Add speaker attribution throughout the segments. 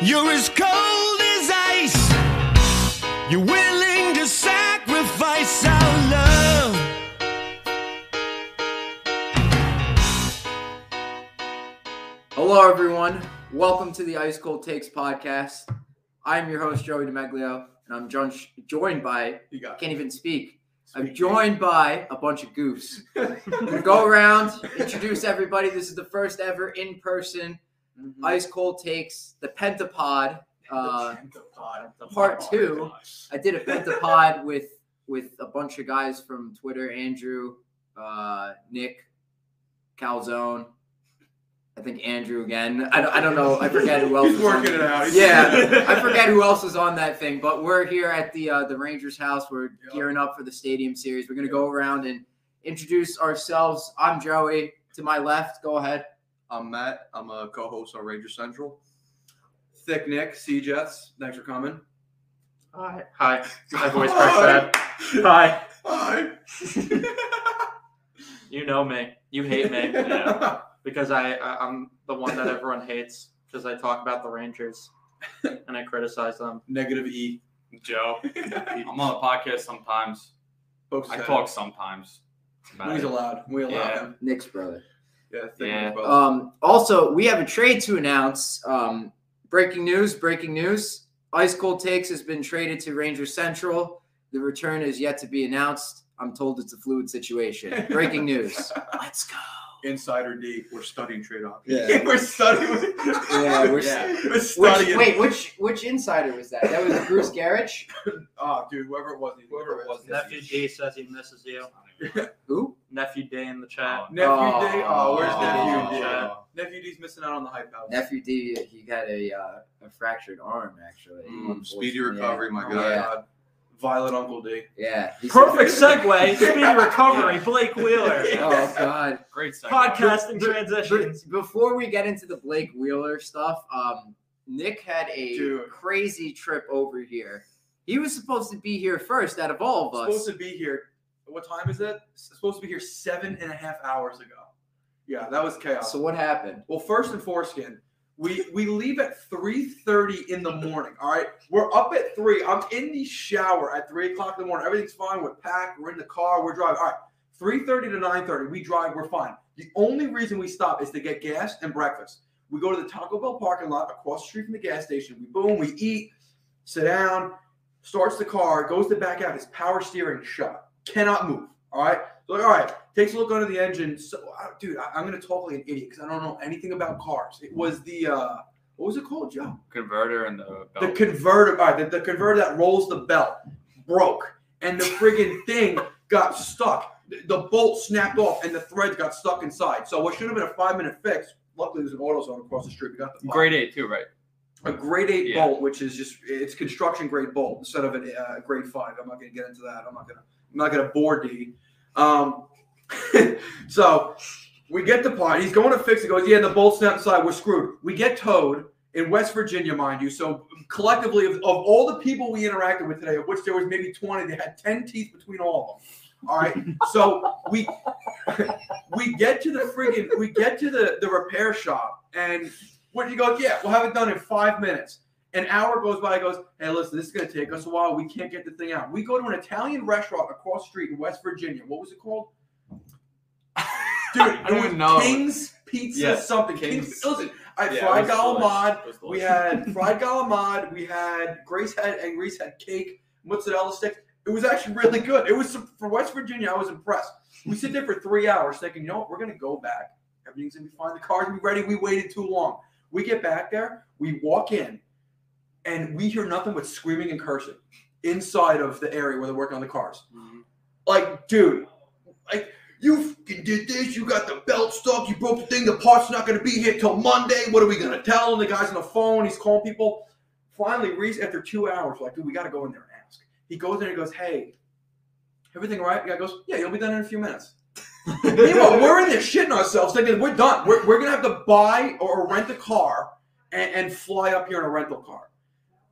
Speaker 1: You're as cold as ice. You're willing to sacrifice our love.
Speaker 2: Hello, everyone. Welcome to the Ice Cold Takes podcast. I'm your host, Joey DiMeglio, and I'm jo- joined by,
Speaker 3: You got
Speaker 2: can't even speak. I'm joined by a bunch of goofs. We're going to go around, introduce everybody. This is the first ever in person
Speaker 3: Mm-hmm.
Speaker 2: Ice Cold Takes, the Pentapod. Uh, part two. I did a Pentapod with with a bunch of guys from Twitter, Andrew, uh, Nick, Calzone. I think Andrew again. I don't, I don't know. I forget who else.
Speaker 3: He's
Speaker 2: was on
Speaker 3: working it out. He's-
Speaker 2: Yeah, I forget who else is on that thing. But we're here at the uh, the Rangers' house. We're gearing up for the Stadium Series. We're gonna go around and introduce ourselves. I'm Joey. To my left, go ahead.
Speaker 3: I'm Matt. I'm a co-host on Ranger Central. Thick Nick, Sea Jets. Thanks for coming.
Speaker 4: Hi. Hi. My voice cracks
Speaker 3: Hi.
Speaker 4: bad. Hi.
Speaker 3: Hi.
Speaker 4: You know me. You hate me. Yeah. Because I, I I'm the one that everyone hates because I talk about the Rangers and I criticize them.
Speaker 3: Negative E.
Speaker 5: Joe. I'm on the podcast sometimes.
Speaker 3: Folks,
Speaker 5: I talk sometimes. About
Speaker 3: He's
Speaker 5: it.
Speaker 3: allowed. We allow
Speaker 5: Yeah.
Speaker 3: him.
Speaker 2: Nick's brother.
Speaker 3: Yeah. Thick
Speaker 5: Yeah.
Speaker 3: Nick, but-
Speaker 2: Um, also, we have a trade to announce. Um, breaking news! Breaking news! Ice Cold Takes has been traded to Ranger Central. The return is yet to be announced. I'm told it's a fluid situation. Breaking news. Let's go.
Speaker 3: Insider D. We're studying trade off.
Speaker 2: Yeah.
Speaker 3: we're studying.
Speaker 2: Yeah, we're-
Speaker 3: we're
Speaker 2: Which,
Speaker 3: studying.
Speaker 2: wait, which which insider was that? That was Bruce Garrich.
Speaker 3: Oh, dude, whoever it was, whoever it was.
Speaker 4: Nephew D says he misses you.
Speaker 2: Who?
Speaker 4: Nephew D in the chat.
Speaker 3: Nephew D. Oh, where's
Speaker 2: Oh.
Speaker 3: Nephew D? Nephew D's missing out on the hype house.
Speaker 2: Nephew D. He had a uh, a fractured arm actually.
Speaker 3: Mm, speedy recovery, my
Speaker 2: Yeah.
Speaker 3: God.
Speaker 2: Yeah.
Speaker 3: Violet Uncle D.
Speaker 2: Yeah. He's-
Speaker 4: Perfect segue. Speedy recovery. Blake Wheeler.
Speaker 2: Oh God.
Speaker 5: Great segue.
Speaker 4: Podcasting
Speaker 2: But-
Speaker 4: transitions.
Speaker 2: But before we get into the Blake Wheeler stuff, um, Nick had a
Speaker 3: Dude.
Speaker 2: crazy trip over here. He was supposed to be here first out of all of us.
Speaker 3: Supposed to be here. What time is it? S- Supposed to be here seven and a half hours ago. Yeah, that was chaos.
Speaker 2: So what happened?
Speaker 3: well, first and foreskin, we we leave at three thirty in the morning. All right, we're up at three. I'm in the shower at three o'clock in the morning. Everything's fine. We're packed. We're in the car. We're driving. All right, three thirty to nine thirty. We drive. We're fine. The only reason we stop is to get gas and breakfast. We go to the Taco Bell parking lot across the street from the gas station. We boom. We eat. Sit down starts the car, goes to back out. His power steering shut, cannot move. All right, so like, all right, takes a look under the engine. So, I- dude, I, am gonna talk like an idiot because I don't know anything about cars. It was the uh, what was it called, Joe?
Speaker 5: Converter and the
Speaker 3: The
Speaker 5: belt.
Speaker 3: converter, all right, the, the converter that rolls the belt broke, and the friggin' thing got stuck. The, the bolt snapped off, and the threads got stuck inside. So what should have been a five minute fix. Luckily, there's an auto zone across the street. We got the
Speaker 5: Grade eight too, right?
Speaker 3: a grade eight
Speaker 5: Yeah.
Speaker 3: bolt, which is just it's construction grade bolt instead of a uh, grade five. I'm not going to get into that. I'm not going to I'm not going to bore D. Um, so we get the part. He's going to fix it. Goes yeah, the bolt's not inside. We're screwed. We get towed in West Virginia, mind you. So collectively, of, of all the people we interacted with today, of which there was maybe 20, they had 10 teeth between all of them. All right. So we we get to the friggin' we get to the the repair shop and what you go, yeah, we'll have it done in five minutes. An hour goes by, goes, hey, listen, this is gonna take us a while. We can't get the thing out. We go to an Italian restaurant across the street in West Virginia. What was it called? Dude,
Speaker 5: I
Speaker 3: it
Speaker 5: don't
Speaker 3: was
Speaker 5: even know.
Speaker 3: King's Pizza
Speaker 5: Yes,
Speaker 3: something. King's.
Speaker 5: King's.
Speaker 3: Listen, I
Speaker 5: Yeah,
Speaker 3: fried
Speaker 5: it was delicious.
Speaker 3: galamad.
Speaker 5: It was
Speaker 3: We
Speaker 5: delicious.
Speaker 3: had fried galamad. We had Grace had and Grace had cake, mozzarella sticks. It was actually really good. It was for West Virginia. I was impressed. We sit there for three hours thinking, you know what, we're gonna go back. Everything's gonna be fine. The car's gonna be ready. We waited too long. We get back there. We walk in, and we hear nothing but screaming and cursing inside of the area where they're working on the cars. Like, dude, like you fucking did this. You got the belt stuck. You broke the thing. The part's not going to be here till Monday. What are we going to tell him? The guy's on the phone. He's calling people. Finally, Reese, after two hours, like, dude, we got to go in there and ask. He goes in and he goes, hey, everything all right? The guy goes, yeah, you'll be done in a few minutes. Meanwhile, we're in there shitting ourselves thinking we're done. We're, we're going to have to buy or rent a car and, and fly up here in a rental car.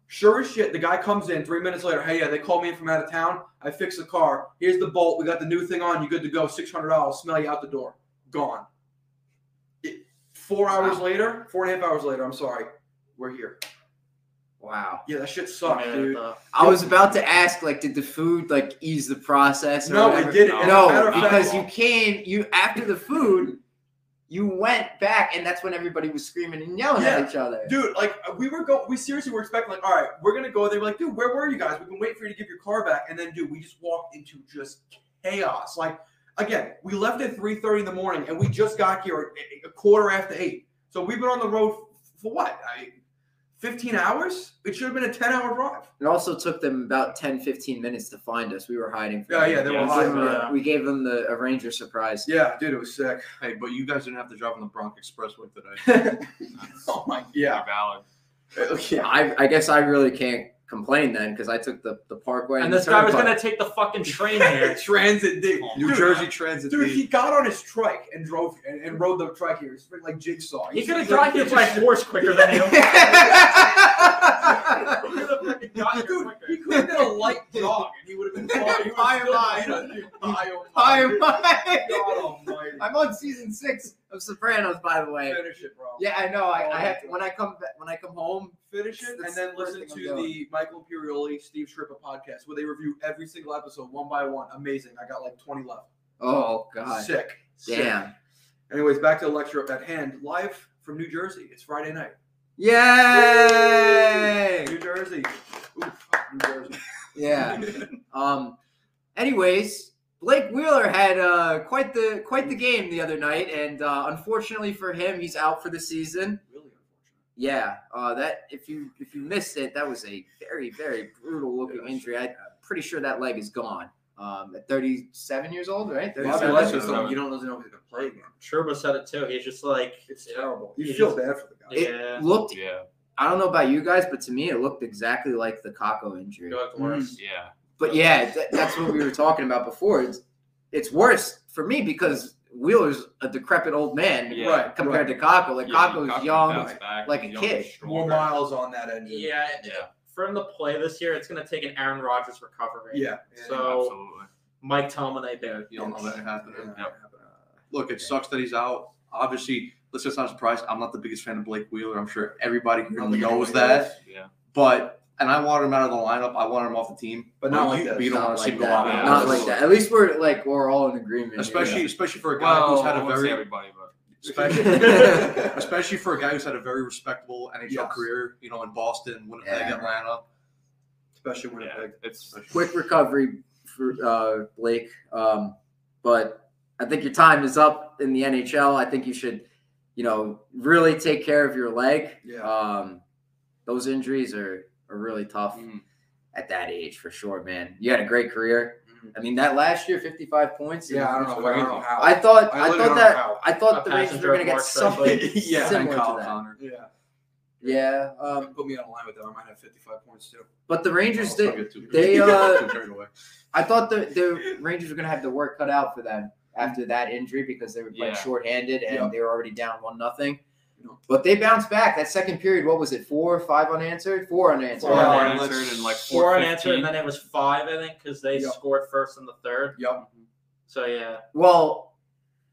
Speaker 3: Sure as shit, the guy comes in three minutes later. Hey, yeah, they called me in from out of town. I fixed the car. Here's the bolt. We got the new thing on. You good to go? Six hundred dollars. Smell you out the door. Gone. It- four hours later, four and a half hours later. I'm sorry. We're here.
Speaker 2: Wow.
Speaker 3: Yeah, that shit sucked,
Speaker 4: Made it
Speaker 3: dude.
Speaker 4: up.
Speaker 2: I was about to ask, like, did the food like ease the process? Or
Speaker 3: No,
Speaker 2: whatever?
Speaker 3: it didn't. As a matter
Speaker 2: No,
Speaker 3: of fact-
Speaker 2: because you came, you after the food, you went back, and that's when everybody was screaming and yelling
Speaker 3: Yeah.
Speaker 2: at each other.
Speaker 3: Dude, like we were go, we seriously were expecting, like, all right, we're gonna go. They were like, dude, where were you guys? We've been waiting for you to give your car back, and then, dude, we just walked into just chaos. Like, again, we left at three thirty in the morning, and we just got here at a quarter after eight. So we've been on the road for what? I, Fifteen hours? It should have been a ten-hour drive.
Speaker 2: It also took them about 10, 15 minutes to find us. We were hiding. From
Speaker 3: Yeah, yeah, they
Speaker 2: them. We
Speaker 5: were
Speaker 2: gave
Speaker 4: hiding,
Speaker 2: them a-
Speaker 4: yeah.
Speaker 2: We gave them the a ranger surprise.
Speaker 3: Yeah, dude, it was sick.
Speaker 6: Hey, but you guys didn't have to drive on the Bronx Expressway today.
Speaker 5: That's
Speaker 3: oh my, yeah,
Speaker 5: pretty valid.
Speaker 3: yeah.
Speaker 2: I, I guess I really can't complain then because I took the, the parkway.
Speaker 4: And
Speaker 2: the
Speaker 4: this guy was
Speaker 2: turnpike.
Speaker 4: gonna take the fucking train here.
Speaker 3: Transit, dude.
Speaker 5: New
Speaker 6: New
Speaker 3: Dude,
Speaker 6: Jersey Transit.
Speaker 3: Dude,
Speaker 6: beat-
Speaker 3: he got on his trike and drove and, and rode the trike here. It's like jigsaw.
Speaker 4: He
Speaker 3: He's-
Speaker 4: could have
Speaker 3: he's like-
Speaker 4: drive his like horse quicker than you. He could have fucking got here
Speaker 3: Dude,
Speaker 4: quicker.
Speaker 3: he could have been a light dog, and he would have been fine. He
Speaker 2: Bye, bye. Why am I? I'm on season six of Sopranos, by the way.
Speaker 3: Finish it, bro.
Speaker 2: Yeah, I know. I, I have to, when I come ba- when I come home.
Speaker 3: Finish it,
Speaker 2: That's
Speaker 3: and then
Speaker 2: the first
Speaker 3: listen
Speaker 2: thing I'm
Speaker 3: to the Michael Imperioli, Steve Shrippa podcast, where they review every single episode one by one. Amazing. I got like 20 left.
Speaker 2: Oh God,
Speaker 3: Sick. Sick.
Speaker 2: damn.
Speaker 3: Anyways, back to the lecture at hand. Live from New Jersey. It's Friday night.
Speaker 2: Yay!
Speaker 3: New Jersey. Oof, New Jersey.
Speaker 2: Yeah. Um. Anyways, Blake Wheeler had uh, quite the quite the game the other night, and uh, unfortunately for him, he's out for the season.
Speaker 3: Really unfortunate.
Speaker 2: Yeah. Uh, that if you if you missed it, that was a very very brutal looking
Speaker 3: Yeah.
Speaker 2: injury. I'm pretty sure that leg is gone. Um, at 37 years old, right?
Speaker 3: Bobby
Speaker 2: 37?
Speaker 3: Lashley's
Speaker 5: Lesnar.
Speaker 3: someone you don't know if he's gonna play again.
Speaker 4: Sherba said it too. He's just like
Speaker 3: It's
Speaker 4: yeah.
Speaker 3: terrible. You
Speaker 4: He
Speaker 3: feel
Speaker 4: just-
Speaker 3: bad for the guy.
Speaker 2: It
Speaker 4: Yeah.
Speaker 2: looked.
Speaker 5: Yeah,
Speaker 2: I don't know about you guys, but to me, it looked exactly like the Kako injury.
Speaker 4: You look worse.
Speaker 5: yeah.
Speaker 2: But yeah, th- that's what we were talking about before. It's, it's worse for me because Wheeler's a decrepit old man
Speaker 5: Yeah.
Speaker 3: Right.
Speaker 2: compared to Kako. Like
Speaker 5: Yeah,
Speaker 2: Kako's
Speaker 5: Cochran
Speaker 2: young.
Speaker 5: bounced back,
Speaker 2: like a
Speaker 5: he's young and
Speaker 2: kid.
Speaker 5: stronger.
Speaker 3: More miles on that engine.
Speaker 4: Yeah.
Speaker 5: Yeah,
Speaker 4: For him to play this year, it's gonna take an Aaron Rodgers recovery.
Speaker 3: Yeah.
Speaker 4: So
Speaker 5: absolutely.
Speaker 4: Mike Tomlin,
Speaker 6: Yeah,
Speaker 4: there.
Speaker 6: you don't know that happened.
Speaker 5: Yep.
Speaker 6: Look, it sucks that he's out. Obviously, let's just not surprised. I'm not the biggest fan of Blake Wheeler. I'm sure everybody here
Speaker 3: Not the
Speaker 6: knows
Speaker 3: biggest.
Speaker 6: that.
Speaker 5: Yeah,
Speaker 6: But and I wanted him out of the lineup. I wanted him off the team.
Speaker 3: But not like
Speaker 6: you,
Speaker 3: this.
Speaker 6: but you don't
Speaker 2: Not
Speaker 6: want to see
Speaker 2: like
Speaker 6: him go
Speaker 2: that.
Speaker 6: out.
Speaker 5: Yeah.
Speaker 2: Not like that. At least we're like we're all in agreement. here.
Speaker 6: Especially, especially for a guy
Speaker 5: well,
Speaker 6: who's had
Speaker 5: I
Speaker 6: a
Speaker 5: won't say
Speaker 6: very,
Speaker 5: everybody, but
Speaker 6: especially, especially for a guy who's had a very respectable NHL
Speaker 3: Yes.
Speaker 6: career. You know, in Boston, Winnipeg,
Speaker 2: Yeah.
Speaker 6: Atlanta.
Speaker 3: Especially when
Speaker 5: yeah, it's
Speaker 2: quick recovery for uh, Blake. Um, but I think your time is up in the NHL. I think you should, you know, really take care of your leg.
Speaker 3: Yeah.
Speaker 2: Um, those injuries are are really tough
Speaker 3: Mm-hmm.
Speaker 5: Mm.
Speaker 2: at that age for sure, man. You had a great career. I mean, that last year, fifty five points.
Speaker 3: Mm-hmm. Yeah, I don't know. I don't know how.
Speaker 2: I thought
Speaker 3: I
Speaker 2: I,
Speaker 3: literally
Speaker 2: thought
Speaker 3: don't know
Speaker 2: that
Speaker 3: how.
Speaker 2: I thought
Speaker 4: A
Speaker 2: the Rangers
Speaker 4: passenger
Speaker 2: were gonna
Speaker 4: of
Speaker 2: get
Speaker 4: Mark
Speaker 2: something
Speaker 6: yeah, and
Speaker 2: similar
Speaker 6: Kyle
Speaker 2: to that.
Speaker 6: Connor.
Speaker 3: yeah.
Speaker 2: Yeah, um,
Speaker 3: Put me on a line with them. I might have 55 points too.
Speaker 2: but the Rangers
Speaker 6: Let's not
Speaker 2: did.
Speaker 6: get too-
Speaker 2: they, uh,
Speaker 6: too carried away.
Speaker 2: I thought the, the Rangers were going to have the work cut out for them after that injury because they were playing
Speaker 5: Yeah.
Speaker 2: shorthanded and
Speaker 3: Yep.
Speaker 2: they were already down one nothing.
Speaker 3: No.
Speaker 2: But they bounced back. That second period, what was it? Four, or five unanswered, four unanswered.
Speaker 4: Four
Speaker 5: Four
Speaker 4: unanswered.
Speaker 5: unanswered and like
Speaker 4: Four
Speaker 5: four
Speaker 4: unanswered, and
Speaker 5: unanswered.
Speaker 4: then it was five, I think, because they
Speaker 3: Yep.
Speaker 4: scored first in the third.
Speaker 3: Yep.
Speaker 4: So yeah.
Speaker 2: Well,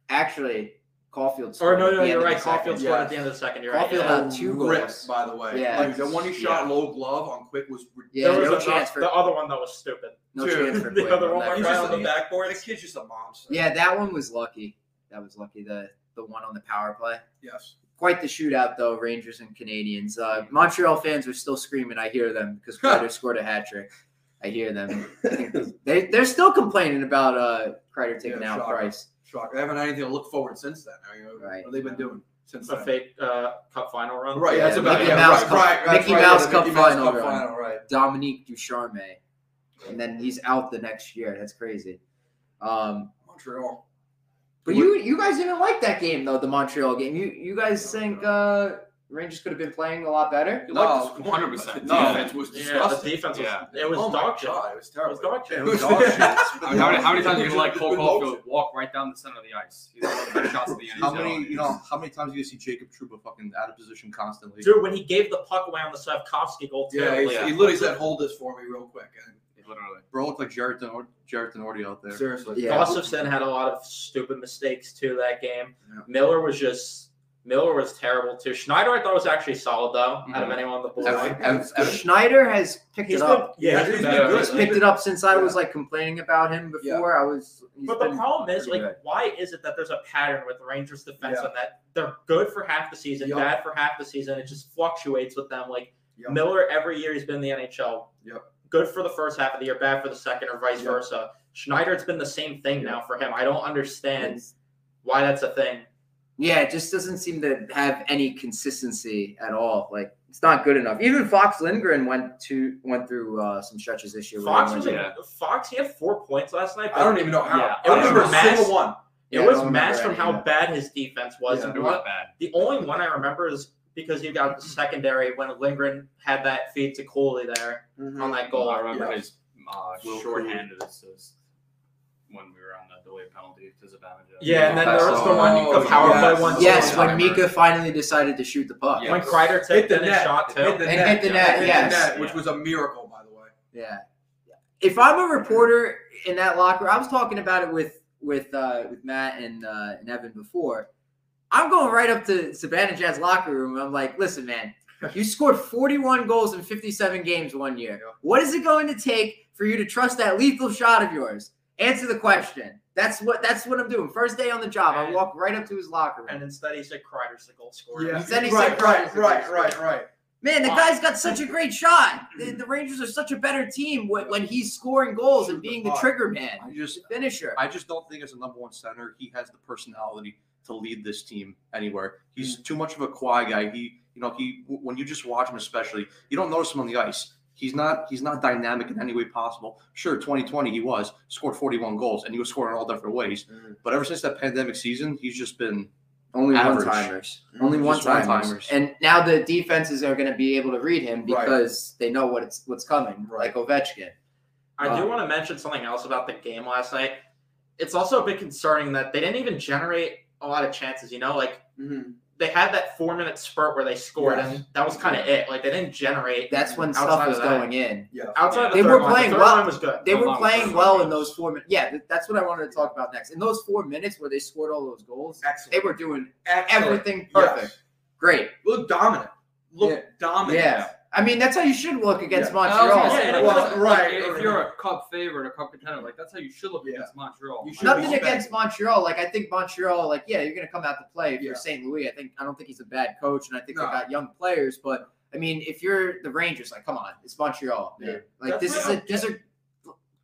Speaker 2: actually, Caulfield.
Speaker 4: Or
Speaker 2: scored
Speaker 4: no,
Speaker 2: at
Speaker 4: no,
Speaker 2: the end
Speaker 4: you're
Speaker 2: of the
Speaker 4: right.
Speaker 2: second.
Speaker 4: Caulfield
Speaker 3: Yeah.
Speaker 4: scored at the end of the second. You're
Speaker 2: Caulfield
Speaker 4: right.
Speaker 2: had- two goals.
Speaker 3: Rips, by the way.
Speaker 2: Yeah.
Speaker 3: Like the one he shot low glove on quick was
Speaker 2: Yeah,
Speaker 4: There was
Speaker 2: no
Speaker 4: a-
Speaker 2: chance for
Speaker 4: the other one that was stupid.
Speaker 2: no
Speaker 3: Dude,
Speaker 2: chance for
Speaker 4: the
Speaker 2: Blake
Speaker 4: other
Speaker 2: on
Speaker 4: one
Speaker 2: that
Speaker 4: went
Speaker 3: He's
Speaker 4: right
Speaker 2: goal.
Speaker 3: just
Speaker 4: on
Speaker 3: a
Speaker 4: the
Speaker 3: backboard. The kid's just a monster.
Speaker 2: Yeah, that one was lucky. That was lucky. The the one on the power play.
Speaker 3: Yes.
Speaker 2: quite the shootout though rangers and canadians uh, montreal fans are still screaming i hear them because Kreider scored a hat trick i hear them they, they're still complaining about uh, Kreider taking
Speaker 3: Yeah,
Speaker 2: out
Speaker 3: shocker.
Speaker 2: price
Speaker 3: Shock. I haven't had anything to look forward since then. I mean,
Speaker 2: Right.
Speaker 3: What have they been doing since
Speaker 4: A
Speaker 3: then?
Speaker 4: fake uh, cup final run.
Speaker 3: Right. that's
Speaker 2: Yeah,
Speaker 3: about
Speaker 2: Mickey
Speaker 3: yeah,
Speaker 2: Mouse
Speaker 3: right,
Speaker 2: Cup-
Speaker 3: right, that's
Speaker 2: Mickey
Speaker 3: right,
Speaker 2: Mouse
Speaker 3: yeah, the
Speaker 2: Cup
Speaker 3: Mickey Mouse
Speaker 2: final
Speaker 3: Cup
Speaker 2: run.
Speaker 3: final. Right.
Speaker 2: dominique ducharme and then he's out the next year that's crazy um,
Speaker 3: Montreal.
Speaker 2: but you you guys didn't like that game though the montreal game you you guys think uh, rangers could have been playing a lot better
Speaker 3: You
Speaker 5: No,
Speaker 3: like this-
Speaker 5: 100%.
Speaker 3: No, it was
Speaker 4: Yeah, the
Speaker 3: disgusting.
Speaker 4: defense was.
Speaker 5: Yeah.
Speaker 4: It was
Speaker 3: oh my
Speaker 4: dog shit.
Speaker 3: God, It was
Speaker 4: It was
Speaker 3: terrible.
Speaker 4: dog shit.
Speaker 6: Yeah,
Speaker 3: It was
Speaker 6: it was
Speaker 3: dog shit.
Speaker 5: I mean, how many, how many times are you gonna let
Speaker 3: Good
Speaker 5: Cole
Speaker 3: motion.
Speaker 5: Caulfield walk right down the center of the ice? He's one of the best shots of the NHL.
Speaker 6: How many, you know, how many times do you see Jacob Truba fucking out of position constantly?
Speaker 4: Dude, when he gave the puck away on the Slavkovsky goal, too,
Speaker 3: Yeah, he,
Speaker 4: like,
Speaker 3: he literally said, "Hold this for me, real quick."
Speaker 5: Literally.
Speaker 6: Bro looked like Jared Denor- Jared Denordi out
Speaker 3: And
Speaker 6: there.
Speaker 3: seriously,
Speaker 2: Yeah.
Speaker 4: Gustafson had a lot of stupid mistakes too that game.
Speaker 3: Yeah.
Speaker 4: Miller was just Miller was terrible too. Schneider, I thought was actually solid though. Out
Speaker 5: Mm-hmm.
Speaker 4: of
Speaker 6: Mhm.
Speaker 4: anyone on the board,
Speaker 6: Ev- ev- ev-
Speaker 2: Uh, Schneider has picked
Speaker 7: He's
Speaker 2: it up.
Speaker 7: been- yeah,
Speaker 3: he's
Speaker 7: he's
Speaker 3: been
Speaker 7: been
Speaker 3: good.
Speaker 2: He's picked it up since I was like complaining about him
Speaker 3: Yeah.
Speaker 2: before. I was. he's
Speaker 4: But the
Speaker 2: been-
Speaker 4: problem is, like,
Speaker 2: pretty
Speaker 4: why is it that there's a pattern with the Rangers defense
Speaker 3: Yeah.
Speaker 4: on that they're good for half the season,
Speaker 3: Yeah.
Speaker 4: bad for half the season? It just fluctuates with them. Like
Speaker 3: Yeah.
Speaker 4: Miller, every year he's been in the NHL.
Speaker 3: Yep.
Speaker 4: Good for the first half of the year, bad for the second, or vice
Speaker 3: Yeah.
Speaker 4: versa. Schneider, it's been the same thing
Speaker 3: Yeah.
Speaker 4: now for him. I don't understand why that's a thing.
Speaker 2: Yeah, it just doesn't seem to have any consistency at all. Like it's not good enough. Even Fox Lindgren went to went through uh, some stretches this year. where
Speaker 4: Fox
Speaker 2: he
Speaker 4: was
Speaker 2: went-
Speaker 4: like, Fox. He had four points last night.
Speaker 3: I don't even know how.
Speaker 5: Yeah.
Speaker 3: I don't remember a
Speaker 4: Mass-
Speaker 3: single one.
Speaker 2: Yeah,
Speaker 4: it
Speaker 2: I
Speaker 4: was
Speaker 2: don't remember
Speaker 4: matched from
Speaker 2: any
Speaker 4: how
Speaker 2: of
Speaker 4: bad his defense was.
Speaker 3: Yeah.
Speaker 4: And
Speaker 5: It
Speaker 4: one-
Speaker 5: was bad.
Speaker 4: The only one I remember is because he got secondary when Lindgren had that feed to Cooley there
Speaker 3: Mm-hmm.
Speaker 4: on that goal.
Speaker 5: I remember
Speaker 3: Yeah.
Speaker 5: his uh,
Speaker 6: Will
Speaker 5: shorthanded assist when we were on the delay penalty because of Amadou.
Speaker 4: Yeah, and then there was the one
Speaker 3: Oh,
Speaker 4: the power
Speaker 3: yes.
Speaker 4: play one.
Speaker 2: that. Yes,
Speaker 4: when,
Speaker 2: when Mika finally decided to shoot the puck.
Speaker 5: Yeah.
Speaker 4: when Kreider
Speaker 3: Hit
Speaker 4: tipped
Speaker 3: the
Speaker 4: in his
Speaker 3: net.
Speaker 4: shot too.
Speaker 3: Hit the
Speaker 2: And
Speaker 3: net.
Speaker 2: hit the net,
Speaker 3: Hit the
Speaker 2: yes.
Speaker 3: net, which
Speaker 5: Yeah.
Speaker 3: was a miracle, by the way.
Speaker 2: Yeah. If I'm a reporter in that locker, I was talking about it with with uh, with Matt and uh, and Evan before. I'm going right up to Savannah Jazz locker room. and I'm like, listen, man, you scored 41 goals in 57 games one year. What is it going to take for you to trust that lethal shot of yours? Answer the question. That's what that's what I'm doing. First day on the job, I
Speaker 4: And-
Speaker 2: walk right up to his locker room.
Speaker 4: And instead he said Kreider's the goal scorer.
Speaker 2: He said he
Speaker 3: right,
Speaker 2: said
Speaker 3: right,
Speaker 2: Kreider's the
Speaker 3: right,
Speaker 2: goal
Speaker 3: right, right.
Speaker 2: Man, the
Speaker 4: Wow.
Speaker 2: guy's got such a great shot. The, the Rangers are such a better team when, when he's scoring goals and being the trigger man,
Speaker 6: I
Speaker 2: the
Speaker 6: just
Speaker 2: finisher.
Speaker 6: I just don't think as a number one center he has the personality to lead this team anywhere. He's
Speaker 2: Mm.
Speaker 6: too much of a quiet guy. He you know he when you just watch him especially you don't notice him on the ice. He's not he's not dynamic in any way possible. Sure, 2020 he was scored 41 goals and he was scoring all different ways.
Speaker 3: Mhm.
Speaker 6: But ever since that pandemic season, he's just been
Speaker 2: Mm. Only
Speaker 6: Average.
Speaker 2: one timers. Only
Speaker 6: Just
Speaker 2: one timers.
Speaker 6: one-timers.
Speaker 2: And now the defenses are going to be able to read him
Speaker 3: Right.
Speaker 2: because they know what it's what's coming, like
Speaker 3: Right.
Speaker 2: Ovechkin.
Speaker 4: I do
Speaker 2: Wow.
Speaker 4: want to mention something else about the game last night. It's also a bit concerning that they didn't even generate a lot of chances. You know, like
Speaker 3: Mhm.
Speaker 4: they had that four minute spurt where they scored,
Speaker 3: Yes.
Speaker 4: and that was kind of it. Like they didn't generate
Speaker 2: That's when
Speaker 4: Outside
Speaker 2: stuff was
Speaker 4: of that.
Speaker 2: going in.
Speaker 3: Yeah.
Speaker 4: outside of the
Speaker 2: They
Speaker 4: third
Speaker 2: were
Speaker 4: line.
Speaker 2: playing
Speaker 4: the third
Speaker 2: well.
Speaker 4: line was good.
Speaker 2: They
Speaker 5: Third
Speaker 2: were
Speaker 5: line was
Speaker 2: playing
Speaker 5: so
Speaker 2: well
Speaker 5: good.
Speaker 2: in those four minutes. Yeah, th- that's what I wanted to talk about next. In those four minutes where they scored all those goals,
Speaker 3: Excellent.
Speaker 2: they were doing
Speaker 3: Excellent.
Speaker 2: everything
Speaker 3: Yes.
Speaker 2: perfect. Great.
Speaker 3: Look dominant. Look
Speaker 2: Yeah.
Speaker 3: dominant.
Speaker 2: Yeah. I mean, that's how you should look against
Speaker 3: Yeah.
Speaker 2: Montreal.
Speaker 3: say,
Speaker 5: Yeah,
Speaker 3: Well,
Speaker 5: like, like,
Speaker 3: right,
Speaker 5: If
Speaker 3: right.
Speaker 5: you're a cup favorite, a cup contender, like that's how you should look
Speaker 3: Yeah.
Speaker 5: against Montreal.
Speaker 3: You should be
Speaker 2: Nothing
Speaker 3: respect.
Speaker 2: against Montreal. Like I think Montreal, like yeah, you're gonna come out to play if you're
Speaker 3: Yeah.
Speaker 2: St. Louis. I think I don't think he's a bad coach, and I think
Speaker 3: No.
Speaker 2: they got young players. But I mean, if you're the Rangers, like come on, it's Montreal, man.
Speaker 3: Yeah.
Speaker 2: Like
Speaker 4: That's
Speaker 2: this is
Speaker 4: what
Speaker 2: a these are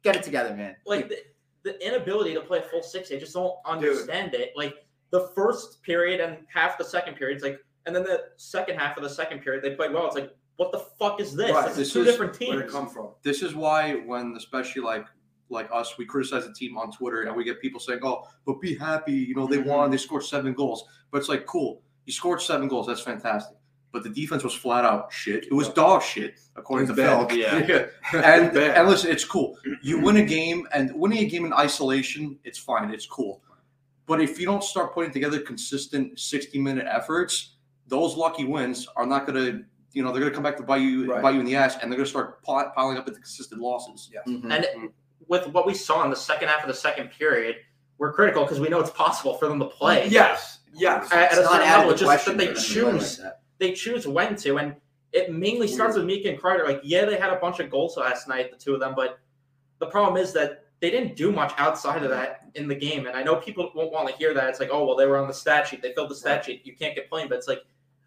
Speaker 2: get it together, man.
Speaker 4: like the, the inability to play a full six. They just don't understand it. Like the first period and half the second period, it's like, and then the second half of the second period, they played well. It's like, what the fuck is this?
Speaker 3: Right,
Speaker 4: This
Speaker 6: this
Speaker 4: is two
Speaker 6: is
Speaker 4: different
Speaker 3: Where'd it
Speaker 4: teams.
Speaker 3: come from?
Speaker 6: this is why when especially like like us, we criticize the team on Twitter and we get people saying, "Oh, but be happy, you know they
Speaker 2: Mm-hmm.
Speaker 6: won, they scored seven goals." But it's like, cool, you scored seven goals, that's fantastic. But the defense was flat out shit. It was dog shit, according to
Speaker 2: It was
Speaker 6: Phil.
Speaker 5: Yeah.
Speaker 6: and and listen, it's cool. You win a game, and winning a game in isolation, it's fine, it's cool. But if you don't start putting together consistent sixty-minute efforts, those lucky wins are not going to, you know, they're going to come back to bite you,
Speaker 3: Right.
Speaker 6: bite you in the ass, and they're going to start pi- piling up into consistent losses.
Speaker 4: And with what we saw in the second half of the second period, we're critical because we know it's possible for them to play.
Speaker 3: Yes. Yes.
Speaker 4: At, at
Speaker 2: It's
Speaker 4: a certain
Speaker 2: not out of
Speaker 4: level,
Speaker 2: the
Speaker 4: it's just
Speaker 2: question
Speaker 4: that they
Speaker 2: for them to play like
Speaker 4: choose,
Speaker 2: that.
Speaker 4: they choose when to, and it mainly starts with Mika and Kreider. Like, yeah, they had a bunch of goals last night, the two of them, but the problem is that they didn't do much outside of that in the game. And I know people won't want to hear that. It's like, oh, well, they were on the stat sheet. They filled the stat sheet. You can't complain. But it's like,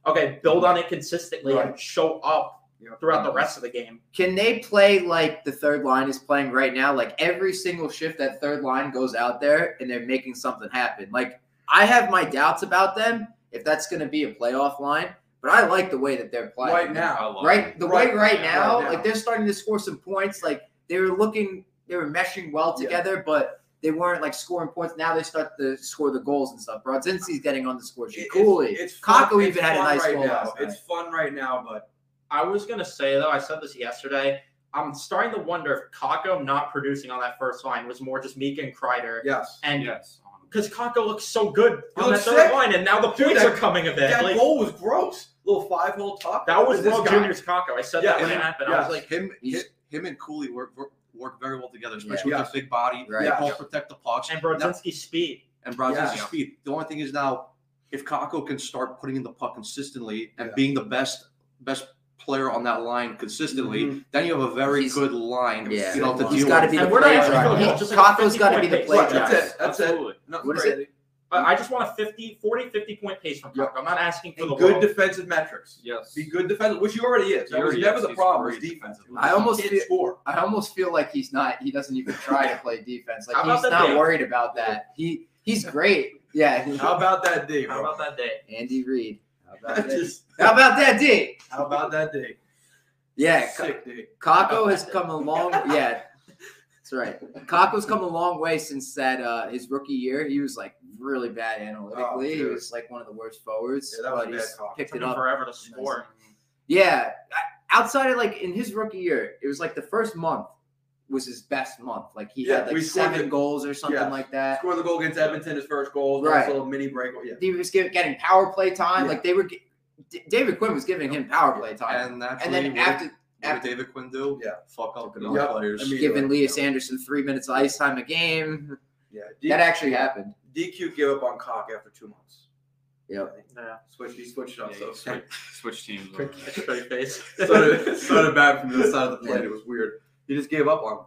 Speaker 4: okay, build on it consistently and show up
Speaker 3: Yep.
Speaker 4: throughout the rest of the game.
Speaker 2: Can they play like the third line is playing right now? Like every single shift that third line goes out there and they're making something happen. Like I have my doubts about them if that's going to be a playoff line, but I like the way that they're playing
Speaker 3: Right now.
Speaker 2: right the
Speaker 3: Right.
Speaker 2: way right
Speaker 3: Yeah,
Speaker 2: now,
Speaker 3: right now.
Speaker 2: like they're starting to score some points like they were looking they were meshing well
Speaker 3: Yeah.
Speaker 2: together but they weren't like scoring points now they start to score the goals and stuff Brodzinski's getting on the score sheet
Speaker 3: It-
Speaker 2: Cooley
Speaker 3: It's, it's
Speaker 2: Kako
Speaker 3: fun-
Speaker 2: even
Speaker 3: it's
Speaker 2: had a
Speaker 3: fun
Speaker 2: nice
Speaker 3: right
Speaker 2: goal
Speaker 3: now.
Speaker 2: last night.
Speaker 3: It's fun right now, but
Speaker 4: I was gonna say though, I said this yesterday. I'm starting to wonder if Kako not producing on that first line was more just Mika and Kreider,
Speaker 3: yes.
Speaker 4: and
Speaker 5: Yes.
Speaker 4: because Kako looks so good
Speaker 3: He
Speaker 4: on that
Speaker 3: looks
Speaker 4: third
Speaker 3: sick.
Speaker 4: line, and now the
Speaker 3: Dude,
Speaker 4: points
Speaker 3: that-
Speaker 4: are coming of it.
Speaker 3: That
Speaker 4: like,
Speaker 3: goal was gross. Little five hole top.
Speaker 4: that was
Speaker 3: this
Speaker 4: World
Speaker 3: guy.
Speaker 4: Junior's Kako. I said that
Speaker 3: Yeah,
Speaker 4: when it
Speaker 6: yeah,
Speaker 4: happened. I
Speaker 3: yes.
Speaker 4: was like,
Speaker 6: Him, him,
Speaker 2: He's-
Speaker 6: him and Cooley work, work, work very well together,
Speaker 2: Yeah.
Speaker 6: especially with
Speaker 3: Yes.
Speaker 6: his big body.
Speaker 2: Right.
Speaker 6: They both
Speaker 4: Yeah.
Speaker 6: protect the pucks.
Speaker 4: and
Speaker 6: Now-
Speaker 4: Brodzinski's speed.
Speaker 6: and Brodzinski's
Speaker 5: Yeah.
Speaker 6: speed. The only thing is now if Kako can start putting in the puck consistently and
Speaker 3: Yeah.
Speaker 6: being the best best player on that line consistently,
Speaker 3: Mm-hmm.
Speaker 6: then you have a very
Speaker 2: He's-
Speaker 6: good line.
Speaker 2: Yeah.
Speaker 6: You know, to
Speaker 2: He's
Speaker 6: deal
Speaker 2: got to
Speaker 6: with.
Speaker 2: be the
Speaker 4: And we're not
Speaker 2: play
Speaker 4: even
Speaker 2: driver.
Speaker 3: talking
Speaker 2: He-
Speaker 3: about
Speaker 4: just like a
Speaker 2: Kakko's got to be the
Speaker 4: 50
Speaker 2: play
Speaker 4: point
Speaker 2: driver.
Speaker 3: That's it. That's it.
Speaker 5: Absolutely.
Speaker 3: Nothing
Speaker 2: What is
Speaker 3: crazy.
Speaker 4: I I just want a 50, 40, 50 point pace from
Speaker 3: Mm-hmm. Yeah.
Speaker 4: Parker. I'm not asking for
Speaker 3: And
Speaker 4: the
Speaker 3: good
Speaker 4: world.
Speaker 3: defensive metrics.
Speaker 5: Yes.
Speaker 3: Be good defensive, which he already is. That
Speaker 5: He
Speaker 3: was
Speaker 5: already
Speaker 3: never
Speaker 5: is.
Speaker 3: the
Speaker 5: He's
Speaker 3: problem. Was
Speaker 5: great
Speaker 3: defense.
Speaker 5: defensively.
Speaker 2: I almost
Speaker 3: He
Speaker 2: feel-
Speaker 3: can't score.
Speaker 2: I almost feel like he's not. He doesn't even try to play defense. Like
Speaker 4: How about
Speaker 2: he's
Speaker 4: that
Speaker 2: not
Speaker 4: Dave?
Speaker 2: worried about that. He he's great. Yeah. he-
Speaker 3: How about that D?
Speaker 4: How
Speaker 3: bro?
Speaker 4: about that day?
Speaker 2: Andy Reid. How about that?
Speaker 3: Just-
Speaker 2: How about that D?
Speaker 3: How about that D?
Speaker 2: Yeah. Ka-
Speaker 3: Sick D.
Speaker 2: Kako has come a long. Yeah. That's right. Kako's come a long way since that uh, his rookie year. He was like really bad
Speaker 3: Oh,
Speaker 2: analytically. he
Speaker 3: dude.
Speaker 2: was like one of the worst forwards,
Speaker 3: Yeah, that was
Speaker 2: but
Speaker 3: a bad
Speaker 2: he's
Speaker 3: call.
Speaker 2: picked
Speaker 4: Took
Speaker 2: it
Speaker 4: him
Speaker 2: up.
Speaker 4: forever to score.
Speaker 2: Yeah, I- outside of like in his rookie year, it was like the first month was his best month. Like he
Speaker 3: Yeah,
Speaker 2: had like
Speaker 3: we scored
Speaker 2: seven
Speaker 3: the-
Speaker 2: goals or something
Speaker 3: yeah.
Speaker 2: like that.
Speaker 3: Scored the goal against Edmonton, his first goal.
Speaker 2: Right.
Speaker 3: Nice little mini break. Yeah.
Speaker 2: He was giv getting power play time.
Speaker 3: Yeah.
Speaker 2: Like they were, gi- D- David Quinn was giving him power play time,
Speaker 6: And
Speaker 2: and
Speaker 6: naturally,
Speaker 2: then
Speaker 6: what-
Speaker 2: after
Speaker 6: What did
Speaker 2: after-
Speaker 6: David Quinn do?
Speaker 3: Yeah.
Speaker 6: Fuck up
Speaker 2: Fucking
Speaker 6: young
Speaker 3: up.
Speaker 6: players.
Speaker 3: I mean-
Speaker 2: giving
Speaker 3: yeah.
Speaker 2: Elias Anderson three minutes of ice time a game,
Speaker 3: Yeah. D-
Speaker 2: that actually happened.
Speaker 3: DQ gave up on cock after two months.
Speaker 2: Yep.
Speaker 4: Yeah.
Speaker 3: Switch, he switched up.
Speaker 5: Yeah,
Speaker 3: so
Speaker 5: you switch, switch teams.
Speaker 3: Quick-
Speaker 4: That's pretty face.
Speaker 3: of bad from the other side of the plate. It was weird. He just gave up on him.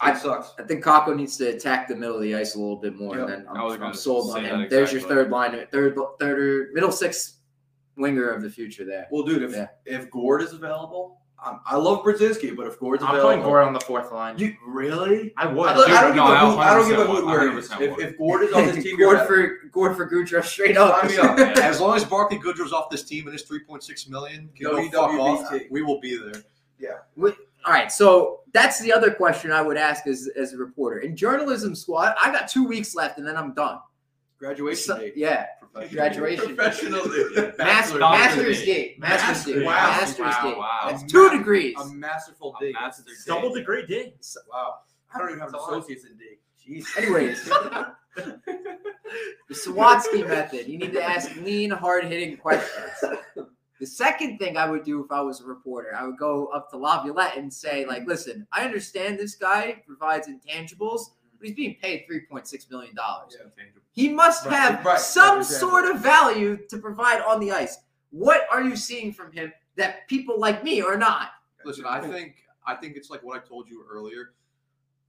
Speaker 2: I-
Speaker 3: It sucks.
Speaker 2: I think Kako needs to attack the middle of the ice a little bit more, and
Speaker 3: Yep.
Speaker 2: then
Speaker 5: I was
Speaker 2: I'm, I'm
Speaker 5: gonna
Speaker 2: sold on
Speaker 5: say
Speaker 2: him.
Speaker 5: that
Speaker 2: There's your
Speaker 5: exactly.
Speaker 2: third line, third third or middle six winger of the future there.
Speaker 3: Well, dude, if
Speaker 2: Yeah.
Speaker 3: if Gord is available, I'm, I love Brzezinski, but if Gord's
Speaker 4: I'm
Speaker 3: available,
Speaker 4: putting Gord on the fourth line.
Speaker 3: You really?
Speaker 4: I would.
Speaker 3: I, don't- I don't
Speaker 5: no,
Speaker 3: give
Speaker 5: I
Speaker 3: a hoot. I don't give a
Speaker 5: 100%
Speaker 3: hoot where he is.
Speaker 5: 100%
Speaker 3: If,
Speaker 5: would.
Speaker 3: if Gord is on this team, you're
Speaker 2: Gord
Speaker 3: better.
Speaker 2: for Gord for Goudreau straight up.
Speaker 3: Sign me up.
Speaker 5: Yeah.
Speaker 6: As long as Barkley Goodrew's off this team and his 3.6 million can go
Speaker 3: WWBT.
Speaker 6: fuck off, we will be there.
Speaker 2: All right, so that's the other question I would ask as, as a reporter in journalism squad. I got two weeks left, and then I'm done.
Speaker 3: graduation
Speaker 2: So-
Speaker 3: date.
Speaker 2: yeah,
Speaker 3: Professional-
Speaker 2: graduation.
Speaker 3: Professional
Speaker 2: Mas-
Speaker 3: date. Bachelor-
Speaker 2: master's
Speaker 5: date.
Speaker 2: date, master's
Speaker 3: Master-
Speaker 2: date,
Speaker 3: wow,
Speaker 2: master's
Speaker 5: wow,
Speaker 2: date.
Speaker 5: wow.
Speaker 2: That's
Speaker 3: A
Speaker 2: two
Speaker 3: ma-
Speaker 2: degrees.
Speaker 3: A masterful
Speaker 5: Uh, A
Speaker 3: date.
Speaker 5: master's date.
Speaker 4: Double degree D.
Speaker 3: Wow. I don't even have an
Speaker 4: That's a lot.
Speaker 3: associate's in D. Jeez.
Speaker 2: Anyways. The Sawatsky method. You need to ask lean, hard hitting questions. The second thing I would do if I was a reporter, I would go up to Laviolette and say, like, listen, I understand this guy provides intangibles, but he's being paid three point six million dollars. He must
Speaker 3: Right,
Speaker 2: have
Speaker 3: right,
Speaker 2: some
Speaker 3: exactly.
Speaker 2: sort of value to provide on the ice. What are you seeing from him that people like me are not?
Speaker 6: Listen, I think I think it's like what I told you earlier.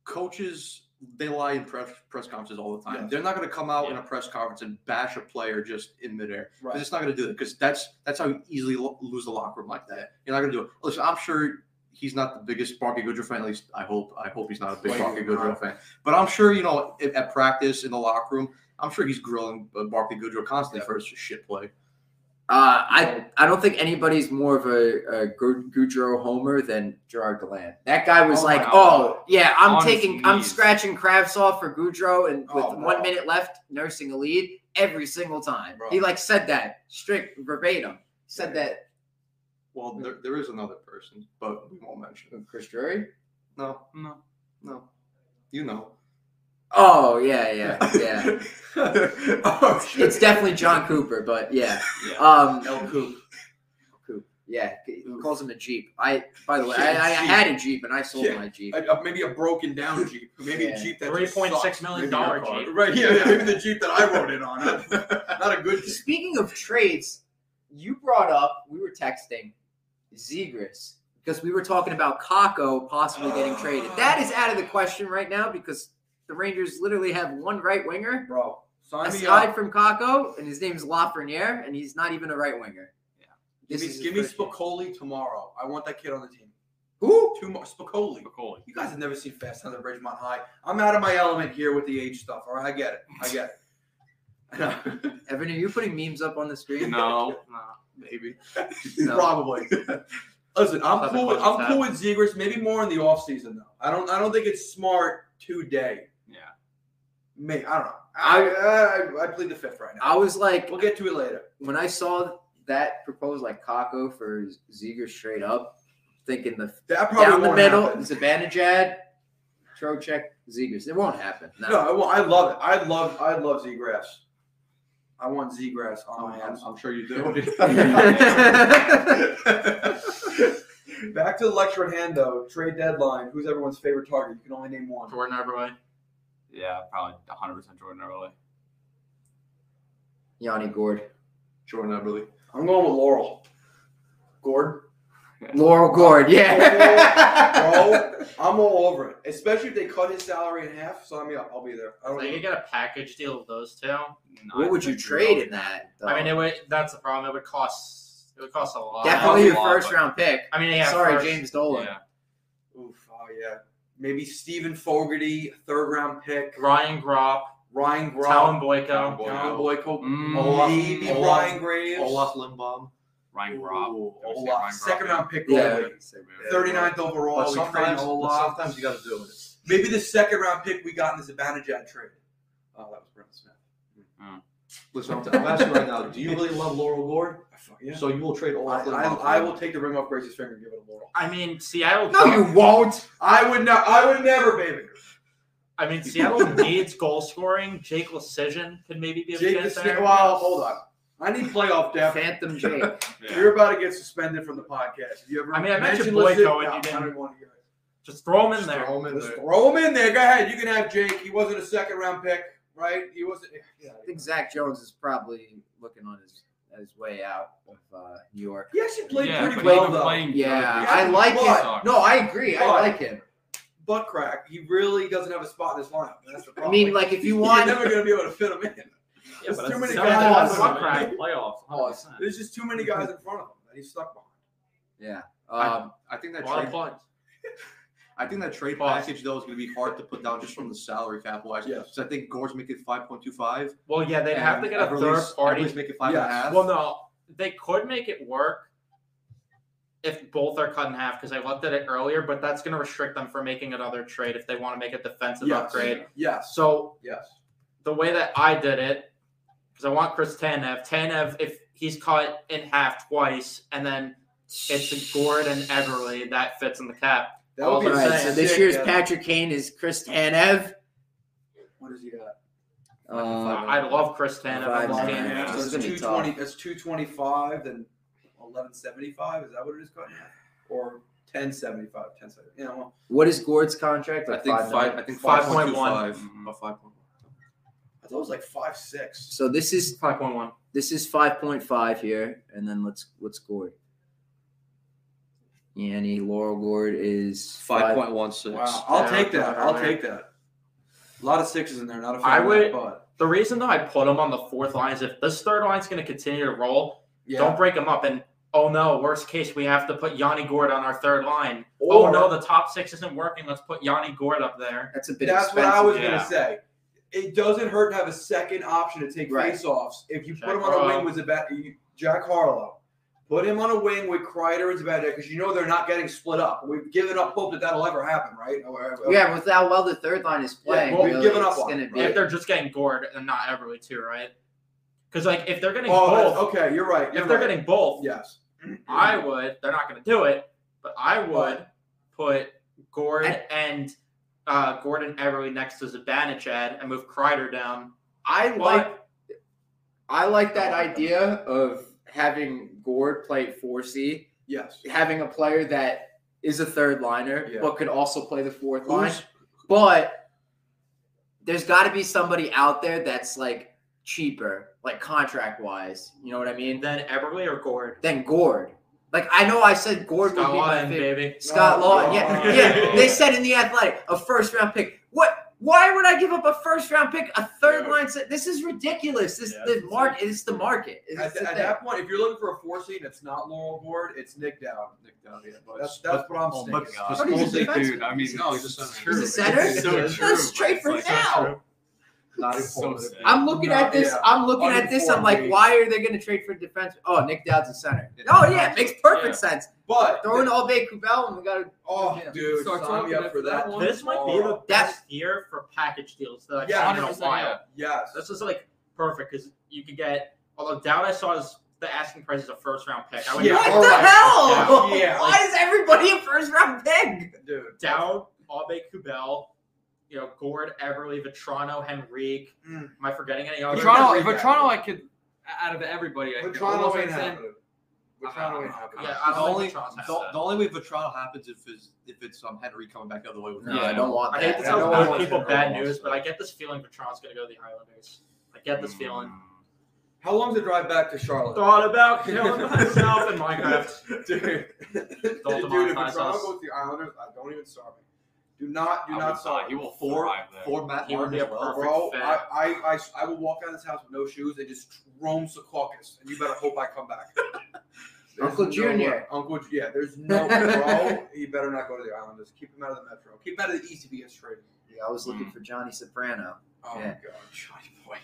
Speaker 6: Coaches they lie in press press conferences all the time.
Speaker 3: Yes.
Speaker 6: They're not going to come out in
Speaker 4: Yeah.
Speaker 6: a press conference and bash a player just in midair.
Speaker 3: Right.
Speaker 6: It's not going to do that because that's that's how you easily lo- lose the locker room like that. You're not going to do it. Listen, I'm sure he's not the biggest Barkley Goodrow fan. At least I hope I hope he's not a big
Speaker 3: Wait,
Speaker 6: Barkley
Speaker 3: no.
Speaker 6: Goodrow fan. But I'm sure you know if, at practice in the locker room, I'm sure he's grilling uh, Barkley Goodrow constantly for his shit play.
Speaker 2: Uh, I I don't think anybody's more of a, a Gu- Goudreau homer than Gerard Gallant. That guy was
Speaker 5: Oh my
Speaker 2: like,
Speaker 5: God.
Speaker 2: oh yeah, I'm
Speaker 5: On his
Speaker 2: taking, I'm
Speaker 5: knees.
Speaker 2: scratching Krabs off for Goudreau, and with
Speaker 3: Oh,
Speaker 2: one
Speaker 3: bro.
Speaker 2: minute left, nursing a lead every single time.
Speaker 3: Bro.
Speaker 2: He like said that strict verbatim. Said that
Speaker 6: Well, there, there is another person, but we won't mention it.
Speaker 2: Chris Drury.
Speaker 6: No, no, no. You know,
Speaker 2: Oh yeah, yeah, yeah.
Speaker 3: oh, shit.
Speaker 2: it's definitely John Cooper, but yeah,
Speaker 5: Yeah.
Speaker 2: um,
Speaker 3: El Coop.
Speaker 2: Coop. Yeah, he calls him a Jeep. I, by the way, I, I I had a Jeep and I sold
Speaker 3: Yeah.
Speaker 2: my Jeep.
Speaker 3: A- a- maybe a broken down Jeep. Maybe
Speaker 2: Yeah.
Speaker 3: a Jeep that just
Speaker 4: $3.6
Speaker 3: sucks.
Speaker 4: million
Speaker 3: Maybe your
Speaker 4: dollar
Speaker 3: car.
Speaker 4: Jeep.
Speaker 3: Right, yeah, yeah, maybe the Jeep that I rode in on. Not a good Jeep.
Speaker 2: Speaking of trades, you brought up we were texting Zegris because we were talking about Kako possibly getting traded. That is out of the question right now because the Rangers literally have one right winger
Speaker 3: Bro, sign me
Speaker 2: aside
Speaker 3: up.
Speaker 2: from Kako, and his name's Lafreniere, and he's not even a right winger.
Speaker 5: Yeah.
Speaker 3: Give
Speaker 2: This
Speaker 3: me,
Speaker 2: is his
Speaker 3: give me
Speaker 2: first year.
Speaker 3: Spicoli tomorrow. I want that kid on the team.
Speaker 2: Who?
Speaker 3: Two more. Spicoli.
Speaker 5: Piccoli.
Speaker 3: You guys have never seen Fast Times at Ridgemont High. I'm out of my element here with the age stuff. All right, I get it. I get it.
Speaker 2: Evan, are you putting memes up on the screen?
Speaker 5: No.
Speaker 6: maybe.
Speaker 2: No.
Speaker 3: Probably. Listen, I'm
Speaker 4: Other
Speaker 3: cool. With,
Speaker 4: questions,
Speaker 3: I'm cool with Zegers. Maybe more in the off season though. I don't. I don't think it's smart today.
Speaker 5: Yeah.
Speaker 3: May I don't know. I I, I plead the fifth right now.
Speaker 2: I was like,
Speaker 3: We'll get to it later.
Speaker 2: when I saw that proposed like Kako for Zegers straight up, thinking the
Speaker 3: That probably
Speaker 2: down the
Speaker 3: won't
Speaker 2: middle,
Speaker 3: happen.
Speaker 2: Zibanejad, Trocheck, Zegers. It won't happen. No.
Speaker 3: No, I, well, I love it. I love. I love Zegers. I want Zegers on my
Speaker 6: I'm,
Speaker 3: ass.
Speaker 6: I'm sure you do.
Speaker 3: Back to the lecture at hand, though. Trade deadline. Who's everyone's favorite target? You can only name one.
Speaker 4: Jordan Everway.
Speaker 5: Yeah, probably 100% Jordan Early.
Speaker 2: Yanni Gord.
Speaker 6: Jordan Eberle.
Speaker 3: I'm going with Laurel. Gord.
Speaker 2: Laurel Gord, yeah.
Speaker 3: Bro, I'm all over it. Especially if they cut his salary in half. Sign me up. I'll be there. I don't
Speaker 4: They could
Speaker 3: know.
Speaker 4: get a package deal of those two.
Speaker 2: what would you trade in that? though?
Speaker 4: I mean, it would. That's the problem. It would cost. It would cost a lot.
Speaker 2: Definitely your
Speaker 5: Uh,
Speaker 2: first round pick.
Speaker 4: I mean, yeah.
Speaker 2: Sorry,
Speaker 4: first-
Speaker 2: James Dolan.
Speaker 5: Yeah.
Speaker 3: Oof, oh yeah. Maybe Stephen Fogarty, third round pick.
Speaker 4: Ryan Gropp,
Speaker 3: Ryan
Speaker 4: Talon
Speaker 3: Brown.
Speaker 4: Boyko.
Speaker 5: Talon
Speaker 3: John Boyko.
Speaker 5: Mm,
Speaker 6: Olaf-
Speaker 3: Maybe
Speaker 6: Olaf-
Speaker 3: Ryan Graves.
Speaker 6: Olaf Lindbaum.
Speaker 5: Ryan Grob.
Speaker 6: Ooh,
Speaker 5: I would say
Speaker 3: Olaf.
Speaker 5: Ryan Grob,
Speaker 3: Second
Speaker 5: yeah.
Speaker 3: round pick.
Speaker 2: Yeah.
Speaker 3: only.
Speaker 5: Yeah.
Speaker 3: 39th overall.
Speaker 6: But
Speaker 3: we trade
Speaker 6: sometimes, but
Speaker 3: Olaf.
Speaker 6: sometimes you got to do it.
Speaker 3: Maybe the second round pick we got in this Abanajad trade. Oh, that was Brent Smith.
Speaker 6: Listen, I'm, I'm asking you right now. Do you really love Laurel Gord?
Speaker 3: I fuck- Yeah.
Speaker 6: So you will trade
Speaker 3: I,
Speaker 6: Olaf
Speaker 3: I,
Speaker 6: Lindbaum.
Speaker 3: I will take the ring off Grace's finger and give it a Laurel.
Speaker 4: I mean, Seattle.
Speaker 2: No, you won't.
Speaker 3: I would not. I would never, baby.
Speaker 4: I mean, Seattle needs goal scoring. Jake Lecision could maybe be a
Speaker 3: Jake
Speaker 4: fit
Speaker 3: the
Speaker 4: there.
Speaker 3: Snake. Well, hold on. I need playoff depth.
Speaker 2: Phantom Jake.
Speaker 5: Yeah.
Speaker 3: You're about to get suspended from the podcast. If you ever
Speaker 4: I mean, I
Speaker 3: mention
Speaker 4: mentioned
Speaker 3: Lizard-
Speaker 4: Boyko and
Speaker 3: No,
Speaker 4: you didn't.
Speaker 3: I don't want to hear it.
Speaker 4: Just throw him in
Speaker 6: Just
Speaker 4: there.
Speaker 6: throw him in
Speaker 3: Just
Speaker 6: there.
Speaker 3: throw him in there. Go ahead. You can have Jake. He wasn't a second round pick, right? He wasn't. Yeah.
Speaker 2: I think Zach Jones is probably looking on his his way out of uh, New York.
Speaker 3: He actually played
Speaker 5: Yeah,
Speaker 3: pretty
Speaker 5: but
Speaker 3: well
Speaker 5: even
Speaker 3: though.
Speaker 5: playing
Speaker 2: Yeah,
Speaker 5: good,
Speaker 2: I like him.
Speaker 5: But-
Speaker 2: No, I agree. I
Speaker 3: But-
Speaker 2: like him.
Speaker 3: Butt crack. He really doesn't have a spot in this lineup. That's the
Speaker 2: I
Speaker 3: problem.
Speaker 2: mean, like if you
Speaker 3: you're
Speaker 2: want,
Speaker 3: never ggoing to be able to fit him in.
Speaker 5: Yeah,
Speaker 3: There's
Speaker 5: but
Speaker 3: too
Speaker 5: that's-
Speaker 3: many
Speaker 5: some of them
Speaker 3: guys.
Speaker 5: have
Speaker 4: Butt crack.
Speaker 5: been in the Playoffs. 100%.
Speaker 3: There's just too many guys in front of him that he's stuck behind.
Speaker 2: yeah. Um,
Speaker 6: I think that
Speaker 4: A lot
Speaker 6: trade
Speaker 4: of plugs.
Speaker 6: I think that trade
Speaker 4: Pause.
Speaker 6: package though is going to be hard to put down just from the salary cap wise.
Speaker 3: Yes.
Speaker 6: So I think Gore's making five point two five.
Speaker 4: Well, yeah, they'd have to get a third party.
Speaker 6: Everybody's making five and a
Speaker 3: Yes.
Speaker 6: half.
Speaker 4: Well, no, they could make it work if both are cut in half because I looked at it earlier, but that's going to restrict them from making another trade if they want to make a defensive
Speaker 3: Yes.
Speaker 4: upgrade.
Speaker 3: Yes.
Speaker 4: So
Speaker 3: Yes.
Speaker 4: the way that I did it, because I want Chris Tanev. Tanev, if he's cut in half twice, and then it's Gord and Everly that fits in the cap.
Speaker 3: That would
Speaker 4: All
Speaker 2: all
Speaker 3: be
Speaker 4: I'm
Speaker 2: right.
Speaker 4: saying.
Speaker 2: So this
Speaker 3: sick,
Speaker 2: year's
Speaker 3: yeah.
Speaker 2: Patrick Kane is Chris Tanev.
Speaker 3: What does he got?
Speaker 2: Uh,
Speaker 4: I love Chris Tanev. I
Speaker 2: Five
Speaker 4: love
Speaker 2: and a
Speaker 4: Tanev.
Speaker 2: half.
Speaker 3: So
Speaker 2: This is gonna
Speaker 3: that's
Speaker 2: be
Speaker 3: two
Speaker 2: tough.
Speaker 3: twenty. That's two twenty-five and eleven seventy-five. Is that what it is called? Or ten seventy-five? Ten seventy? Yeah. Well,
Speaker 2: what is Gord's contract?
Speaker 6: I
Speaker 2: Like
Speaker 6: think
Speaker 2: five
Speaker 6: five.
Speaker 2: million?
Speaker 6: I think five point two
Speaker 4: 5.1.
Speaker 6: five. About five point one.
Speaker 3: I thought it was like five six.
Speaker 2: So this is
Speaker 4: Five point one.
Speaker 2: this is five point five here, and then let's what's Gord? Yanni Laurel Gord is
Speaker 6: Five point one six.
Speaker 3: Wow. I'll
Speaker 4: Yeah,
Speaker 3: take that.
Speaker 4: right
Speaker 3: I'll
Speaker 4: there.
Speaker 3: take that. A lot of sixes in there. Not a fan.
Speaker 4: I
Speaker 3: of
Speaker 4: would-
Speaker 3: that, but
Speaker 4: The reason though I put him on the fourth line is if this third line's going to continue to roll,
Speaker 3: yeah.
Speaker 4: Don't break them up. And oh no, worst case, we have to put Yanni Gord on our third line. oh
Speaker 3: Or-
Speaker 4: no, the top six isn't working. Let's put Yanni Gord up there.
Speaker 2: That's a bit.
Speaker 3: That's what I
Speaker 2: expensive.
Speaker 3: was
Speaker 5: Yeah.
Speaker 3: gonna say. It doesn't hurt to have a second option to take
Speaker 2: Right.
Speaker 3: face-offs. If you put
Speaker 4: Jack
Speaker 3: him on a
Speaker 4: Harlow.
Speaker 3: wing with Zab- you Jack Harlow, put him on a wing with Kreider and Zabadnik because you know they're not getting split up. We've given up hope that that'll ever happen, right? Oh, Or- or-
Speaker 2: Yeah, with how well the third line is playing,
Speaker 3: well, we've
Speaker 2: really,
Speaker 3: given up
Speaker 2: it's
Speaker 3: on
Speaker 2: going
Speaker 3: it,
Speaker 2: to be.
Speaker 4: If they're just getting Gord and not Everly too, right? Because like if they're getting
Speaker 3: Oh, that's-
Speaker 4: both,
Speaker 3: okay. You're right.
Speaker 4: if
Speaker 3: you're
Speaker 4: they're
Speaker 3: right.
Speaker 4: getting both,
Speaker 3: yes,
Speaker 4: I would. They're not going to do it, but I would put Gord and uh, Gord and Everly next to Zibanejad and move Kreider down.
Speaker 2: I like
Speaker 4: But-
Speaker 2: I like that idea of having Gord play four C,
Speaker 3: yes.
Speaker 2: having a player that is a third liner
Speaker 3: Yeah.
Speaker 2: but could also play the fourth line.
Speaker 6: Who's,
Speaker 2: But there's got to be somebody out there that's like cheaper, like contract wise. You know what I mean?
Speaker 4: And then Everly or Gord.
Speaker 2: Than Gord. Like I know I said Gord
Speaker 4: Scott
Speaker 2: would be my
Speaker 4: Lawton,
Speaker 2: favorite.
Speaker 4: baby.
Speaker 2: Scott
Speaker 3: Oh,
Speaker 2: Law. Yeah,
Speaker 3: God.
Speaker 2: yeah. They said in the Athletic, a first round pick. What? Why would I give up a first round pick, a third
Speaker 3: Yeah.
Speaker 2: line set? This is ridiculous. This
Speaker 5: Yeah,
Speaker 2: the
Speaker 5: it's
Speaker 2: market. It's the market. It's
Speaker 3: At,
Speaker 2: the
Speaker 3: at
Speaker 2: thing.
Speaker 3: that point, if you're looking for a four seed, it's not Laurel Gord, it's Nick Dowd.
Speaker 6: Nick Dowd, yeah, but-
Speaker 3: That's that's what I'm
Speaker 5: Oh
Speaker 3: saying.
Speaker 5: my
Speaker 2: I
Speaker 5: god.
Speaker 2: thought he was a
Speaker 5: Holy
Speaker 2: defenseman.
Speaker 5: dude, I mean,
Speaker 6: No, he's
Speaker 5: it's
Speaker 6: a center.
Speaker 5: true.
Speaker 2: He's a center?
Speaker 5: It's so
Speaker 6: Let's
Speaker 5: true,
Speaker 2: trade
Speaker 5: but it's
Speaker 2: for
Speaker 5: like so
Speaker 2: now.
Speaker 5: true.
Speaker 6: not
Speaker 5: It's so
Speaker 6: informative.
Speaker 5: sad.
Speaker 2: I'm looking at this.
Speaker 3: Yeah.
Speaker 2: I'm looking at this. I'm like,
Speaker 3: Uninformed.
Speaker 2: why are they going to trade for defense? Oh, Nick Dowd's a center.
Speaker 6: Yeah.
Speaker 2: Oh yeah, it makes perfect
Speaker 5: Yeah.
Speaker 2: sense.
Speaker 3: But
Speaker 2: Throw in all day Kubel, and we got to.
Speaker 3: oh, dude,
Speaker 5: Start
Speaker 3: sign me
Speaker 5: talking
Speaker 3: up for
Speaker 5: after that
Speaker 3: that.
Speaker 5: one.
Speaker 4: This might be the
Speaker 3: tomorrow.
Speaker 4: best year for package deals that I've
Speaker 3: Yeah,
Speaker 4: seen in a
Speaker 5: 100%,
Speaker 4: while.
Speaker 5: yeah.
Speaker 3: yes.
Speaker 4: This is like perfect because you could get. Although doubt I saw is the asking price is a first round pick. I would
Speaker 3: Yeah,
Speaker 4: yeah.
Speaker 2: what
Speaker 3: all
Speaker 2: the
Speaker 3: right.
Speaker 2: hell?
Speaker 3: Yeah, yeah,
Speaker 2: why
Speaker 3: like-
Speaker 2: is everybody a first round pick?
Speaker 3: dude.
Speaker 4: Dowd, Abe Kubel, you know Gord, Everly, Vitrano, Henrique.
Speaker 3: Mm.
Speaker 4: Am I forgetting any others?
Speaker 5: Toronto, if
Speaker 3: Yeah.
Speaker 5: Toronto, I could out of everybody, I
Speaker 3: We're
Speaker 5: could
Speaker 3: trying
Speaker 5: almost
Speaker 3: to win
Speaker 5: say-
Speaker 3: happening. We're trying to win happening.
Speaker 4: Yeah,
Speaker 6: The
Speaker 4: I don't
Speaker 6: only-
Speaker 4: think Vitrano's
Speaker 6: The,
Speaker 4: happening.
Speaker 6: the only way Vitrano happens if is if it's um Henry coming back the other way. With
Speaker 2: No,
Speaker 6: him.
Speaker 5: Yeah.
Speaker 2: I don't want
Speaker 4: I
Speaker 2: that.
Speaker 4: hate to
Speaker 3: Yeah, no
Speaker 4: tell
Speaker 3: one
Speaker 4: bad
Speaker 3: wants
Speaker 4: people
Speaker 6: that.
Speaker 4: bad
Speaker 6: No one
Speaker 4: news,
Speaker 6: wants
Speaker 4: but
Speaker 6: that.
Speaker 4: I get this feeling Vitrano's going to go to the Islanders. I get this feeling.
Speaker 3: How long's the drive back to Charlotte?
Speaker 4: Thought about killing myself in Minecraft.
Speaker 3: dude. dude,
Speaker 5: Don't
Speaker 3: if
Speaker 5: demonize
Speaker 3: it's wrong
Speaker 5: us.
Speaker 3: with the Islanders, I don't even stop me. Do not, do
Speaker 5: I
Speaker 3: not
Speaker 5: would
Speaker 3: stop.
Speaker 5: not. He will
Speaker 6: Four-
Speaker 5: thrive there.
Speaker 6: For Matt
Speaker 4: He would
Speaker 6: Martin
Speaker 4: be
Speaker 6: as
Speaker 4: a
Speaker 6: well.
Speaker 4: perfect-
Speaker 3: Bro,
Speaker 4: fit.
Speaker 3: I, I, I, I will walk out of this house with no shoes and just roam Secaucus, and you better hope I come back. There's
Speaker 2: Uncle
Speaker 3: no
Speaker 2: Junior.
Speaker 3: way. Uncle, Ju- yeah, there's no bro. You better not go to the Islanders. Keep him out of the Metro. Keep him out of the East if he gets traded.
Speaker 2: Yeah, I was looking for Johnny Soprano.
Speaker 3: Oh my
Speaker 2: Yeah.
Speaker 3: god, Johnny boy.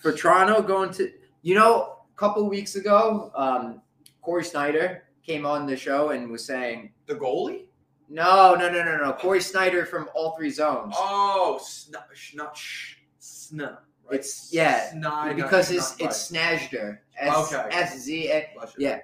Speaker 2: For Toronto going to you know, a couple weeks ago, um, Corey Snyder came on the show and was saying,
Speaker 3: The goalie?
Speaker 2: No, no, no, no, no. Corey Snyder from all three zones.
Speaker 3: Oh, sna- sh- not sh- sna. Right?
Speaker 2: It's- yeah,
Speaker 3: Snide, not
Speaker 2: because it's
Speaker 3: snide.
Speaker 2: it's Snajder. S
Speaker 3: Okay.
Speaker 2: S Z A
Speaker 3: Bless
Speaker 2: yeah.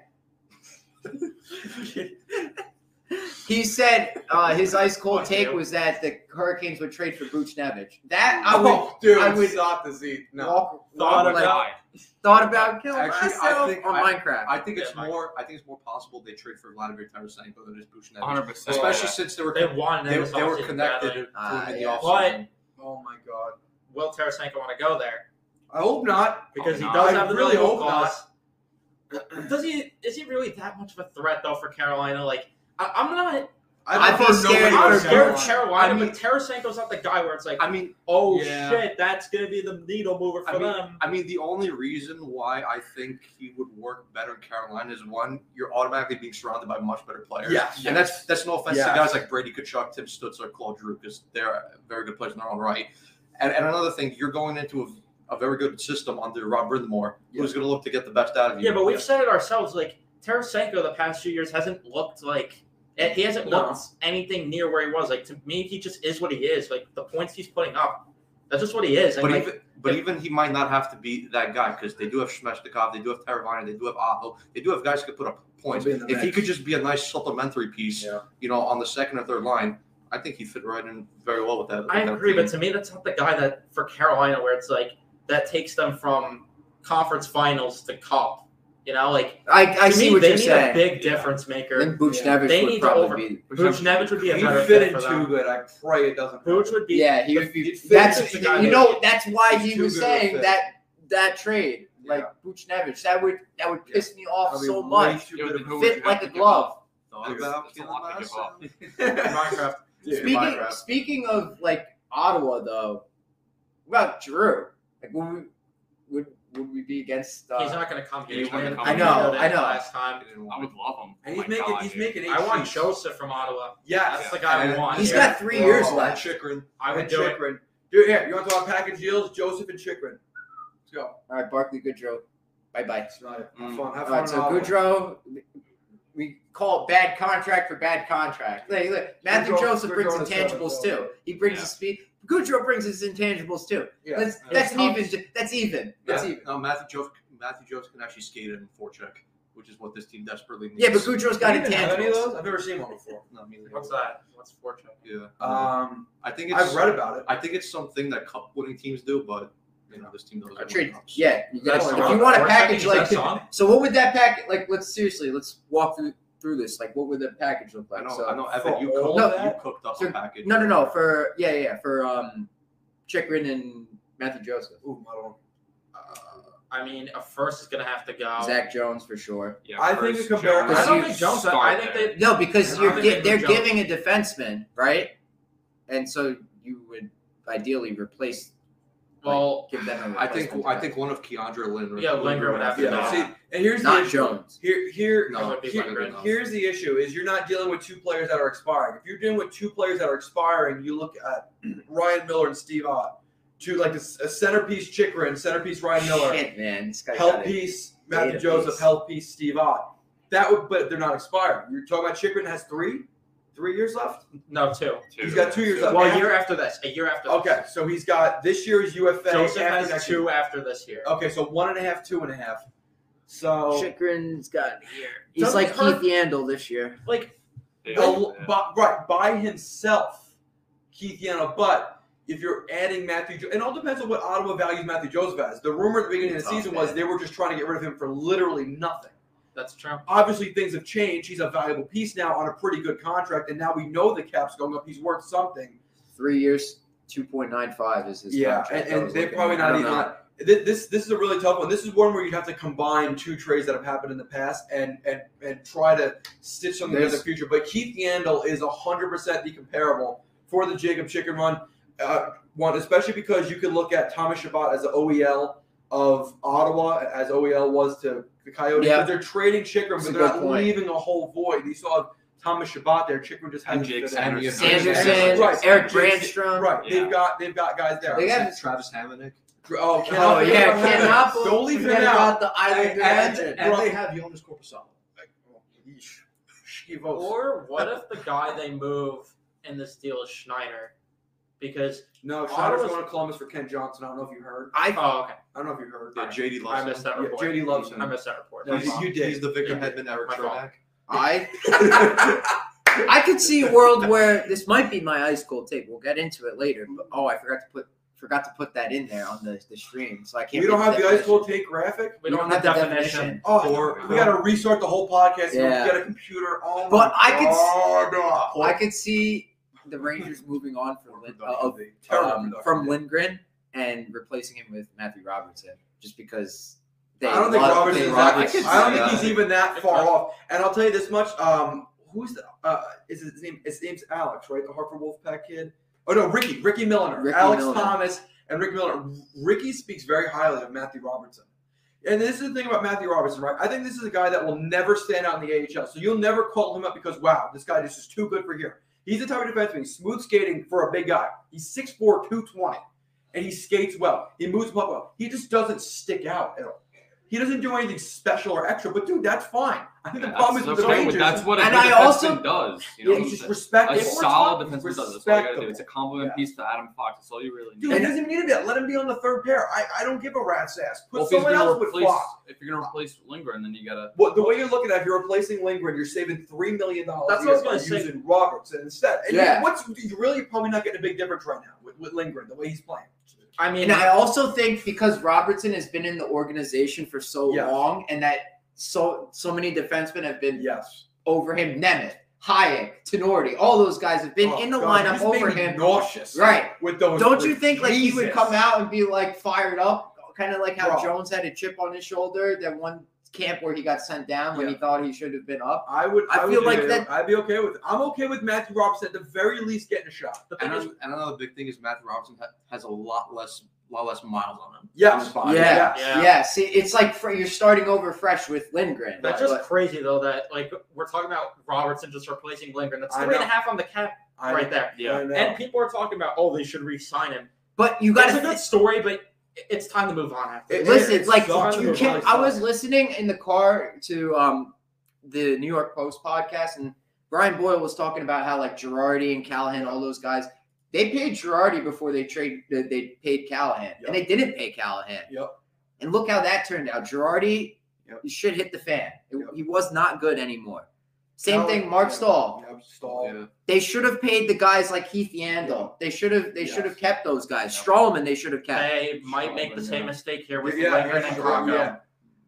Speaker 2: He said uh, his ice cold
Speaker 4: Fuck
Speaker 2: take
Speaker 4: you.
Speaker 2: was that the Hurricanes would trade for Buchnevich. That I would
Speaker 3: oh, dude,
Speaker 2: I would-
Speaker 3: stop the Z. No,
Speaker 2: walk,
Speaker 4: Thought
Speaker 2: walk
Speaker 4: about-
Speaker 2: like, thought about killing
Speaker 6: Actually, I
Speaker 2: myself
Speaker 6: think
Speaker 2: on
Speaker 6: I-
Speaker 2: Minecraft.
Speaker 6: I think it's
Speaker 4: Yeah, Mike.
Speaker 6: more. I think it's more possible they trade for Vladimir Tarasenko than just Buchnevich,
Speaker 5: 100. percent
Speaker 6: especially since they were
Speaker 4: They won.
Speaker 6: they,
Speaker 4: They,
Speaker 6: they were connected to him
Speaker 2: Ah,
Speaker 6: in the
Speaker 2: yeah.
Speaker 6: offseason.
Speaker 3: oh my god.
Speaker 4: Will Tarasenko want to go there
Speaker 3: I hope not.
Speaker 4: because
Speaker 5: Oh,
Speaker 4: he
Speaker 5: no.
Speaker 4: does
Speaker 3: I
Speaker 4: have the
Speaker 3: really
Speaker 4: no
Speaker 3: hope not.
Speaker 4: clause. Does he? Is he really that much of a threat though for Carolina? Like, I, I'm not.
Speaker 2: I'd be scared
Speaker 4: I'm
Speaker 2: for
Speaker 4: scared
Speaker 2: Carolina.
Speaker 4: of Carolina,
Speaker 6: I mean-
Speaker 4: but Tarasenko's not the guy where it's like,
Speaker 6: I mean,
Speaker 4: oh
Speaker 3: Yeah.
Speaker 4: shit, that's gonna be the needle mover for
Speaker 6: I mean,
Speaker 4: them.
Speaker 6: I mean, the only reason why I think he would work better in Carolina is one, you're automatically being surrounded by much better players.
Speaker 3: Yes.
Speaker 6: And that's that's no offense to
Speaker 3: Yes.
Speaker 6: guys like Brady Kachuk, Tim Stutzler, Claude Drew, because they're very good players in their own right. And, and another thing, you're going into a, a very good system under Rob Brindamore, who's going to look to get the best out of you.
Speaker 4: Yeah, but we've said it ourselves. Like Tarasenko, the past few years hasn't looked like eh, he hasn't
Speaker 3: No.
Speaker 4: looked anything near where he was. Like to me, he just is what he is. Like the points he's putting up, that's just what he is. And
Speaker 6: But
Speaker 4: like,
Speaker 6: even but even he might not have to be that guy because they do have Shmeshnikov, they do have Teravainen, they do have Aho, they do have guys who could put up points.
Speaker 3: He'll be in the
Speaker 6: If he
Speaker 3: mix.
Speaker 6: could just be a nice supplementary piece,
Speaker 3: Yeah.
Speaker 6: you know, on the second or third line, I think he fit right in very well with that.
Speaker 4: I
Speaker 6: with that
Speaker 4: agree,
Speaker 6: team.
Speaker 4: but to me, that's not the guy that for Carolina, where it's like that takes them from conference finals to cup. You know, like
Speaker 2: I, I
Speaker 4: to
Speaker 2: see
Speaker 4: me,
Speaker 2: what
Speaker 4: they
Speaker 2: you're
Speaker 4: need a
Speaker 2: saying.
Speaker 4: big difference maker.
Speaker 2: Then Buchnevich
Speaker 4: They
Speaker 2: would
Speaker 4: need to
Speaker 2: probably
Speaker 4: over-
Speaker 2: be.
Speaker 4: Buchnevich would be a
Speaker 3: He
Speaker 4: better
Speaker 3: fit in
Speaker 4: fit for
Speaker 3: too
Speaker 4: them.
Speaker 3: good. I pray it doesn't.
Speaker 4: Buch would be.
Speaker 2: Yeah, he
Speaker 3: If-
Speaker 2: would be.
Speaker 3: if
Speaker 2: That's
Speaker 3: Finch is the guy
Speaker 2: you
Speaker 3: that-
Speaker 2: know. That's why
Speaker 3: he's
Speaker 2: he
Speaker 3: too
Speaker 2: was
Speaker 3: good of a
Speaker 2: saying
Speaker 3: fit.
Speaker 2: that that trade, like Buchnevich, that would that would
Speaker 3: Yeah.
Speaker 2: piss me off
Speaker 3: That'd be
Speaker 2: so
Speaker 3: way
Speaker 2: much.
Speaker 3: too good
Speaker 5: It
Speaker 3: of
Speaker 5: would-
Speaker 2: Fit like a
Speaker 5: Give
Speaker 2: glove.
Speaker 6: Thought
Speaker 5: Dude,
Speaker 6: about
Speaker 5: that's a
Speaker 6: killing
Speaker 5: lot to give
Speaker 6: myself.
Speaker 5: up.
Speaker 3: a-
Speaker 4: Minecraft.
Speaker 3: Dude.
Speaker 6: Speak-
Speaker 2: Speaking
Speaker 6: Minecraft.
Speaker 2: speaking of like Ottawa though, what about Drew? Like would we would would we be against? Uh,
Speaker 4: He's not going to come here.
Speaker 5: He's not gonna come
Speaker 4: I
Speaker 5: here.
Speaker 4: know. I
Speaker 2: I
Speaker 4: know.
Speaker 2: know.
Speaker 4: Last time,
Speaker 5: I would love him.
Speaker 3: And he's
Speaker 5: Oh my
Speaker 3: making.
Speaker 5: God,
Speaker 3: he's
Speaker 5: dude.
Speaker 3: making. Eight
Speaker 4: I want
Speaker 3: sheets.
Speaker 4: Joseph from Ottawa.
Speaker 3: Yes.
Speaker 4: That's the guy I
Speaker 6: And-
Speaker 4: want.
Speaker 2: He's
Speaker 4: here.
Speaker 2: got three years
Speaker 3: Bro.
Speaker 2: left.
Speaker 6: Chikrin.
Speaker 4: I would
Speaker 3: and
Speaker 4: do it.
Speaker 3: Chikrin. Dude, here you want to talk package deals? Joseph and Chikrin. Let's go.
Speaker 2: All right, Barkley Goodrow. Bye bye.
Speaker 3: That's not it. Have
Speaker 6: Mm.
Speaker 3: fun. Have
Speaker 2: All right,
Speaker 3: fun.
Speaker 2: so
Speaker 3: in Ottawa.
Speaker 2: Goodrow, we call it bad contract for bad contract. Like, look, Matthew
Speaker 3: Goodrow-
Speaker 2: Joseph brings
Speaker 3: Goodrow is
Speaker 2: intangibles
Speaker 3: better, so-
Speaker 2: too. He brings
Speaker 5: Yeah.
Speaker 2: his speed. Goodrow brings his intangibles too.
Speaker 3: Yeah.
Speaker 2: That's,
Speaker 5: Yeah.
Speaker 2: that's an
Speaker 5: Tough.
Speaker 2: even. That's even. That's
Speaker 6: Yeah.
Speaker 2: even.
Speaker 6: No, Matthew Jones. Matthew Jones can actually skate in forecheck, which is what this team desperately needs.
Speaker 2: Yeah, but Goodrow's got
Speaker 3: You didn't have any of
Speaker 2: intangibles.
Speaker 3: those? I've never seen one before.
Speaker 6: No, I mean,
Speaker 4: What's that? What's fortune?
Speaker 6: yeah.
Speaker 2: Mm.
Speaker 3: Um,
Speaker 6: I think it's.
Speaker 3: I've read about it.
Speaker 6: I think it's something that cup winning teams do, but you know this team doesn't.
Speaker 2: A
Speaker 6: win
Speaker 2: trade.
Speaker 6: cups.
Speaker 2: Yeah, you
Speaker 4: That's
Speaker 2: guys, if
Speaker 4: wrong.
Speaker 2: you want a
Speaker 4: Forchuk
Speaker 2: package
Speaker 4: is
Speaker 2: like,
Speaker 4: that song?
Speaker 2: so what would that package like? Let's seriously, let's walk through through this. Like, what would the package look
Speaker 6: I
Speaker 2: like?
Speaker 6: know.
Speaker 2: so,
Speaker 6: I know. Evan,
Speaker 3: for
Speaker 6: you
Speaker 3: all
Speaker 6: cooked,
Speaker 3: that-
Speaker 6: you cooked up
Speaker 2: So-
Speaker 6: a package.
Speaker 2: no, no, no. For yeah, yeah, for um, Chikrin and Matthew Joseph,
Speaker 3: Ooh, I don't.
Speaker 4: I mean, a first is going to have to go.
Speaker 2: Zach Jones for sure.
Speaker 5: Yeah,
Speaker 3: I think
Speaker 5: first
Speaker 3: the compar-
Speaker 5: Jones.
Speaker 4: I don't
Speaker 2: You
Speaker 4: think Jones.
Speaker 5: start
Speaker 4: I think
Speaker 5: there.
Speaker 4: they.
Speaker 2: No, because
Speaker 4: I
Speaker 2: you're
Speaker 4: think
Speaker 2: gi-
Speaker 4: they
Speaker 2: they're
Speaker 4: would jump.
Speaker 2: giving a defenseman, right? And so you would ideally replace,
Speaker 4: Well,
Speaker 2: give them. A
Speaker 6: I think.
Speaker 2: replacement
Speaker 6: I think one of Keandre Lindgren.
Speaker 4: Yeah, Lindgren would have to
Speaker 3: Yeah.
Speaker 4: No.
Speaker 3: See, and here's the
Speaker 2: not
Speaker 3: issue.
Speaker 2: Jones.
Speaker 3: Here, here,
Speaker 6: No,
Speaker 4: it would be
Speaker 3: here-
Speaker 4: Lindgren.
Speaker 3: here's the issue: is you're not dealing with two players that are expiring. If you're dealing with two players that are expiring, you look at Ryan Miller and Steve Ott, two like a, s- a centerpiece Chikrin, centerpiece Ryan Miller,
Speaker 2: Shit, man, this guy.
Speaker 3: health
Speaker 2: got it.
Speaker 3: piece Matthew
Speaker 2: Data
Speaker 3: Joseph,
Speaker 2: piece.
Speaker 3: health piece Steve Ott. That would, but they're not expiring. You're talking about Chikrin has three, three years left.
Speaker 4: No, two.
Speaker 5: Two.
Speaker 3: He's got two years left.
Speaker 4: Well, a year after this. A year after this.
Speaker 3: Okay, so he's got this year is UFA.
Speaker 4: Joseph
Speaker 3: after
Speaker 4: has
Speaker 3: next
Speaker 4: two
Speaker 3: year.
Speaker 4: after this year.
Speaker 3: Okay, so one and a half, two and a half. So
Speaker 2: Chikrin's got here. He's
Speaker 4: Doesn't
Speaker 2: like
Speaker 4: hurt-
Speaker 2: Keith Yandel this year.
Speaker 4: Like,
Speaker 5: Yeah.
Speaker 3: Al- by, right by himself, Keith Yano. But if you're adding Matthew, jo- it all depends on what Ottawa values Matthew Joseph as. The rumor at the beginning of the
Speaker 2: Tough,
Speaker 3: season was
Speaker 2: man.
Speaker 3: they were just trying to get rid of him for literally nothing.
Speaker 4: that's true.
Speaker 3: Obviously, things have changed. He's a valuable piece now on a pretty good contract, and now we know the cap's going up. He's worth something.
Speaker 2: Three years, two point nine five is his.
Speaker 3: yeah,
Speaker 2: contract.
Speaker 3: and,
Speaker 2: I
Speaker 3: and
Speaker 2: was
Speaker 3: they're
Speaker 2: looking
Speaker 3: probably
Speaker 2: at. I
Speaker 3: not
Speaker 2: don't
Speaker 3: even.
Speaker 2: know.
Speaker 3: Not, Th- This this is a really tough one. This is one where you have to combine two trades that have happened in the past and and and try to stitch something in the
Speaker 6: There's-
Speaker 3: future. But Keith Yandel is hundred percent the comparable for the Jacob Chicken run uh, one, especially because you can look at Thomas Shabbat as the OEL of Ottawa as OEL was to the Coyotes.
Speaker 2: Yeah.
Speaker 3: But they're trading Chikrin,
Speaker 2: That's
Speaker 3: but
Speaker 2: a
Speaker 3: they're not
Speaker 2: good point.
Speaker 3: leaving a whole void. You saw Thomas Shabbat there. Chikrin just
Speaker 5: And
Speaker 3: hasn't
Speaker 5: Jake
Speaker 3: fit in.
Speaker 5: Sanderson.
Speaker 2: Sanderson,
Speaker 3: Right.
Speaker 2: Eric
Speaker 3: Jake-
Speaker 2: Brandstrom.
Speaker 3: Right,
Speaker 5: Yeah.
Speaker 3: they've got they've got guys there.
Speaker 2: They got
Speaker 6: Travis Hamonic.
Speaker 3: Oh, cannot
Speaker 2: Oh
Speaker 3: forget
Speaker 2: yeah,
Speaker 3: about him.
Speaker 2: cannot
Speaker 3: Don't leave him
Speaker 2: forget
Speaker 3: out.
Speaker 2: about the Islander
Speaker 3: And-
Speaker 2: legend.
Speaker 3: and- they
Speaker 6: have Jonas Corposalo.
Speaker 3: oh, Yeesh. Shivos.
Speaker 4: Or what if the guy they move in this deal is Schneider? Because
Speaker 3: No, Shadow's
Speaker 4: Ottawa's-
Speaker 3: going to Columbus for Ken Johnson. I don't know if you heard.
Speaker 2: I
Speaker 4: oh okay,
Speaker 3: I don't know if you heard.
Speaker 6: Yeah, JD
Speaker 4: I
Speaker 6: Lawson.
Speaker 4: missed that
Speaker 3: Yeah,
Speaker 4: report.
Speaker 3: JD loves him.
Speaker 4: I missed that report.
Speaker 3: No,
Speaker 4: My
Speaker 3: you-
Speaker 4: fault.
Speaker 3: you did.
Speaker 6: He's the Victor
Speaker 4: Yeah.
Speaker 6: Hedman, Eric
Speaker 4: My fault.
Speaker 6: Chernak.
Speaker 2: I I could see a world where this might be my ice cold tape. We'll get into it later. But, oh, I forgot to put forgot to put that in there on the, the stream, so I can't.
Speaker 3: We don't
Speaker 2: read
Speaker 3: have the ice
Speaker 2: definition.
Speaker 3: cold take graphic.
Speaker 4: we don't have the definition.
Speaker 3: Oh,
Speaker 6: Or-
Speaker 3: we got to restart the whole podcast.
Speaker 2: Yeah.
Speaker 3: And get a computer. Oh, my
Speaker 2: But I could s-
Speaker 3: God.
Speaker 2: Oh, I could see the Rangers moving on from Lin- uh, of-
Speaker 3: Terrible
Speaker 2: um,
Speaker 3: production.
Speaker 2: from Lindgren and replacing him with Matthew Robertson, just because they.
Speaker 3: I don't think
Speaker 2: love-
Speaker 3: Robertson's
Speaker 2: they
Speaker 3: is
Speaker 2: love-
Speaker 3: that. I,
Speaker 6: could
Speaker 2: I don't
Speaker 3: don't
Speaker 6: see
Speaker 3: think
Speaker 6: that.
Speaker 3: he's even that far off. And I'll tell you this much: um, who's the, uh, is his name? His name's Alex, right? The Hartford Wolfpack kid. Oh no, Ricky, Ricky Milliner,
Speaker 2: Ricky
Speaker 3: Alex
Speaker 2: Milliner.
Speaker 3: Thomas, and Ricky Milliner. Ricky speaks very highly of Matthew Robertson. And this is the thing about Matthew Robertson, right? I think this is a guy that will never stand out in the AHL. So you'll never call him up because wow, this guy just is too good for here. He's the type of defenseman. He's smooth skating for a big guy. He's 6'4", 220, and he skates well. He moves the puck well. He just doesn't stick out at all. He doesn't do anything special or extra, but dude, that's fine. I think the problem is with the Rangers.
Speaker 5: That's what a
Speaker 2: And
Speaker 5: good
Speaker 2: I also-
Speaker 5: defenseman does. You know,
Speaker 3: yeah, he's just respect.
Speaker 5: a
Speaker 3: it.
Speaker 5: solid defenseman does. That's all you gotta do.
Speaker 3: Respectable.
Speaker 5: It's a compliment piece to Adam Fox. That's all you really need.
Speaker 3: Dude, he doesn't even need to be that. Let him be on the third pair. I, I don't give a rat's ass. Put
Speaker 5: Well, if he's
Speaker 3: someone
Speaker 5: gonna
Speaker 3: else with
Speaker 5: replace-
Speaker 3: Fox.
Speaker 5: If you're gonna replace Lindgren, then you gotta.
Speaker 3: Well, the way you're looking at it, if you're replacing Lindgren, you're saving three million dollars.
Speaker 4: That's
Speaker 3: a
Speaker 4: what I
Speaker 3: year
Speaker 4: was
Speaker 3: by
Speaker 4: gonna say.
Speaker 3: Using Robertson instead. And
Speaker 2: Yeah.
Speaker 3: What's you're really probably not getting a big difference right now with, with Lindgren the way he's playing.
Speaker 4: I mean,
Speaker 2: And I also think because Robertson has been in the organization for so
Speaker 3: Yeah.
Speaker 2: long, and that so so many defensemen have been
Speaker 3: Yes.
Speaker 2: over him, Nemeth, Hayek, Tenorti, all those guys have been
Speaker 3: Oh,
Speaker 2: in the
Speaker 3: God,
Speaker 2: lineup
Speaker 3: you just made
Speaker 2: over
Speaker 3: me
Speaker 2: him.
Speaker 3: Nauseous.
Speaker 2: Right.
Speaker 3: With those.
Speaker 2: Don't you think like he would
Speaker 3: Oh, Jesus.
Speaker 2: come out and be like fired up, kind of like how
Speaker 3: Bro.
Speaker 2: Jones had a chip on his shoulder that one camp where he got sent down when he thought he should have been up.
Speaker 3: I would.
Speaker 2: I
Speaker 3: I, would
Speaker 2: feel
Speaker 3: be
Speaker 2: like
Speaker 3: okay
Speaker 2: that-
Speaker 3: with- I'd be okay with. I'm okay with Matthew Robertson at the very least getting a shot.
Speaker 4: the thing
Speaker 6: And,
Speaker 4: is,
Speaker 6: an- and another big thing is Matthew Robertson ha- has a lot less, lot less miles on him.
Speaker 3: Yes.
Speaker 6: His body.
Speaker 2: Yeah.
Speaker 4: yeah.
Speaker 2: Yeah, see, it's like fr- you're starting over fresh with Lindgren.
Speaker 4: That's
Speaker 2: But-
Speaker 4: just crazy though that like we're talking about Robertson just replacing Lindgren. That's
Speaker 3: I
Speaker 4: three and
Speaker 3: know.
Speaker 4: a half on the cap
Speaker 3: I
Speaker 4: right there.
Speaker 3: Yeah. I know.
Speaker 4: And people are talking about oh they should re-sign him.
Speaker 2: but you
Speaker 4: That's
Speaker 2: got
Speaker 4: a good
Speaker 2: to
Speaker 4: story, but i- it's time to move on after.
Speaker 3: It-
Speaker 4: this.
Speaker 2: listen. like
Speaker 3: sucks.
Speaker 2: you
Speaker 4: It
Speaker 2: can't.
Speaker 3: really
Speaker 2: I was
Speaker 3: sucks.
Speaker 2: listening in the car to um the New York Post podcast, and Brian Boyle was talking about how like Girardi and Callahan, all those guys, they paid Girardi before they trade. They they paid Callahan,
Speaker 3: Yep.
Speaker 2: and they didn't pay Callahan.
Speaker 3: Yep.
Speaker 2: And look how that turned out. Girardi,
Speaker 3: Yep.
Speaker 2: he should hit the fan. It-
Speaker 3: Yep.
Speaker 2: He was not good anymore. Same
Speaker 3: No,
Speaker 2: thing, Mark
Speaker 3: yeah.
Speaker 2: Stahl.
Speaker 3: Yeah, Stahl.
Speaker 6: Yeah.
Speaker 2: They should have paid the guys like Heath Yandel.
Speaker 3: Yeah.
Speaker 2: They should have. They should
Speaker 3: Yes.
Speaker 2: have kept those guys.
Speaker 5: Yep.
Speaker 2: Strowman, they should have kept.
Speaker 4: They might make the same
Speaker 5: Yeah.
Speaker 4: mistake here with
Speaker 3: Yeah,
Speaker 4: Lindgren
Speaker 3: yeah,
Speaker 4: and
Speaker 3: you're
Speaker 4: Crocco,
Speaker 3: right, yeah.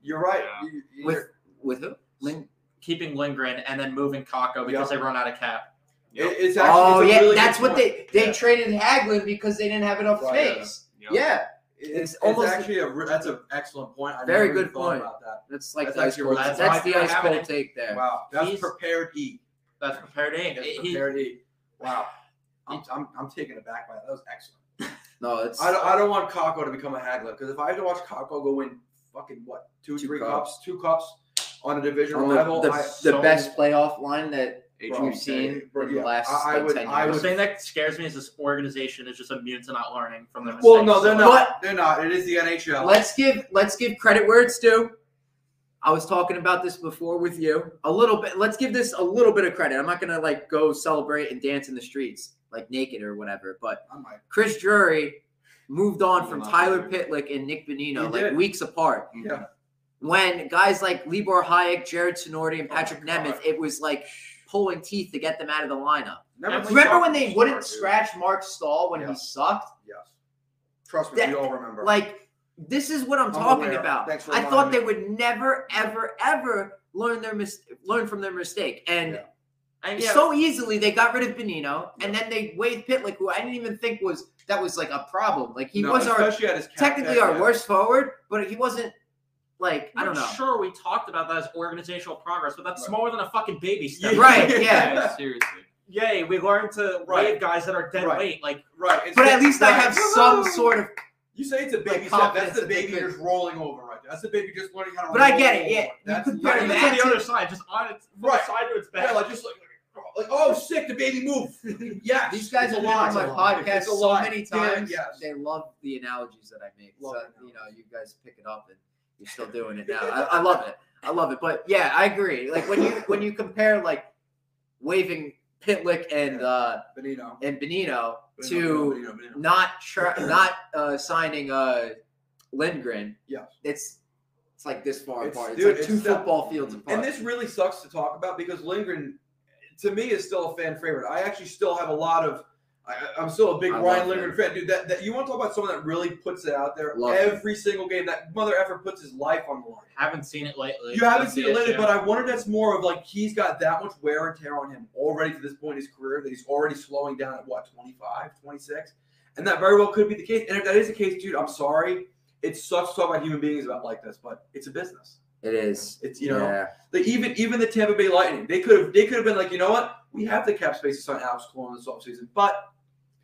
Speaker 3: You're right.
Speaker 5: Yeah.
Speaker 3: You- you-
Speaker 2: with with who? Lin-
Speaker 4: keeping Lindgren and then moving Kako because they run out of cap.
Speaker 3: it-
Speaker 5: Yep.
Speaker 3: it's actually,
Speaker 2: Oh
Speaker 3: it's a
Speaker 2: yeah,
Speaker 3: really
Speaker 2: that's
Speaker 3: good
Speaker 2: what
Speaker 3: point.
Speaker 2: they they
Speaker 3: Yeah.
Speaker 2: traded Haglin because they didn't have enough
Speaker 3: Right, yeah.
Speaker 2: space.
Speaker 5: Yep.
Speaker 2: Yeah,
Speaker 3: It's,
Speaker 2: It's almost-
Speaker 3: it's actually a. re- That's an excellent point. I
Speaker 2: Very
Speaker 3: never even
Speaker 2: good
Speaker 3: thought
Speaker 2: point.
Speaker 3: about that.
Speaker 2: that's like
Speaker 3: That's
Speaker 2: the ice
Speaker 3: actually
Speaker 2: cold.
Speaker 4: right.
Speaker 2: That's,
Speaker 4: That's
Speaker 2: the
Speaker 4: why I
Speaker 2: ice
Speaker 4: have
Speaker 2: cold
Speaker 4: it.
Speaker 2: take there.
Speaker 3: Wow, that's
Speaker 4: He's-
Speaker 3: prepared E.
Speaker 4: That's prepared aim.
Speaker 3: That's
Speaker 4: He-
Speaker 3: prepared E. Wow, I'm, I'm, I'm taken aback by that. That was excellent.
Speaker 2: No, it's
Speaker 3: I don't, I don't want Kako to become a Hagler because if I have to watch Kako go win fucking what two,
Speaker 2: Two
Speaker 3: three
Speaker 2: cups.
Speaker 3: cups. two cups on a division
Speaker 2: on
Speaker 3: level,
Speaker 2: the, the,
Speaker 3: I,
Speaker 2: the
Speaker 3: so-
Speaker 2: best playoff line that
Speaker 3: Bro,
Speaker 2: we've seen
Speaker 3: bro,
Speaker 2: in the
Speaker 3: yeah,
Speaker 2: last
Speaker 3: I- I
Speaker 2: like,
Speaker 3: would-
Speaker 2: ten years.
Speaker 3: I
Speaker 4: the
Speaker 3: would-
Speaker 4: thing that scares me is this organization is just immune to not learning from their mistakes.
Speaker 3: Well, no, they're
Speaker 4: So-
Speaker 3: not. they're not. It is the NHL.
Speaker 2: let's give let's give credit where it's due. I was talking about this before with you a little bit. Let's give this a little bit of credit. I'm not gonna like go celebrate and dance in the streets like naked or whatever, but
Speaker 3: I might.
Speaker 2: Chris Drury moved on from
Speaker 6: He left.
Speaker 2: Tyler Pitlick and Nick
Speaker 3: He
Speaker 2: Benino
Speaker 3: did.
Speaker 2: like weeks apart.
Speaker 3: Yeah.
Speaker 2: When guys like Libor Hayek, Jared Sonority, and
Speaker 3: Oh
Speaker 2: Patrick
Speaker 3: my
Speaker 2: Nemeth,
Speaker 3: God.
Speaker 2: it was like pulling teeth to get them out of the lineup.
Speaker 3: Never
Speaker 4: And
Speaker 3: mind.
Speaker 2: Remember when they
Speaker 3: Sorry,
Speaker 2: wouldn't
Speaker 3: dude.
Speaker 2: scratch Mark Stahl when
Speaker 3: Yeah.
Speaker 2: he sucked?
Speaker 3: Yes. Trust me,
Speaker 2: That-
Speaker 3: we all remember.
Speaker 2: Like, this is what I'm,
Speaker 3: I'm
Speaker 2: talking
Speaker 3: aware.
Speaker 2: about.
Speaker 3: Thanks for
Speaker 2: I thought
Speaker 3: reminding
Speaker 2: they would never, ever, ever learn their mis- learn from their mistake. And
Speaker 3: Yeah.
Speaker 4: And yeah,
Speaker 2: So easily they got rid of Benino, and then they Wade Pitlick, who I didn't even think was that was like a problem. Like he
Speaker 3: No,
Speaker 2: was our
Speaker 3: especially at his cap
Speaker 2: technically
Speaker 3: back,
Speaker 2: our
Speaker 3: yeah.
Speaker 2: worst forward, but he wasn't like I
Speaker 4: I'm
Speaker 2: don't know.
Speaker 4: Sure, we talked about that as organizational progress, but that's
Speaker 3: Right.
Speaker 4: smaller than a fucking baby step.
Speaker 3: Yeah.
Speaker 2: Right, yeah.
Speaker 5: seriously.
Speaker 4: Yay, we learned to
Speaker 3: Right.
Speaker 4: wave guys that are dead
Speaker 3: Right.
Speaker 4: weight. Like
Speaker 3: Right. it's
Speaker 2: But
Speaker 3: just-
Speaker 2: at least I
Speaker 3: right.
Speaker 2: have some sort of.
Speaker 3: You say it's a baby
Speaker 2: like,
Speaker 3: step.
Speaker 2: confidence
Speaker 3: That's the
Speaker 2: that they
Speaker 3: baby
Speaker 2: could-
Speaker 3: just rolling over right there. That's the baby just learning how to.
Speaker 2: But I
Speaker 3: roll
Speaker 2: get it,
Speaker 3: over.
Speaker 2: yeah. You
Speaker 3: That's
Speaker 2: compare
Speaker 3: literally-
Speaker 4: literally
Speaker 2: that
Speaker 4: on the
Speaker 2: to-
Speaker 4: other side, just on its from
Speaker 3: Right.
Speaker 4: the side to its back.
Speaker 3: yeah, like just like, like oh sick, the baby moved. yes.
Speaker 2: These guys
Speaker 3: It's
Speaker 2: have
Speaker 3: a
Speaker 2: been on my
Speaker 3: lot.
Speaker 2: podcast
Speaker 3: It's a
Speaker 2: so
Speaker 3: lot.
Speaker 2: many
Speaker 3: Yeah,
Speaker 2: times.
Speaker 3: yes.
Speaker 2: They love the analogies that I make.
Speaker 3: Love
Speaker 2: so
Speaker 3: it.
Speaker 2: you know, you guys pick it up and you're still doing it now. I, I love it. I love it. But yeah, I agree. Like when you when you compare like waving Pitlick and uh
Speaker 3: Benito.
Speaker 2: and Benino
Speaker 3: Benito,
Speaker 2: to
Speaker 3: Benito, Benito.
Speaker 2: not tra- not uh, signing uh, Lindgren.
Speaker 3: Yes.
Speaker 2: it's it's like this far
Speaker 3: It's-
Speaker 2: apart. It's
Speaker 3: dude,
Speaker 2: like
Speaker 3: it's
Speaker 2: two
Speaker 3: that-
Speaker 2: football fields apart.
Speaker 3: And this really sucks to talk about because Lindgren, to me, is still a fan favorite. I actually still have a lot of. I, I- I'm still a big
Speaker 2: I
Speaker 3: Ryan
Speaker 2: love
Speaker 3: Lindgren fan, dude. That, that you want to talk about someone that really puts it out there
Speaker 2: Love him.
Speaker 3: every single game. That mother effer puts his life on the line.
Speaker 4: haven't seen it lately.
Speaker 3: You haven't
Speaker 5: that's
Speaker 3: seen
Speaker 5: the
Speaker 3: it lately,
Speaker 5: issue.
Speaker 3: but I wonder that's more of like he's got that much wear and tear on him already to this point in his career that he's already slowing down at what 25, 26, and that very well could be the case. And if that is the case, dude, I'm sorry. It sucks to talk about human beings about like this, but it's a business.
Speaker 2: it is.
Speaker 3: It's you know.
Speaker 2: yeah.
Speaker 3: Like even even the Tampa Bay Lightning, they could have they could have been like, you know what, we have the cap space to sign Alex Cole this offseason, but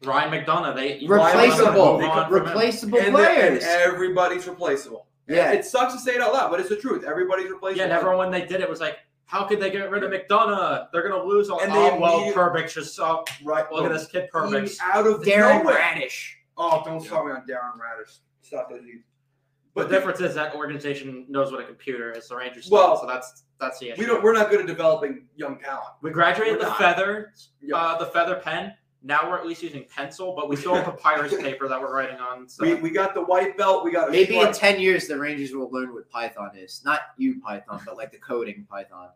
Speaker 4: Ryan McDonough, they
Speaker 2: replaceable,
Speaker 4: They move on from him.
Speaker 2: replaceable
Speaker 3: and, the- and
Speaker 2: players.
Speaker 3: everybody's replaceable.
Speaker 2: Yeah.
Speaker 3: it sucks to say it out loud, but it's the truth. Everybody's replaceable.
Speaker 4: Yeah, and everyone when they did it was like, how could they get rid of McDonough? They're gonna lose all.
Speaker 3: And they
Speaker 4: oh well,
Speaker 3: immediate-
Speaker 4: Perbix just so.
Speaker 3: right.
Speaker 4: Look at
Speaker 3: boom.
Speaker 4: this kid,
Speaker 3: Even
Speaker 4: Perbix.
Speaker 3: out of
Speaker 2: Darren
Speaker 3: nowhere.
Speaker 2: Radish.
Speaker 3: Oh, don't start me on Darren Radish. Stop that dude.
Speaker 4: The
Speaker 3: But
Speaker 4: difference is that organization knows what a computer is. The Rangers
Speaker 3: Well,
Speaker 4: don't, so that's that's the issue.
Speaker 3: we don't. We're not good at developing young talent.
Speaker 4: We graduated
Speaker 3: We're
Speaker 4: the
Speaker 3: not.
Speaker 4: feather,
Speaker 3: Yeah.
Speaker 4: uh, the feather pen. Now we're at least using pencil, but we still have papyrus paper that we're writing on. So
Speaker 3: We, we got the white belt. We got a
Speaker 2: Maybe in
Speaker 3: stripe.
Speaker 2: ten years the Rangers will learn what Python is. Not you Python, but like the coding Python.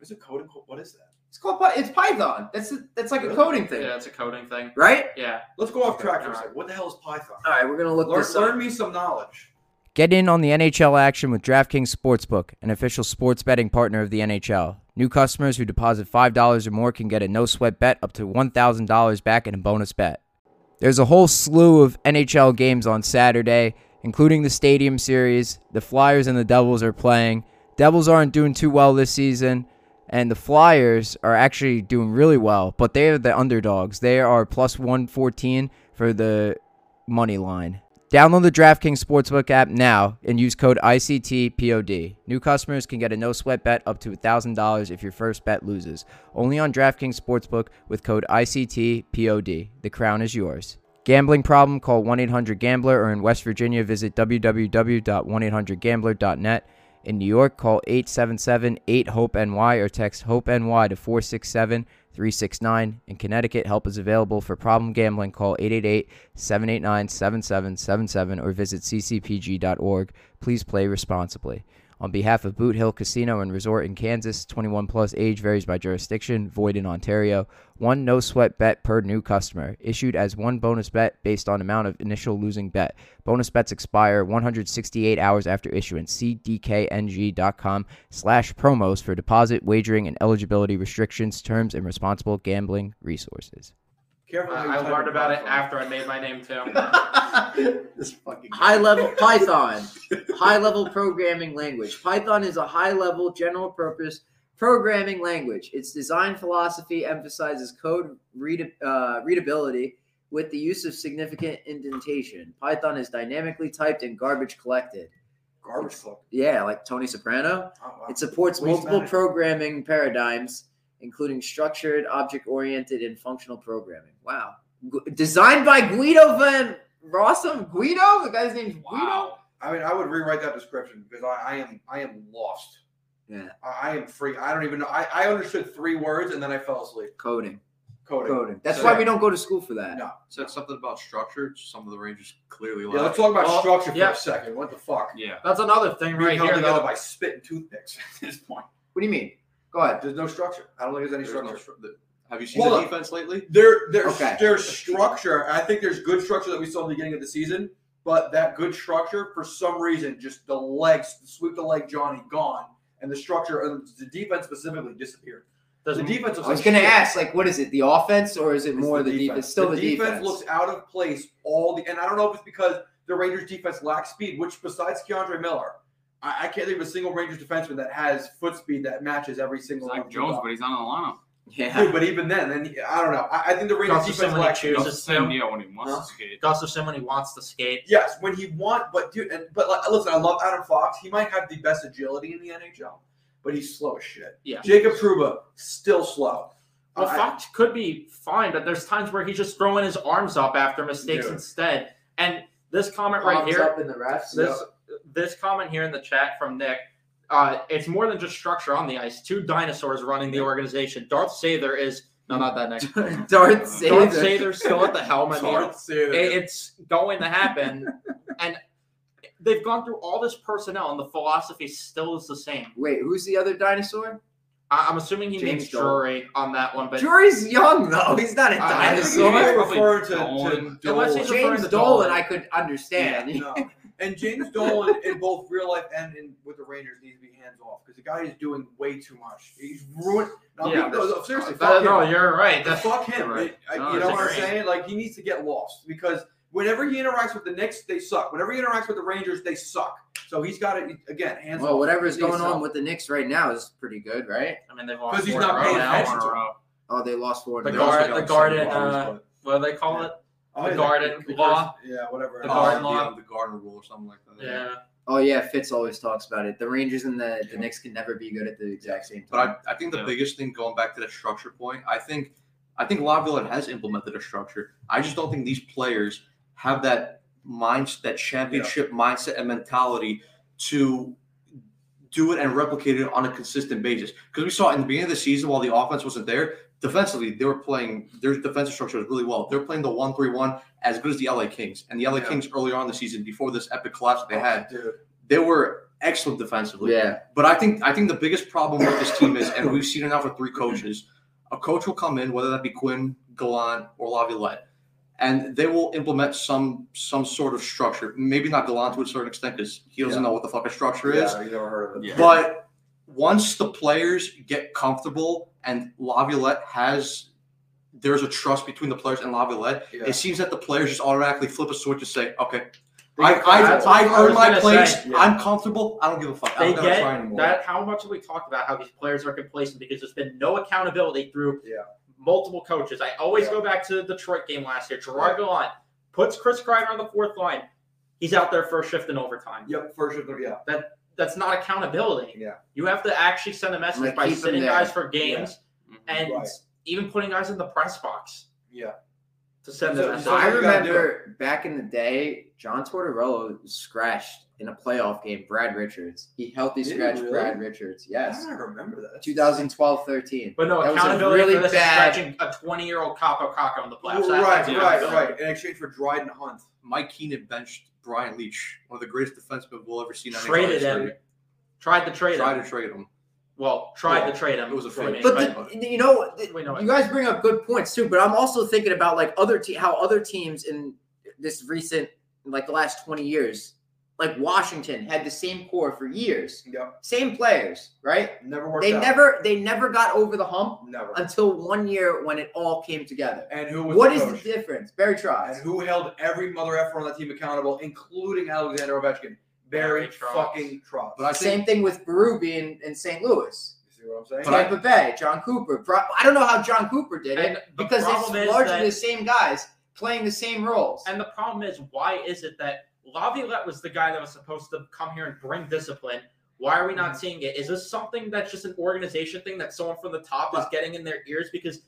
Speaker 3: Is it code? and co- What is that?
Speaker 2: It's called Py- it's Python. That's a, that's like a
Speaker 3: Really?
Speaker 2: coding thing,
Speaker 4: yeah, it's a coding thing.
Speaker 2: right?
Speaker 4: Yeah,
Speaker 3: Let's go off track for a
Speaker 4: Alright.
Speaker 3: second. What the hell is Python?
Speaker 2: All right, we're gonna look
Speaker 3: Learn,
Speaker 2: this up.
Speaker 3: learn me some knowledge.
Speaker 7: Get in on the NHL action with DraftKings Sportsbook, an official sports betting partner of the NHL. New customers who deposit $5 or more can get a no sweat bet up to $1,000 back in a bonus bet. There's a whole slew of NHL games on Saturday, including the Stadium Series. The Flyers and the Devils are playing. Devils aren't doing too well this season, and the Flyers are actually doing really well, but they are the underdogs. They are plus 114 for the money line. Download the DraftKings Sportsbook app now and use code ICTPOD. New customers can get a no sweat bet up to $1,000 if your first bet loses. Only on DraftKings Sportsbook with code ICTPOD. The crown is yours. Gambling problem? Call 1 800 Gambler or in West Virginia, visit www.1800Gambler.net. In New York, call 877 8 HOPE NY or text HOPE NY to 467 369. In Connecticut, help is available for problem gambling. Call 888 789 7777 or visit ccpg.org. Please play responsibly. On behalf of Boot Hill Casino and Resort in Kansas, 21 plus age varies by jurisdiction, void in Ontario. One no sweat bet per new customer, issued as one bonus bet based on amount of initial losing bet. Bonus bets expire 168 hours after issuance. See dkng.com slash promos for deposit, wagering, and eligibility restrictions, terms, and responsible gambling resources.
Speaker 3: Careful. how you
Speaker 4: I, I
Speaker 3: type
Speaker 4: learned
Speaker 3: in
Speaker 4: about it
Speaker 3: Python.
Speaker 4: after I made my name too.
Speaker 6: this fucking
Speaker 2: high level Python, high level programming language. Python is a high level, general purpose programming language. Its design philosophy emphasizes code read, uh, readability with the use of significant indentation. Python is dynamically typed and garbage collected.
Speaker 3: Garbage club.
Speaker 2: Yeah, like Tony Soprano.
Speaker 3: Oh, wow.
Speaker 2: It supports
Speaker 3: Waste
Speaker 2: multiple
Speaker 3: management.
Speaker 2: programming paradigms, including structured, object oriented, and functional programming. Wow. Gu- Designed by Guido Van Rossum? Guido? The guy's name's Guido?
Speaker 5: Wow.
Speaker 3: I mean, I would rewrite that description because I, I am I am lost.
Speaker 2: Yeah.
Speaker 3: I, I am free. I don't even know. I, I understood three words and then I fell asleep.
Speaker 2: Coding.
Speaker 3: Coding.
Speaker 2: Coding. That's
Speaker 3: So-
Speaker 2: why we don't go to school for that.
Speaker 3: No.
Speaker 6: said something about structure. Some of the Rangers clearly
Speaker 3: Yeah, let's talk
Speaker 6: lack.
Speaker 3: about
Speaker 4: Well,
Speaker 3: structure for
Speaker 4: yeah.
Speaker 3: a second. What the fuck?
Speaker 5: Yeah.
Speaker 4: That's another thing
Speaker 3: Being
Speaker 4: right
Speaker 3: held
Speaker 4: here.
Speaker 3: together
Speaker 4: Though.
Speaker 3: by spit and toothpicks at this point.
Speaker 2: What do you mean? Go ahead.
Speaker 3: There's no structure. I don't think there's any
Speaker 6: There's no
Speaker 3: structure.
Speaker 6: stru- the- Have you seen
Speaker 3: Hold
Speaker 6: the
Speaker 3: on.
Speaker 6: defense lately?
Speaker 3: There, there's
Speaker 2: Okay.
Speaker 3: there's structure. I think there's good structure that we saw in the beginning of the season, but that good structure for some reason just the legs, the sweep the leg Johnny gone, and the structure and the defense specifically disappeared.
Speaker 4: Does
Speaker 3: The defense looks
Speaker 2: I was
Speaker 3: like
Speaker 2: gonna
Speaker 3: shit.
Speaker 2: ask, like, what is it? The offense or is it
Speaker 3: It's
Speaker 2: more the, defense? Still the, defense.
Speaker 3: looks out of place all the, and I don't know if it's because the Rangers defense lacks speed, which besides Keandre Miller, I, I can't think of a single Rangers defenseman that has foot speed that matches every
Speaker 5: It's
Speaker 3: single
Speaker 5: like
Speaker 3: Rangers
Speaker 5: Jones,
Speaker 3: defenseman.
Speaker 5: but he's not on
Speaker 2: yeah.
Speaker 3: Dude, but even then, then he- I don't know. I, I think the Rangers
Speaker 4: Johnson
Speaker 3: defense
Speaker 4: Simone
Speaker 3: lacks
Speaker 5: the lineup.
Speaker 4: chooses- Is
Speaker 3: speed.
Speaker 4: it
Speaker 5: Just send
Speaker 4: Sam?
Speaker 5: Neal when he wants
Speaker 3: Huh?
Speaker 5: to skate.
Speaker 4: Gustafson when he wants to skate.
Speaker 3: Yes, when he want, but dude, and, but like, listen, I love Adam Fox. He might have the best agility in the NHL, but he's slow as shit.
Speaker 4: Yeah.
Speaker 3: Jacob Truba still slow.
Speaker 4: Well,
Speaker 3: I-
Speaker 4: Fox could be fine, but there's times where he's just throwing his arms up after mistakes
Speaker 3: Dude.
Speaker 4: instead. And this comment right
Speaker 2: Thumbs
Speaker 4: here,
Speaker 2: up in the refs.
Speaker 4: this this comment here in the chat from Nick. Uh, it's more than just structure on the ice. Two dinosaurs running the organization. Darth Sather is no, not that Nick.
Speaker 2: Darth
Speaker 4: Darth
Speaker 2: Sader.
Speaker 4: Sather's still at the helm. I
Speaker 3: It's
Speaker 4: mean,
Speaker 3: hard to say
Speaker 4: it-
Speaker 3: that.
Speaker 4: it's going to happen. And they've gone through all this personnel, and the philosophy still is the same.
Speaker 2: Wait, who's the other dinosaur?
Speaker 4: I- I'm assuming he
Speaker 2: James
Speaker 4: names
Speaker 2: Joel.
Speaker 4: Drury on that one, but
Speaker 2: Jury's young though. He's not a
Speaker 4: Uh, I think
Speaker 3: So I
Speaker 2: dinosaur.
Speaker 3: refer to, to
Speaker 5: Dolan.
Speaker 4: Unless he's referring
Speaker 2: James
Speaker 4: to
Speaker 2: Dolan,
Speaker 4: Dolan.
Speaker 2: I could
Speaker 3: Yeah,
Speaker 2: understand.
Speaker 3: no. And James Dolan, in both real life and in with the Rangers, needs to be hands off because the guy is doing way too much. He's ruined. No,
Speaker 4: Yeah.
Speaker 3: no, no, seriously,
Speaker 4: Uh,
Speaker 3: fuck
Speaker 4: no,
Speaker 3: him.
Speaker 4: you're right.
Speaker 3: Fuck
Speaker 4: That's
Speaker 3: him.
Speaker 5: you're right.
Speaker 3: I-
Speaker 5: No,
Speaker 3: you
Speaker 5: I
Speaker 3: know what I'm
Speaker 4: disagree.
Speaker 3: saying? Like he needs to get lost because whenever he interacts with the Knicks, they suck. Whenever he interacts with the Rangers, they suck. So he's got to again hands
Speaker 2: Well,
Speaker 3: off.
Speaker 2: whatever's
Speaker 3: Please
Speaker 2: going on
Speaker 3: help.
Speaker 2: with the Knicks right now is pretty good, right?
Speaker 4: I mean, they've lost
Speaker 3: 'Cause he's
Speaker 4: four
Speaker 3: not
Speaker 4: in a row
Speaker 3: paying
Speaker 4: now.
Speaker 3: attention.
Speaker 2: Oh, they lost four.
Speaker 4: The
Speaker 2: in a
Speaker 3: They
Speaker 2: row.
Speaker 3: also
Speaker 4: guard-
Speaker 3: got
Speaker 4: the
Speaker 3: some
Speaker 4: garden,
Speaker 3: problems,
Speaker 4: uh,
Speaker 3: but-
Speaker 4: What do they call it?
Speaker 3: Oh,
Speaker 4: the
Speaker 3: yeah,
Speaker 4: garden
Speaker 3: the
Speaker 4: law.
Speaker 3: curse- Yeah, whatever.
Speaker 4: The
Speaker 6: Uh,
Speaker 4: garden
Speaker 6: yeah,
Speaker 4: law.
Speaker 6: the garden rule or something like that.
Speaker 4: Yeah.
Speaker 2: Oh yeah, Fitz always talks about it. The Rangers and the, the Knicks can never be good at the exact same time.
Speaker 6: But I, I think the
Speaker 5: Yeah.
Speaker 6: biggest thing going back to that structure point, I think I think Laviolette has implemented a structure. I just don't think these players have that mind that championship mindset and mentality to do it and replicate it on a consistent basis. Because we saw in the beginning of the season while the offense wasn't there, defensively they were playing their defensive structure was really well. They're playing the one three one as good as the LA Kings. And the LA
Speaker 3: Yeah.
Speaker 6: Kings earlier on in the season before this epic collapse that they had,
Speaker 3: Um, Dude,
Speaker 6: they were excellent defensively.
Speaker 2: yeah,
Speaker 6: But I think I think the biggest problem with this team is, and we've seen it now for three coaches, a coach will come in, whether that be Quinn, Gallant, or Laviolette, and they will implement some some sort of structure. Maybe not Gallant to a certain extent because he doesn't know what the fuck a structure is.
Speaker 3: yeah, you never heard of it.
Speaker 5: Yeah.
Speaker 6: But once the players get comfortable and Laviolette has there's a trust between the players and Laviolette,
Speaker 3: Yeah.
Speaker 6: it seems that the players just automatically flip a switch and say, okay.
Speaker 3: They
Speaker 6: I,
Speaker 3: get
Speaker 6: I,
Speaker 3: comfortable.
Speaker 4: that's what
Speaker 6: I,
Speaker 4: I was
Speaker 6: earned my
Speaker 4: gonna
Speaker 6: place.
Speaker 3: say. Yeah.
Speaker 6: I'm comfortable. I don't give a fuck.
Speaker 4: They
Speaker 6: I'm not gonna
Speaker 4: get
Speaker 6: try anymore.
Speaker 4: That how much have we talked about how these players are complacent because there's been no accountability through
Speaker 3: Yeah.
Speaker 4: multiple coaches. I always
Speaker 3: Yeah.
Speaker 4: go back to the Detroit game last year. Gerard Gallant puts Chris Kreider on the fourth line. He's out there for a shift in overtime.
Speaker 3: Yep, first of all, yeah.
Speaker 4: That's not accountability.
Speaker 3: Yeah.
Speaker 4: You have to actually send a message
Speaker 2: Like,
Speaker 4: by
Speaker 2: keep them
Speaker 4: sitting
Speaker 2: there.
Speaker 4: guys for games and
Speaker 3: Right.
Speaker 4: even putting guys in the press box
Speaker 3: Yeah.
Speaker 4: to send
Speaker 3: So-
Speaker 4: a message.
Speaker 3: so
Speaker 2: I
Speaker 3: you gotta do
Speaker 2: remember back in the day, John Tortorella scratched in a playoff game Brad Richards. He healthy
Speaker 3: Did he
Speaker 2: scratched
Speaker 3: really? Ah,
Speaker 2: Brad Richards. Yes,
Speaker 3: I don't remember that.
Speaker 2: 2012-13.
Speaker 4: but no,
Speaker 2: That was a
Speaker 4: accountability
Speaker 2: really
Speaker 4: for this
Speaker 2: bad-
Speaker 4: is stretching a 20 year old Capo Caco in the playoffs. That's
Speaker 3: right,
Speaker 4: not
Speaker 3: right,
Speaker 4: accountability.
Speaker 3: right. In exchange for Dryden Hunt.
Speaker 6: Mike Keenan benched Brian Leach, one of the greatest defensemen we'll ever see. in NHL
Speaker 4: Traded
Speaker 6: history.
Speaker 4: him. Tried to trade
Speaker 6: Tried
Speaker 4: him.
Speaker 6: to trade him.
Speaker 4: Well, tried
Speaker 6: Yeah,
Speaker 4: to trade him.
Speaker 6: it was a
Speaker 4: for
Speaker 6: fake.
Speaker 4: me,
Speaker 6: But
Speaker 4: but-
Speaker 2: But the, you know, the-
Speaker 4: We know it.
Speaker 2: you guys bring up good points too. But I'm also thinking about like other te- how other teams in this recent, like the last 20 years, like Washington had the same core for years,
Speaker 3: Yep.
Speaker 2: same players, right?
Speaker 3: Never worked
Speaker 2: They
Speaker 3: out.
Speaker 2: never they never got over the hump
Speaker 3: Never.
Speaker 2: until one year when it all came together.
Speaker 3: And who was
Speaker 2: What
Speaker 3: the
Speaker 2: is the
Speaker 3: coach?
Speaker 2: difference? Barry
Speaker 3: And
Speaker 2: Trotz.
Speaker 3: who held every mother effer on that team accountable, including Alexander Ovechkin? Barry
Speaker 4: Barry Trotz.
Speaker 3: fucking Trotz.
Speaker 6: But I
Speaker 2: Same
Speaker 6: think
Speaker 2: thing with Berube in, in St. Louis.
Speaker 3: you see what I'm saying?
Speaker 6: But I-
Speaker 2: Tampa Bay, John Cooper. Pro- I don't know how John Cooper did
Speaker 4: And
Speaker 2: it
Speaker 4: the
Speaker 2: because
Speaker 4: problem
Speaker 2: it's
Speaker 4: is
Speaker 2: largely
Speaker 4: that-
Speaker 2: the same guys playing the same roles.
Speaker 4: And the problem is, why is it that Laviolette was the guy that was supposed to come here and bring discipline? Why are we
Speaker 2: Mm-hmm.
Speaker 4: not seeing it? Is this something that's just an organization thing that someone from the top is getting in their ears because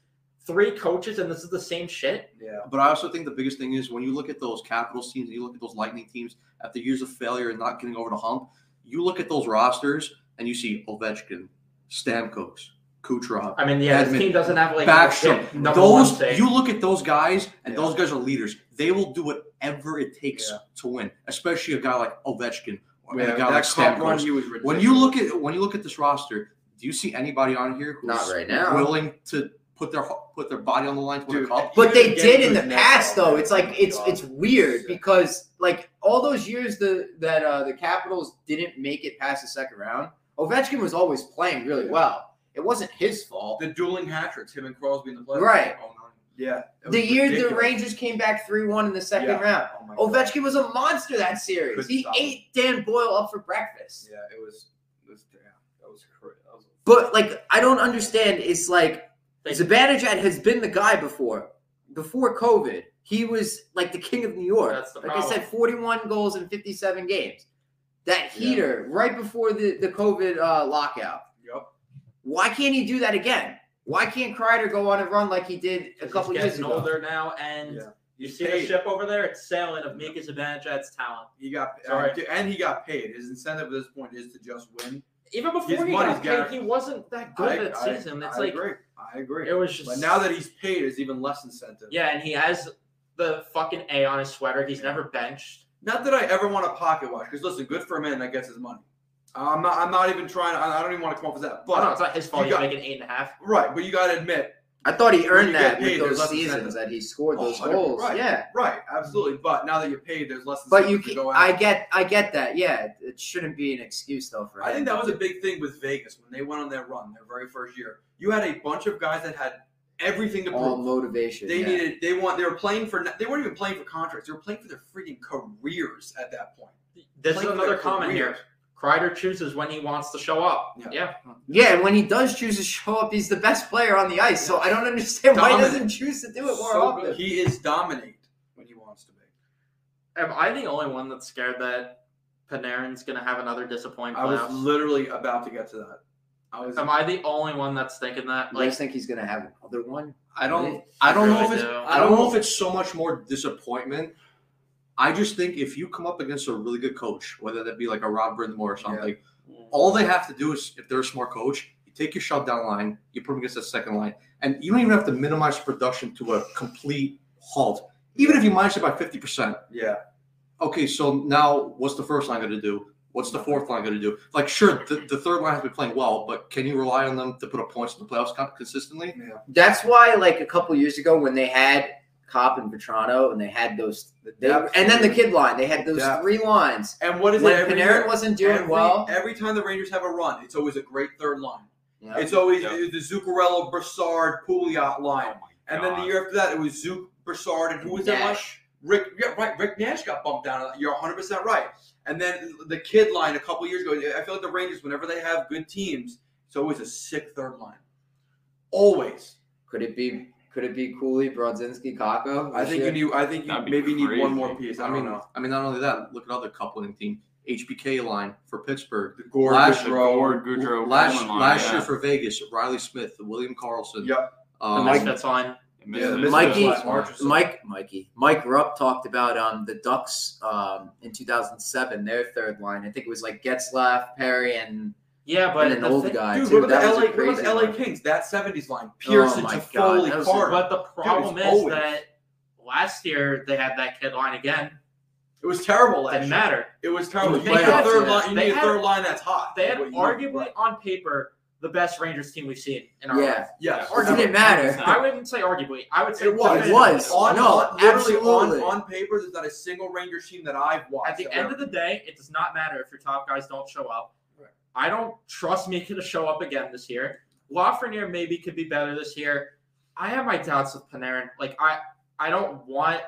Speaker 4: three coaches and this is the same shit?
Speaker 3: yeah.
Speaker 6: but I also think the biggest thing is when you look at those Capitals teams and you look at those Lightning teams after years of failure and not getting over the hump, you look at those rosters and you see Ovechkin, Stamkos, Kucherov.
Speaker 4: I mean, yeah,
Speaker 6: Admin.
Speaker 4: this team doesn't have like
Speaker 6: Backstrom.
Speaker 4: legit number one
Speaker 6: Those
Speaker 4: thing.
Speaker 6: you look at those guys and
Speaker 3: Yeah.
Speaker 6: those guys are leaders. They will do whatever it takes
Speaker 3: Yeah.
Speaker 6: to win, especially a guy like Ovechkin or
Speaker 3: Yeah,
Speaker 6: a guy like
Speaker 3: that cup run,
Speaker 6: Stamkos.
Speaker 3: he was
Speaker 6: When
Speaker 3: ridiculous.
Speaker 6: you look at when you look at this roster, do you see anybody on here who's
Speaker 2: Not right now.
Speaker 6: willing to put their put their body on the line to win a
Speaker 3: Dude,
Speaker 6: cup?
Speaker 2: But
Speaker 3: Even
Speaker 2: they
Speaker 3: get
Speaker 2: did
Speaker 3: to
Speaker 2: in
Speaker 3: his
Speaker 2: the
Speaker 3: next
Speaker 2: past,
Speaker 3: level.
Speaker 2: though. It's like it's
Speaker 3: God.
Speaker 2: it's weird
Speaker 3: Yeah.
Speaker 2: because like all those years the that uh, the Capitals didn't make it past the second round, Ovechkin was always playing really well. It It wasn't his fault.
Speaker 3: The dueling hat tricks, him and Crosby in the playoffs.
Speaker 2: Right.
Speaker 3: Oh, no. Yeah. it
Speaker 2: The
Speaker 3: was
Speaker 2: year the
Speaker 3: ridiculous.
Speaker 2: Rangers came back 3 1 in the second
Speaker 3: Yeah.
Speaker 2: round.
Speaker 3: Oh my God.
Speaker 2: Ovechkin was a monster that series.
Speaker 3: Couldn't
Speaker 2: he
Speaker 3: stop him.
Speaker 2: ate Dan Boyle up for breakfast.
Speaker 3: Yeah, it was. It was damn. That was crazy. That was
Speaker 2: But like, I don't understand. It's like
Speaker 4: They-
Speaker 2: Zibanejad has been the guy before. Before COVID, he was like the king of New York.
Speaker 4: That's the
Speaker 2: like I
Speaker 4: problem.
Speaker 2: said, 41 goals in 57 games. That
Speaker 3: Yeah.
Speaker 2: heater right before the the COVID uh, lockout.
Speaker 3: yep.
Speaker 2: Why can't he do that again? Why can't Kreider go on a run like he did a couple
Speaker 4: he's
Speaker 2: years
Speaker 4: getting
Speaker 2: ago?
Speaker 4: older now, and
Speaker 3: Yeah.
Speaker 4: you
Speaker 3: He's
Speaker 4: see the
Speaker 3: paid.
Speaker 4: ship over there? It's sailing of Mika Zibanejad's talent.
Speaker 3: He got
Speaker 4: Sorry.
Speaker 3: uh, and he got paid. His incentive at this point is to just win.
Speaker 4: Even before he
Speaker 3: money's
Speaker 4: got
Speaker 3: guaranteed.
Speaker 4: paid, he wasn't that good that season. It's
Speaker 3: I
Speaker 4: like
Speaker 3: agree. I agree.
Speaker 4: it was just.
Speaker 3: But now that he's paid, is even less incentive.
Speaker 4: yeah, and he has the fucking A on his sweater. He's never benched.
Speaker 3: Not that I ever want a pocket watch, because listen, good for a man that gets his money. I'm not. I'm not even trying. I I don't even want to come up with that.
Speaker 4: But no,
Speaker 3: But
Speaker 4: it's not his fault.
Speaker 3: you
Speaker 4: He's
Speaker 3: got-
Speaker 4: making eight and a half.
Speaker 3: right, but you got to admit,
Speaker 2: I thought he
Speaker 3: When
Speaker 2: earned
Speaker 3: you
Speaker 2: that
Speaker 3: get paid,
Speaker 2: with
Speaker 3: there's
Speaker 2: those
Speaker 3: less
Speaker 2: seasons
Speaker 3: incentive.
Speaker 2: that he scored
Speaker 3: Oh,
Speaker 2: those
Speaker 3: 100
Speaker 2: goals.
Speaker 3: right.
Speaker 2: Yeah,
Speaker 3: right, absolutely. But now that you're paid, there's less.
Speaker 2: but
Speaker 3: incentive
Speaker 2: you,
Speaker 3: to
Speaker 2: can,
Speaker 3: go out.
Speaker 2: I get, I get that. Yeah, it shouldn't be an excuse though for him.
Speaker 3: I think that was a big thing with Vegas when they went on their run, their very first year. You had a bunch of guys that had everything to
Speaker 2: all
Speaker 3: prove.
Speaker 2: motivation.
Speaker 3: They
Speaker 2: yeah.
Speaker 3: needed. They want. They were playing for. They weren't even playing for contracts. They were playing for their freaking careers at that point.
Speaker 4: This
Speaker 3: Playing
Speaker 4: is
Speaker 3: for
Speaker 4: another
Speaker 3: their
Speaker 4: comment here.
Speaker 3: careers.
Speaker 4: Kreider chooses when he wants to show up.
Speaker 3: Yeah.
Speaker 4: yeah.
Speaker 2: Yeah, and when he does choose to show up, he's the best player on the ice. So I don't understand why he
Speaker 3: Dominant.
Speaker 2: doesn't choose to do it more
Speaker 3: So
Speaker 2: often.
Speaker 3: good. He is dominate when he wants to be.
Speaker 4: Am I the only one that's scared that Panarin's gonna have another disappointing
Speaker 3: I was
Speaker 4: playoffs?
Speaker 3: literally about to get to that. I was.
Speaker 4: Am I the only one that's thinking that?
Speaker 2: You guys
Speaker 4: Like,
Speaker 2: think he's gonna have another one?
Speaker 6: I don't.
Speaker 2: Really?
Speaker 6: I don't know
Speaker 4: Really
Speaker 6: if it's.
Speaker 4: do.
Speaker 6: I don't know if it's so much more disappointment. I just think if you come up against a really good coach, whether that be like a Rob Brindamore or something, all they have to do is if they're a smart coach, you take your shutdown line, you put them against the second line, and you don't even have to minimize production to a complete halt. Even if you minus it by fifty percent,
Speaker 3: Yeah.
Speaker 6: okay, so now what's the first line going to do? What's the fourth line going to do? Like, sure, the, the third line has been playing well, but can you rely on them to put up points in the playoffs con- consistently?
Speaker 3: Yeah.
Speaker 2: That's why, like a couple years ago, when they had Cop and Petrano, and they had those, they,
Speaker 3: depth.
Speaker 2: and then the kid line, they had those
Speaker 3: Depth.
Speaker 2: three lines.
Speaker 3: And what is
Speaker 2: When
Speaker 3: it? Every
Speaker 2: Panarin
Speaker 3: year?
Speaker 2: wasn't doing
Speaker 3: every, e-
Speaker 2: well,
Speaker 3: Every time the Rangers have a run, it's always a great third line.
Speaker 2: Yeah.
Speaker 3: It's always
Speaker 5: Yeah.
Speaker 3: the Zuccarello, Broussard, Pouliot line. And then the year after that, it was Zook, Broussard, and who was that? Last?
Speaker 2: Nash.
Speaker 3: Rick, yeah, right. Rick Nash got bumped down. You're 100 percent right. And then the kid line a couple years ago. I feel like the Rangers, whenever they have good teams, it's always a sick third line. Always.
Speaker 2: could it be? Could it be Cooley, Brodzinski, Kako?
Speaker 3: I think you need. I think you
Speaker 5: That'd be
Speaker 3: maybe need one
Speaker 5: crazy.
Speaker 3: more piece. I,
Speaker 6: I mean,
Speaker 3: don't know.
Speaker 6: I mean, not only that, look at other cup winning team, HBK line for Pittsburgh.
Speaker 3: The Gore,
Speaker 6: last-
Speaker 3: Gaudreau,
Speaker 5: Gord, Goudreau,
Speaker 6: last
Speaker 5: Coleman line,
Speaker 6: last
Speaker 5: yeah.
Speaker 6: year for Vegas, Riley Smith, William Carlson.
Speaker 3: Yep.
Speaker 4: the
Speaker 6: Um,
Speaker 4: Misfits line.
Speaker 5: Miss-
Speaker 3: Yeah, the
Speaker 5: miss-
Speaker 2: uh, Mikey-
Speaker 5: miss-
Speaker 3: March-
Speaker 2: Mike, Mikey, Mike Rupp talked about um the Ducks um in 2007, their third line. I think it was like Getzlaff, Perry, and
Speaker 4: Yeah, but
Speaker 2: an
Speaker 4: the
Speaker 2: old
Speaker 4: thi-
Speaker 2: guy
Speaker 3: Dude,
Speaker 2: too.
Speaker 3: what about
Speaker 2: that
Speaker 3: the
Speaker 2: was
Speaker 3: LA?
Speaker 2: a
Speaker 3: What about
Speaker 2: crazy
Speaker 3: the LA
Speaker 2: one. Oh
Speaker 3: Kings? That '70s line, Pearson,
Speaker 2: my God,
Speaker 3: Foley,
Speaker 2: that was a-
Speaker 3: Carter.
Speaker 4: But the problem is
Speaker 3: always-
Speaker 4: that last year they had that kid line again.
Speaker 3: It was terrible last
Speaker 4: Didn't
Speaker 3: year.
Speaker 4: matter.
Speaker 3: It was terrible.
Speaker 2: They
Speaker 3: You need a
Speaker 2: had-
Speaker 3: third line. You
Speaker 4: they
Speaker 3: need a
Speaker 4: had-
Speaker 3: third line that's hot.
Speaker 4: They had
Speaker 3: What you need.
Speaker 4: arguably on paper the best Rangers team we've seen in our
Speaker 2: Yeah.
Speaker 4: life.
Speaker 3: Yes.
Speaker 2: Or did it matter?
Speaker 4: I wouldn't say arguably. I would say
Speaker 3: It was.
Speaker 2: It was.
Speaker 3: On,
Speaker 2: No,
Speaker 3: on- literally
Speaker 2: absolutely.
Speaker 3: On, on paper, there's not a single Rangers team that I've watched.
Speaker 4: At the
Speaker 3: that
Speaker 4: end of the day, it does not matter if your top guys don't show up.
Speaker 3: Right.
Speaker 4: I don't trust Mika to show up again this year. Lafreniere maybe could be better this year. I have my doubts with Panarin. Like I, I don't want.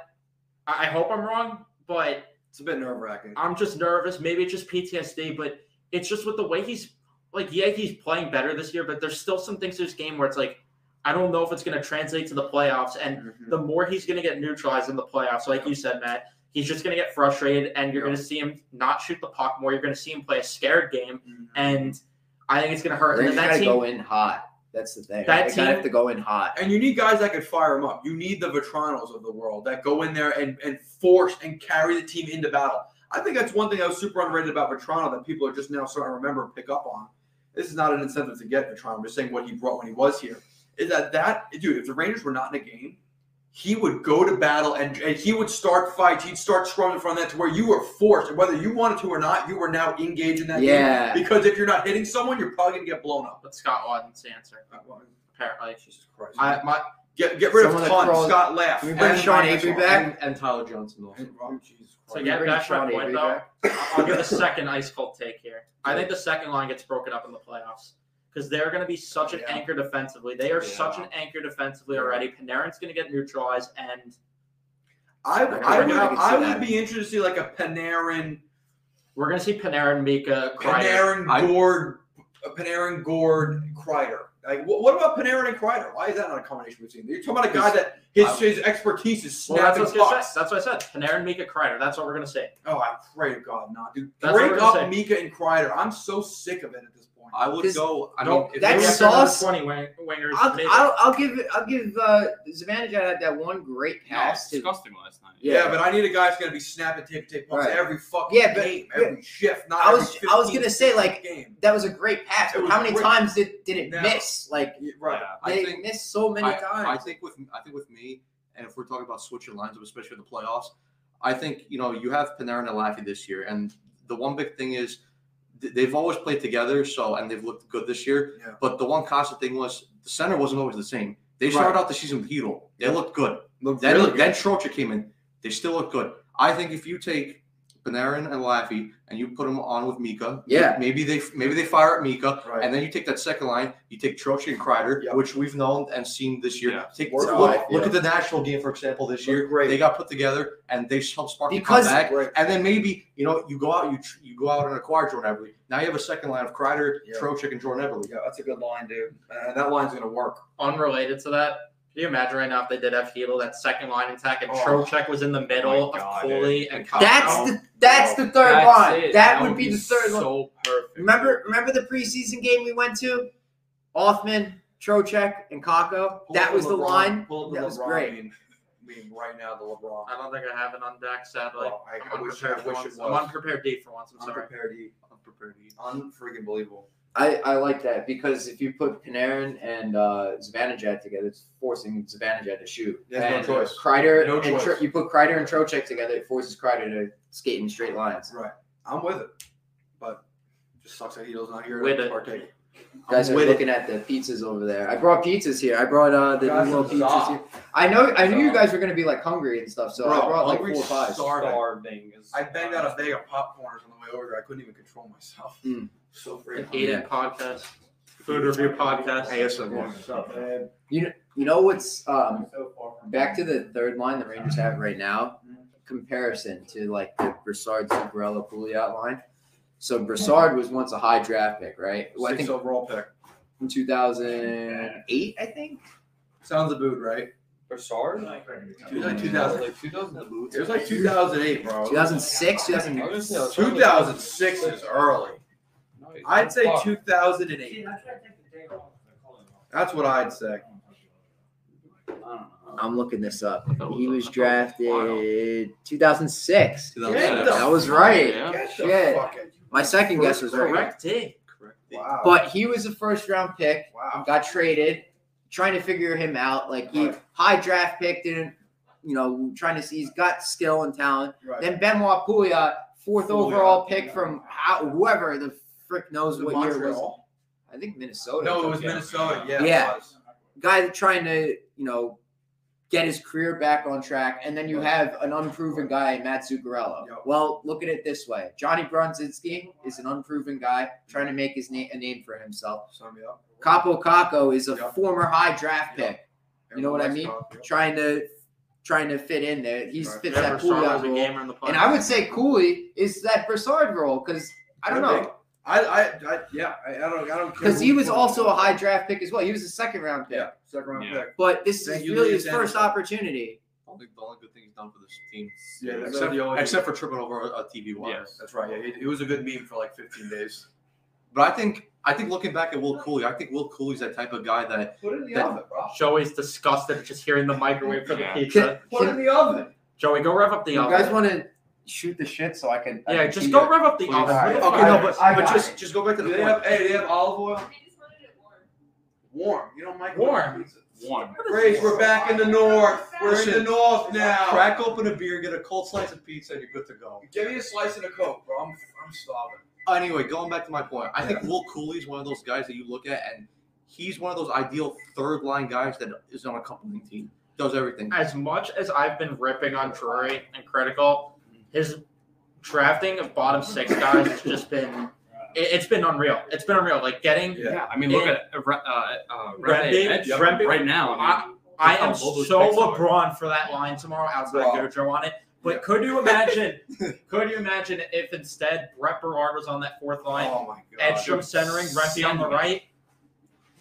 Speaker 4: I I hope I'm wrong, but
Speaker 3: it's a bit nerve wracking.
Speaker 4: I'm just nervous. Maybe it's just PTSD, but it's just with the way he's like. Yeah, he's playing better this year, but there's still some things to his game where it's like I don't know if it's going to translate to the playoffs. And
Speaker 2: Mm-hmm.
Speaker 4: the more he's going to get neutralized in the playoffs, like you said, Matt, he's just going to get frustrated, and you're
Speaker 3: Yeah.
Speaker 4: going to see him not shoot the puck more. You're going to see him play a scared game,
Speaker 2: Mm-hmm.
Speaker 4: and I think it's going to hurt.
Speaker 2: Rangers
Speaker 4: And then
Speaker 2: gotta
Speaker 4: that team,
Speaker 2: go in hot. That's the thing.
Speaker 4: That
Speaker 2: they gotta have
Speaker 4: team-
Speaker 2: to go in hot.
Speaker 3: And you need guys that could fire them up. You need the Vetranos of the world that go in there and, and force and carry the team into battle. I think that's one thing that was super underrated about Vetrano that people are just now starting to remember and pick up on. This is not an incentive to get Vetrano. I'm just saying what he brought when he was here is that that dude. If the Rangers were not in a game, he would go to battle and, and he would start fights. He'd start scrumming from that to where you were forced, and whether you wanted to or not, you were now engaged in that game.
Speaker 2: Yeah.
Speaker 3: Because if you're not hitting someone, you're probably gonna get blown up.
Speaker 4: That's Scott Wadden's answer, apparently.
Speaker 3: Jesus
Speaker 2: Mm-hmm.
Speaker 3: Christ!
Speaker 4: I, my,
Speaker 3: get get rid
Speaker 2: Someone
Speaker 3: of
Speaker 2: that
Speaker 3: Ton,
Speaker 2: crawls-
Speaker 3: Scott Laugh.
Speaker 2: Can we bring Sean Avery back?
Speaker 6: and, and Tyler Johnson also.
Speaker 4: so
Speaker 2: Are
Speaker 4: yeah,
Speaker 2: we bringing
Speaker 4: that's my
Speaker 2: Sean
Speaker 4: point
Speaker 2: Avery
Speaker 4: though.
Speaker 2: back?
Speaker 4: I'll give the second ice cold take here. I think the second line gets broken up in the playoffs. because they're going to be such an
Speaker 3: Yeah.
Speaker 4: anchor defensively. They are such an anchor defensively already. Panarin's going to get neutralized, and
Speaker 3: I,
Speaker 2: I
Speaker 3: I
Speaker 2: can-
Speaker 3: would,
Speaker 2: I can see
Speaker 3: I
Speaker 2: that.
Speaker 3: would be interested to see like a Panarin,
Speaker 4: we're going to see Panarin, Mika, Kreider.
Speaker 3: Panarin
Speaker 6: I-
Speaker 3: Gord, a Panarin Gord Kreider. Like, what, what about Panarin and Kreider? Why is that not a combination we've seen? You're talking about a guy that his,
Speaker 6: I-
Speaker 3: his expertise is
Speaker 4: Well, that's
Speaker 3: snapping
Speaker 4: what, I was gonna
Speaker 3: pucks.
Speaker 4: say. that's what I said. Panarin, Mika, Kreider. That's what we're going to say.
Speaker 3: Oh, I pray to God not, dude.
Speaker 4: That's what
Speaker 3: Break
Speaker 4: we're
Speaker 3: up
Speaker 4: saying.
Speaker 3: Mika and Kreider. I'm so sick of it at this point.
Speaker 6: I would
Speaker 2: This-
Speaker 6: go. I
Speaker 4: No,
Speaker 6: mean, if
Speaker 4: They
Speaker 2: that's
Speaker 6: they-
Speaker 4: have
Speaker 2: so-
Speaker 4: their number
Speaker 2: sauce.
Speaker 4: Twenty wing, wingers.
Speaker 2: I'll,
Speaker 4: mid-
Speaker 2: I'll, I'll give I'll give uh, Zibanejad had that one great
Speaker 5: Yeah, it's
Speaker 2: pass to
Speaker 5: disgusting last night.
Speaker 3: yeah. but I need a guy that's gonna be snapping tape tape pucks
Speaker 2: Right.
Speaker 3: every fucking
Speaker 2: Yeah, but-
Speaker 3: game, every shift. Not
Speaker 2: I was
Speaker 3: every
Speaker 2: I was
Speaker 3: 15
Speaker 2: gonna say like
Speaker 3: game.
Speaker 2: that was a great pass,
Speaker 3: It
Speaker 2: but
Speaker 3: was
Speaker 2: how many
Speaker 3: great.
Speaker 2: times did, did it
Speaker 3: No.
Speaker 2: miss? Like
Speaker 3: Yeah, right.
Speaker 5: Yeah.
Speaker 6: I
Speaker 2: they
Speaker 6: think-
Speaker 2: missed so many
Speaker 6: I,
Speaker 2: times.
Speaker 6: I think with I think with me, and if we're talking about switching lines up, especially the playoffs, I think you know you have Panarin and Laffy this year, and the one big thing is th- they've always played together, so and they've looked good this year.
Speaker 3: Yeah.
Speaker 6: But the one constant thing was the center wasn't always the same. They
Speaker 3: Right.
Speaker 6: started out the season with Hedl. They looked good.
Speaker 3: Looked
Speaker 6: Then
Speaker 3: really
Speaker 6: then Trocher came in. They still look good. I think if you take Panarin and Laffy and you put them on with Mika,
Speaker 2: Yeah.
Speaker 6: maybe they maybe they fire up Mika,
Speaker 3: Right.
Speaker 6: and then you take that second line, you take Troche and Kreider,
Speaker 3: Yep.
Speaker 6: which we've known and seen this year.
Speaker 5: Yeah.
Speaker 6: Take,
Speaker 3: Worked
Speaker 6: look,
Speaker 3: out,
Speaker 6: look
Speaker 3: yeah.
Speaker 6: at the national game, for example, this year.
Speaker 3: Looked great.
Speaker 6: They got put together and they helped spark
Speaker 2: Because-
Speaker 6: the comeback.
Speaker 3: Right.
Speaker 6: And then maybe you know you go out you tr- you go out and acquire Jordan Everly. Now you have a second line of Kreider,
Speaker 3: Yeah.
Speaker 6: Troche, and Jordan Everly.
Speaker 3: Yeah, that's a good line, dude. And that line's gonna work.
Speaker 4: unrelated to that. Can you imagine right now if they did have Hedel, that second line attack, and
Speaker 3: Oh.
Speaker 4: Trocheck was in the middle
Speaker 5: my
Speaker 4: of
Speaker 5: God,
Speaker 4: Coley
Speaker 5: dude.
Speaker 4: and
Speaker 2: that's
Speaker 4: Kyle?
Speaker 2: the that's the third
Speaker 5: That's
Speaker 2: line.
Speaker 5: it.
Speaker 2: That, would be the third line.
Speaker 5: So perfect.
Speaker 2: Remember remember the preseason game we went to? Othman, Trocheck, and Kako. That was the line. That was great.
Speaker 3: Mean, mean right now the LeBron.
Speaker 4: I don't think I have it on deck, sadly.
Speaker 3: Oh, I-
Speaker 4: I'm
Speaker 3: I wish- I
Speaker 4: unprepared for
Speaker 3: wish
Speaker 4: once.
Speaker 3: it
Speaker 4: I'm
Speaker 3: was.
Speaker 4: unprepared D for once. I'm sorry.
Speaker 3: Unprepared eat. Unfreaking believable.
Speaker 2: I, I like that because if you put Panarin and uh, Zibanejad together, it's forcing Zibanejad to shoot.
Speaker 3: There's no
Speaker 2: and
Speaker 3: choice.
Speaker 2: Kreider
Speaker 3: No
Speaker 2: and Tro-
Speaker 3: choice.
Speaker 2: you put Kreider and Trocheck together, it forces Kreider to skate in straight lines.
Speaker 3: Right. I'm with it. But just sucks that Eagles not here
Speaker 4: With
Speaker 3: to
Speaker 4: it.
Speaker 3: partake.
Speaker 2: You guys
Speaker 3: I'm
Speaker 2: are
Speaker 3: with
Speaker 2: looking at the pizzas over there. I brought pizzas here. I brought uh, the
Speaker 3: Guys,
Speaker 2: new little
Speaker 3: I'm
Speaker 2: pizzas here.
Speaker 3: soft.
Speaker 2: I know I knew you
Speaker 5: Soft.
Speaker 2: guys were gonna be like hungry and stuff, so
Speaker 3: Bro,
Speaker 2: I brought like four
Speaker 3: hungry
Speaker 2: or five.
Speaker 3: starving.
Speaker 5: Starving is.
Speaker 3: I banged out a bag of popcorns on the way over here. I couldn't even control myself.
Speaker 2: Mm.
Speaker 3: So
Speaker 4: An
Speaker 3: freaking
Speaker 4: eight in podcast, food review podcast.
Speaker 6: ASMR.
Speaker 3: hungry.
Speaker 2: You know what's um, back to the third line the Rangers have right now comparison to like the Broussard, Zuccarello, Pouliot line. So Broussard was once a high draft pick, right? Well, I
Speaker 3: Six
Speaker 2: think
Speaker 3: overall pick.
Speaker 5: oh-
Speaker 2: in 2008, I think.
Speaker 3: Sounds a boot, right?
Speaker 5: Broussard?
Speaker 3: It was like 2000.
Speaker 5: Like 2000 the boots.
Speaker 3: It was like 2008, bro.
Speaker 2: 2006,
Speaker 5: Oh, I was gonna
Speaker 2: 2000.
Speaker 5: say-
Speaker 3: 2006 is early. I'd say 2008. That's what I'd say.
Speaker 2: I'm looking this up.
Speaker 5: That was
Speaker 2: He
Speaker 5: a-
Speaker 2: was
Speaker 5: that was a
Speaker 2: drafted 2006.
Speaker 3: Get
Speaker 2: That
Speaker 3: the
Speaker 2: was right.
Speaker 5: Yeah.
Speaker 3: Get the
Speaker 2: Shit.
Speaker 3: fucking-
Speaker 2: My second guess was right.
Speaker 4: Correct D.
Speaker 3: Wow.
Speaker 2: But he was a first round pick.
Speaker 3: wow.
Speaker 2: um, got traded, trying to figure him out. Like he
Speaker 3: Right.
Speaker 2: high draft pick, didn't you know? Trying to see he's got skill and talent.
Speaker 3: Right.
Speaker 2: Then Benoit Pouliot, fourth
Speaker 3: Pouliot,
Speaker 2: overall pick
Speaker 3: yeah.
Speaker 2: from how, whoever the frick knows what year it was.
Speaker 3: Montreal?
Speaker 2: I think Minnesota.
Speaker 3: No, it was
Speaker 5: Yeah.
Speaker 3: Minnesota. Yeah.
Speaker 2: Yeah.
Speaker 3: It was.
Speaker 2: guy trying to you know get his career back on track, and then you have an unproven guy, Matt Zuccarello.
Speaker 3: Yep.
Speaker 2: Well, look at it this way: Johnny Brunzinski is an unproven guy trying to make his name a name for himself.
Speaker 3: Sum me up.
Speaker 2: Capo Caco is a
Speaker 3: Yep.
Speaker 2: former high draft
Speaker 3: Yep.
Speaker 2: pick. You know what I mean? trying to trying to fit in there. He's
Speaker 3: Right.
Speaker 2: fits
Speaker 4: Ever
Speaker 2: that
Speaker 4: saw
Speaker 2: Pouliot
Speaker 4: as a
Speaker 2: role.
Speaker 4: gamer in the podcast.
Speaker 2: And I would say Cooley is that Broussard role because I don't
Speaker 3: Could
Speaker 2: know
Speaker 3: I, I, I, yeah, I, I don't, I don't care.
Speaker 2: because he
Speaker 3: who
Speaker 2: was
Speaker 3: put
Speaker 2: also
Speaker 3: him.
Speaker 2: a high draft pick as well. He was a second round pick,
Speaker 3: yeah, second round
Speaker 5: Yeah.
Speaker 3: pick.
Speaker 2: but this
Speaker 3: Thank
Speaker 2: is
Speaker 3: you,
Speaker 2: really
Speaker 3: Louis
Speaker 2: his first
Speaker 3: Anderson.
Speaker 2: opportunity.
Speaker 6: I don't think the only good thing he's done for this team,
Speaker 3: Yeah, that's
Speaker 6: except,
Speaker 3: the only-
Speaker 6: except for tripping over a, a TV wire.
Speaker 5: Yes.
Speaker 3: That's right. Yeah, it, it was a good meme for like 15 days.
Speaker 6: But I think I think looking back at Will Cooley, I think Will Cooley's that type of guy that
Speaker 3: Put it in the
Speaker 6: That-
Speaker 3: oven, bro.
Speaker 4: Joey's disgusted at just hearing the microwave for the
Speaker 5: Yeah.
Speaker 4: pizza.
Speaker 3: Put it in the oven.
Speaker 4: Joey, go rev up the
Speaker 2: You
Speaker 4: oven.
Speaker 2: guys want to shoot the shit so I can? I
Speaker 4: yeah,
Speaker 2: can
Speaker 4: just
Speaker 2: eat
Speaker 4: go
Speaker 2: it?
Speaker 4: rev up the
Speaker 2: All
Speaker 4: oven.
Speaker 2: right.
Speaker 4: What the
Speaker 2: Okay,
Speaker 4: fuck?
Speaker 2: no, but- I
Speaker 6: but
Speaker 2: got
Speaker 6: just just go back to
Speaker 3: Do
Speaker 6: the
Speaker 3: they
Speaker 6: point.
Speaker 3: have, hey, they have olive oil.
Speaker 8: I just wanted it warm.
Speaker 3: Warm. You don't like
Speaker 4: Warm.
Speaker 5: One.
Speaker 3: Grace, we're back in the north. We're in the
Speaker 6: Listen.
Speaker 3: north now.
Speaker 6: Crack open a beer, get a cold slice of pizza, and you're good to go.
Speaker 3: Give me a slice and a coke, bro. I'm, I'm starving.
Speaker 6: Anyway, going back to my point, I think Will Cooley's one of those guys that you look at, and he's one of those ideal third line guys that is on a coupling team, does everything.
Speaker 4: as much as I've been ripping on Drury and critical, his drafting of bottom six guys has just been It, has been unreal. It's been unreal. Like getting,
Speaker 3: Yeah.
Speaker 5: I mean, look
Speaker 4: And-
Speaker 5: at uh, Re- uh, uh,
Speaker 4: Rempe-
Speaker 5: Rempe, Edge
Speaker 4: Rempe-
Speaker 5: right now. I, mean,
Speaker 4: I
Speaker 5: how
Speaker 4: am
Speaker 5: bold those
Speaker 4: so
Speaker 5: picks are.
Speaker 4: LeBron for that line tomorrow outside
Speaker 6: Oh.
Speaker 3: Wow.
Speaker 4: Gojo on it. But
Speaker 3: Yeah.
Speaker 4: could you imagine? could you imagine if instead Brett Berard was on that fourth line,
Speaker 3: Oh my god.
Speaker 4: Edge from centering, Rempe on the
Speaker 5: Sending it.
Speaker 4: right?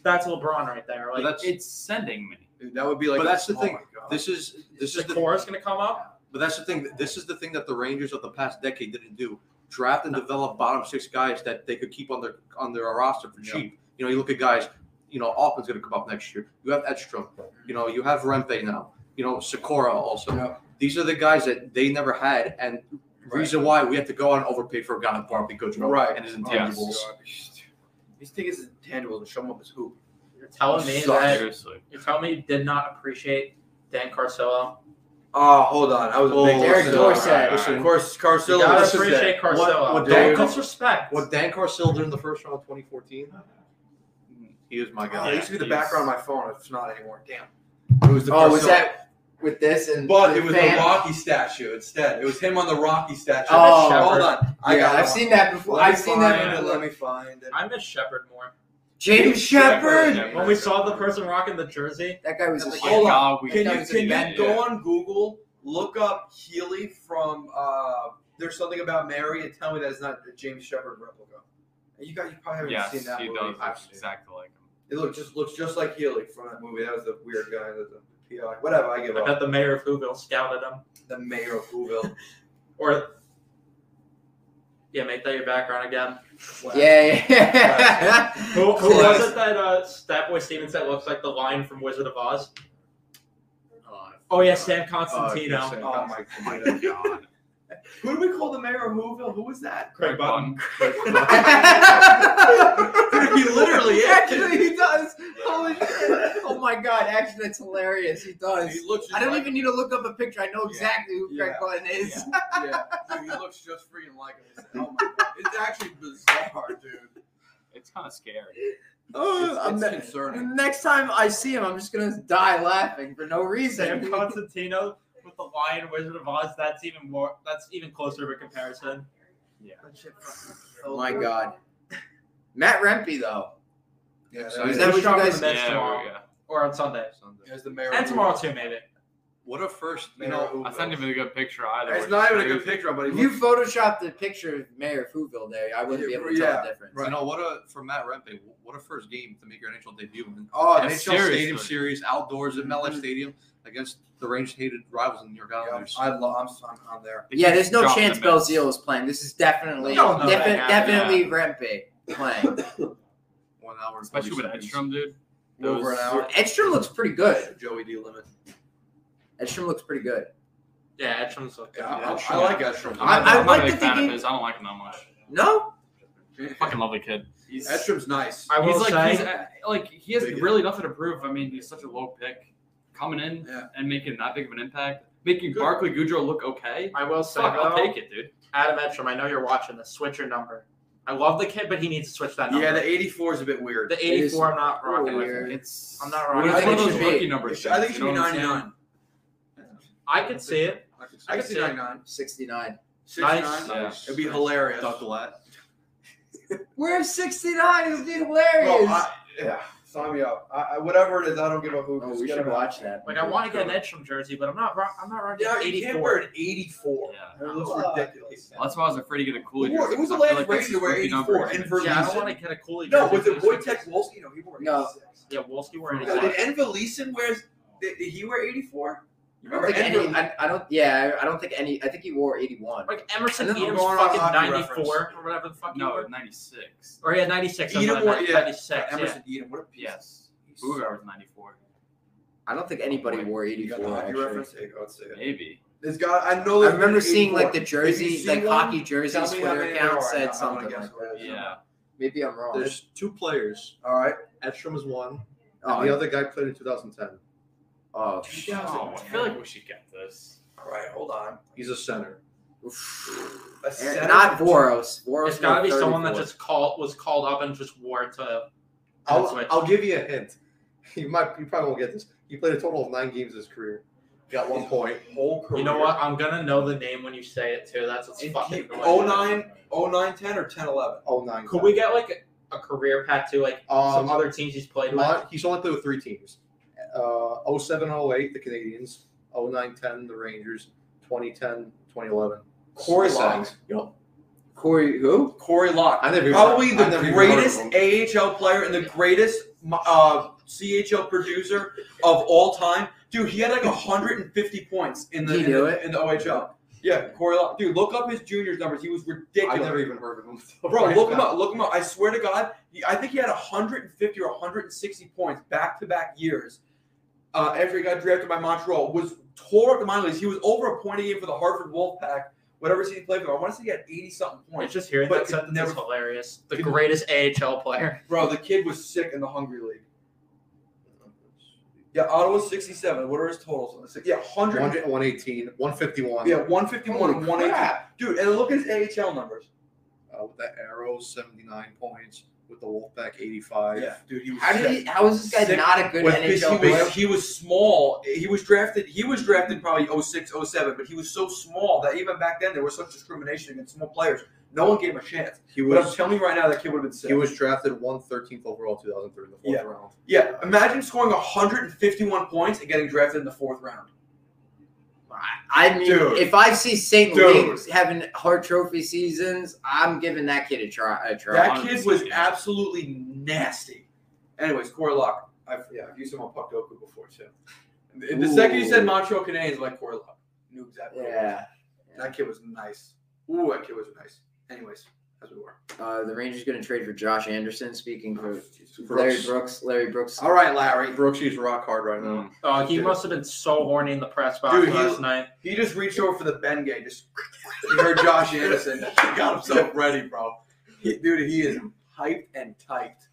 Speaker 4: That's LeBron right there.
Speaker 6: But
Speaker 4: Like
Speaker 6: that's
Speaker 5: It's sending me.
Speaker 6: that would be like.
Speaker 3: But that's the
Speaker 6: oh
Speaker 3: thing.
Speaker 6: my God. This is this
Speaker 4: the
Speaker 6: is the
Speaker 4: chorus going to come up.
Speaker 6: But that's the thing. This is the thing that the Rangers of the past decade didn't do: draft and develop bottom six guys that they could keep on their on their roster for
Speaker 5: Yeah.
Speaker 6: cheap. You know, you look at guys. You know, Alpin's going to come up next year. You have Edstrom. You know, you have Rempe now. You know, Sakura also.
Speaker 3: Yeah.
Speaker 6: These are the guys that they never had, and reason why we have to go out and overpay for a guy like Barkley Goodrow
Speaker 3: Right.
Speaker 6: and his
Speaker 3: Oh,
Speaker 5: yeah.
Speaker 6: intangibles.
Speaker 3: These things is intangible to show him up his hoop.
Speaker 4: You're telling me
Speaker 3: Sucks.
Speaker 4: that
Speaker 5: Seriously.
Speaker 4: you're telling me you did not appreciate Dan Carcillo.
Speaker 3: Oh, hold on. I was a
Speaker 6: Oh,
Speaker 3: big Oh
Speaker 2: Derek
Speaker 3: Carcillo.
Speaker 2: Dorsett.
Speaker 3: Listen, Of course,
Speaker 4: You
Speaker 3: Carcillo.
Speaker 4: gotta
Speaker 3: This is
Speaker 4: appreciate
Speaker 3: it.
Speaker 4: Carcillo.
Speaker 6: What- what
Speaker 4: Don't
Speaker 6: Dan-
Speaker 4: disrespect.
Speaker 6: What Dan Carcillo did in the first round of Oh, 2014, he was my
Speaker 3: Yeah,
Speaker 6: guy.
Speaker 3: it used to be the
Speaker 5: Jeez.
Speaker 3: background of my phone. It's not anymore. Damn. It was the
Speaker 2: Oh, was
Speaker 3: Carcillo.
Speaker 2: that with this and
Speaker 3: But
Speaker 2: the
Speaker 3: it was
Speaker 2: fan?
Speaker 3: the Rocky statue instead. It was him on the Rocky statue.
Speaker 2: Oh.
Speaker 3: hold on. I
Speaker 2: yeah,
Speaker 3: got
Speaker 2: I've
Speaker 3: it.
Speaker 2: seen that before.
Speaker 3: Let me
Speaker 2: I've seen that.
Speaker 3: find it.
Speaker 2: before.
Speaker 3: Let me find it.
Speaker 4: I miss Shepard more.
Speaker 2: James Shepard.
Speaker 4: When we saw the person rocking the jersey,
Speaker 2: That guy was a
Speaker 3: Hold on.
Speaker 2: shit.
Speaker 5: we
Speaker 3: Can
Speaker 2: That
Speaker 3: you
Speaker 2: was
Speaker 3: can
Speaker 2: bad,
Speaker 3: you go on Google, look up Healy from uh, There's Something About Mary, and tell me that's not a James Shepard replica? You guys you probably haven't
Speaker 5: Yes,
Speaker 3: seen that
Speaker 5: he
Speaker 3: movie.
Speaker 5: does.
Speaker 3: I've
Speaker 5: Looks
Speaker 3: seen it.
Speaker 5: exactly like him.
Speaker 3: It looks just looks just like Healy from that movie. That was the weird guy. That the PI. Whatever. I give
Speaker 4: I
Speaker 3: up.
Speaker 4: bet the mayor of Whoville scouted him.
Speaker 3: The mayor of Whoville.
Speaker 4: Or yeah, make that your background again.
Speaker 3: Wow.
Speaker 2: Yeah, yeah.
Speaker 4: Who, who
Speaker 2: Close.
Speaker 4: was it that uh, that boy Stevens that looks like the line from Wizard of Oz? Oh yeah, Sam Constantino.
Speaker 6: Uh,
Speaker 3: Oh my
Speaker 5: my
Speaker 3: god.
Speaker 5: God.
Speaker 3: Who do we call the mayor of Whoville? Who was that?
Speaker 4: Craig Button.
Speaker 3: he literally is.
Speaker 2: Actually, he does. Holy shit. Oh my god, actually, that's hilarious. He does.
Speaker 3: He looks. Just
Speaker 2: I don't
Speaker 3: like,
Speaker 2: even need to look up a picture. I know
Speaker 3: Yeah.
Speaker 2: exactly who Greg
Speaker 3: Yeah.
Speaker 2: Button is.
Speaker 3: Yeah, dude, he looks just freaking like him. Oh my god, it's actually bizarre, dude.
Speaker 5: It's kind of scary.
Speaker 2: Oh, I'm
Speaker 3: It's,
Speaker 2: ne-
Speaker 3: it's concerning.
Speaker 2: Next time I see him, I'm just gonna die laughing for no reason.
Speaker 4: Sam Constantino with the lion Wizard of Oz. That's even more. That's even closer of a comparison.
Speaker 2: oh my god, Matt Rempe though.
Speaker 3: Yeah,
Speaker 6: So
Speaker 2: Is
Speaker 6: he's
Speaker 2: that
Speaker 4: Who's
Speaker 2: what you
Speaker 4: dropping
Speaker 2: guys-
Speaker 4: the Mets
Speaker 5: yeah,
Speaker 4: tomorrow
Speaker 5: yeah.
Speaker 4: or on Sunday
Speaker 6: Sunday.
Speaker 3: There's the mayor.
Speaker 4: and tomorrow too, maybe.
Speaker 6: What a first, you
Speaker 3: Mayor
Speaker 6: know,
Speaker 3: of Whoville.
Speaker 5: That's not even a good picture either.
Speaker 3: It's
Speaker 5: which
Speaker 3: not
Speaker 5: is
Speaker 3: even a good
Speaker 5: crazy.
Speaker 3: picture, but he
Speaker 2: If you
Speaker 3: looks-
Speaker 2: photoshopped the picture of Mayor Whoville there, I wouldn't be able to tell
Speaker 3: Yeah,
Speaker 2: the difference.
Speaker 6: You know what a for Matt Rempe, what a first game to make your NHL debut. in.
Speaker 3: Oh,
Speaker 6: NHL
Speaker 3: it's-
Speaker 5: seriously.
Speaker 6: Stadium Series outdoors at MetLife
Speaker 3: Mhm.
Speaker 6: Stadium against the Rangers' hated rivals in the New York
Speaker 3: yeah,
Speaker 6: Islanders.
Speaker 3: I love. I'm, I'm, I'm there.
Speaker 5: They
Speaker 2: Yeah,
Speaker 5: keep
Speaker 2: there's no
Speaker 5: dropping
Speaker 2: chance
Speaker 5: the Mets.
Speaker 2: Belzile is playing. This is definitely
Speaker 4: No, no,
Speaker 2: defi-
Speaker 4: yeah,
Speaker 2: definitely Rempe playing.
Speaker 6: One hour, and
Speaker 5: Especially
Speaker 6: 40
Speaker 5: with
Speaker 6: seconds.
Speaker 5: Edstrom, dude.
Speaker 3: Over an hour.
Speaker 2: Edstrom looks pretty good.
Speaker 3: Joey D. Limit.
Speaker 2: Edstrom looks pretty good.
Speaker 4: Yeah, Edstrom's looking.
Speaker 3: Yeah, I,
Speaker 6: Yeah,
Speaker 3: I, I
Speaker 6: sure.
Speaker 3: like Edstrom.
Speaker 2: I-
Speaker 5: I'm not-
Speaker 2: I
Speaker 5: I'm
Speaker 2: like
Speaker 5: not a
Speaker 2: that
Speaker 5: big
Speaker 2: they
Speaker 5: fan
Speaker 2: gave-
Speaker 5: of his. I don't like him that much.
Speaker 2: No,
Speaker 5: Fucking lovely kid.
Speaker 3: Edstrom's nice.
Speaker 4: I will
Speaker 5: he's like,
Speaker 4: say,
Speaker 5: he's, uh, like he has
Speaker 3: Big hit.
Speaker 5: really nothing to prove. I mean, he's such a low pick coming in
Speaker 3: Yeah.
Speaker 5: and making that big of an impact, making
Speaker 3: Good.
Speaker 5: Barkley Goudreau look okay.
Speaker 4: I will say,
Speaker 5: Fuck, I'll
Speaker 4: though,
Speaker 5: take it, dude.
Speaker 4: Adam Edstrom, I know you're watching this. Switch your number. I love the kid, but he needs to switch that number.
Speaker 3: Yeah, the 84 is a bit weird.
Speaker 4: the 84, I'm not
Speaker 2: really
Speaker 4: rocking with.
Speaker 2: weird.
Speaker 5: It's
Speaker 4: I'm not
Speaker 5: What
Speaker 4: wrong.
Speaker 5: is
Speaker 2: I think
Speaker 5: one of
Speaker 2: it
Speaker 5: those
Speaker 2: should be-
Speaker 5: rookie number
Speaker 3: I think it
Speaker 5: things,
Speaker 3: should
Speaker 5: you
Speaker 3: be
Speaker 5: know what I'm saying?
Speaker 3: 99.
Speaker 4: I could see it.
Speaker 3: I can see 99.
Speaker 2: 69.
Speaker 3: 69.
Speaker 5: Nice.
Speaker 3: It'd be hilarious.
Speaker 6: Doug Gillette.
Speaker 2: We're 69. It would be hilarious.
Speaker 3: Bro, I, yeah, sign me up. I, I, whatever it is, I don't give a hoot.
Speaker 2: oh,
Speaker 3: Just
Speaker 2: we
Speaker 3: get
Speaker 2: should
Speaker 3: him out.
Speaker 2: watch that.
Speaker 4: Like I want to get an Edstrom jersey, but I'm not. Rock, I'm not rocking
Speaker 3: Yeah, you can't wear an
Speaker 4: 84.
Speaker 3: 84.
Speaker 5: Yeah.
Speaker 3: It looks
Speaker 2: Oh,
Speaker 3: ridiculous.
Speaker 5: Well, that's why I was afraid to get a cool.
Speaker 3: Who- who's the last Ranger to wear 84? And for
Speaker 4: Yeah, I don't
Speaker 3: Verleesen?
Speaker 4: want to get a Cooley
Speaker 3: No,
Speaker 4: jersey.
Speaker 3: was it Wojtek Wolski? No, he wore 86.
Speaker 2: No.
Speaker 4: Yeah, Wolski wearing
Speaker 3: No, did
Speaker 4: 84.
Speaker 3: Enver Leeson wear? Did, did he wear 84? You
Speaker 2: I don't think
Speaker 3: Enver
Speaker 2: any. I, I don't. Yeah, I don't think any. I think he wore 81.
Speaker 4: Like Emerson
Speaker 3: And then
Speaker 4: Edom's
Speaker 3: I'm going on
Speaker 4: fucking
Speaker 3: hockey
Speaker 4: 94
Speaker 3: reference.
Speaker 4: or whatever the fuck. he
Speaker 5: No,
Speaker 4: wore.
Speaker 5: 96.
Speaker 4: Or yeah, 96. I'm
Speaker 3: Edom
Speaker 4: sorry,
Speaker 3: wore-
Speaker 4: 90-
Speaker 3: yeah.
Speaker 4: 96. Yeah.
Speaker 3: Emerson Eden, what a piece.
Speaker 5: Yes. Bugard was 94.
Speaker 2: I don't think anybody wore
Speaker 3: You got the
Speaker 2: 84.
Speaker 3: hockey
Speaker 2: Actually.
Speaker 3: reference? There you go, let's see it.
Speaker 5: Maybe.
Speaker 3: It's got. I know.
Speaker 2: I
Speaker 3: there's
Speaker 2: remember
Speaker 3: been
Speaker 2: seeing like the
Speaker 3: 84. If you
Speaker 2: jersey,
Speaker 3: see
Speaker 2: like
Speaker 3: one,
Speaker 2: hockey jersey
Speaker 3: tell me how
Speaker 2: Twitter
Speaker 3: many there
Speaker 2: account
Speaker 3: are. I- I
Speaker 2: said
Speaker 3: wanna
Speaker 2: something
Speaker 3: guess
Speaker 2: like
Speaker 3: what
Speaker 2: that.
Speaker 3: it is.
Speaker 5: Yeah.
Speaker 2: Maybe I'm wrong.
Speaker 6: There's two players.
Speaker 3: All right.
Speaker 6: Edstrom is one, and
Speaker 2: Oh,
Speaker 6: the other guy played in 2010.
Speaker 2: oh,
Speaker 5: Oh, I feel like we should get this.
Speaker 3: All right. Hold on.
Speaker 6: He's a center.
Speaker 2: oof.
Speaker 3: A
Speaker 2: And
Speaker 3: center-
Speaker 2: Eh, not Voros. Voros.
Speaker 4: It's gotta
Speaker 2: wore
Speaker 4: be someone that
Speaker 2: 34.
Speaker 4: just called was called up and just wore it to.
Speaker 6: I'll,
Speaker 4: That's right.
Speaker 6: I'll give you a hint. You might you probably won't get this. He played a total of nine games his career. Got one point.
Speaker 3: Whole career.
Speaker 4: You know what? I'm gonna know the name when you say it too. That's what's
Speaker 3: And
Speaker 4: fucking.
Speaker 3: keep-
Speaker 4: annoying.
Speaker 3: oh, nine. 09 10 or 10 11?
Speaker 6: Oh nine.
Speaker 4: Could we get like a career pack too, like some
Speaker 6: Um,
Speaker 4: other teams he's played with?
Speaker 6: My, he's only played with three teams. Uh, 07, 08, the Canadians. 09, 10, the Rangers. 2010, 2011.
Speaker 3: Corey
Speaker 6: Sonics.
Speaker 3: Locke.
Speaker 6: Yup.
Speaker 2: Corey, who?
Speaker 3: Corey Locke.
Speaker 6: I never even-
Speaker 3: Probably
Speaker 6: I
Speaker 3: the
Speaker 6: never even heard of
Speaker 3: greatest
Speaker 6: him.
Speaker 3: AHL player and the greatest uh, CHL producer of all time. Dude, he had like 150 points in the,
Speaker 2: He
Speaker 3: in
Speaker 2: do
Speaker 3: the,
Speaker 2: it?
Speaker 3: in the OHL. Yeah, Corey Locke. Dude, look up his juniors numbers. He was
Speaker 6: I
Speaker 3: ridiculous.
Speaker 6: never even heard of him.
Speaker 3: Bro, look him up. Look him up. I swear to God, he- I think he had 150 or 160 points back to back years. Uh, after he got drafted by Montreal, was tore up the minor leagues. He was over a point a game for the Hartford Wolfpack, whatever team he played for. I want to say he had 80 something
Speaker 4: It's
Speaker 3: points.
Speaker 4: just hearing
Speaker 3: But
Speaker 4: that
Speaker 3: it
Speaker 4: sentence is
Speaker 3: never-
Speaker 4: hilarious. The
Speaker 3: Could-
Speaker 4: greatest AHL player.
Speaker 3: Bro, the kid was sick in the Hungry League. Yeah, Ottawa's 67. What are his totals? on the six- Yeah, 100.
Speaker 6: 118, 151.
Speaker 3: Yeah, 151 and 118. Dude, and look at his AHL numbers.
Speaker 6: Uh, with that arrow, 79 points. With the Wolfpack, 85.
Speaker 3: Yeah, dude, he was
Speaker 2: How
Speaker 3: sick.
Speaker 2: did he? How is this guy
Speaker 3: Sick.
Speaker 2: not a good
Speaker 3: Well, 'cause
Speaker 2: NHL
Speaker 3: he
Speaker 2: player?
Speaker 3: was, he was small. He was drafted. He was drafted probably 06, 07, but he was so small that even back then there was such discrimination against small players. No one gave him a chance.
Speaker 6: He
Speaker 3: But I'm
Speaker 6: was
Speaker 3: telling you right now, that kid would have been sick.
Speaker 6: he was drafted 113th overall, 2003 in the fourth
Speaker 3: Yeah.
Speaker 6: round.
Speaker 3: yeah, imagine scoring 151 points and getting drafted in the fourth round.
Speaker 2: I mean,
Speaker 3: Dude.
Speaker 2: if I see St.
Speaker 3: Dude.
Speaker 2: Louis having hard trophy seasons, I'm giving that kid a try. A try.
Speaker 3: That
Speaker 5: honestly,
Speaker 3: kid was
Speaker 5: yeah.
Speaker 3: absolutely nasty. Anyways, Corey Locke. I've, yeah, I've used him on Puck Doku before, too. The second you said
Speaker 2: Ooh.
Speaker 3: Montreal Canadiens, I'm like Corey Locke. Knew exactly. what it was.
Speaker 2: yeah.
Speaker 3: That kid was nice. Ooh, that kid was nice. Anyways, as we were.
Speaker 2: Uh, the Rangers going to trade for Josh Anderson. Speaking for Larry
Speaker 6: Brooks.
Speaker 2: Brooks. Larry Brooks.
Speaker 3: All right, Larry.
Speaker 6: Brooks, he's rock hard right now.
Speaker 3: Mm.
Speaker 4: Oh, he
Speaker 6: Dude.
Speaker 4: must have been so horny in the press box
Speaker 3: Dude, he-
Speaker 4: last night.
Speaker 3: He just reached over for the Bengay. Just he heard Josh Anderson. He got himself ready, bro. He- dude, he is hyped and typed.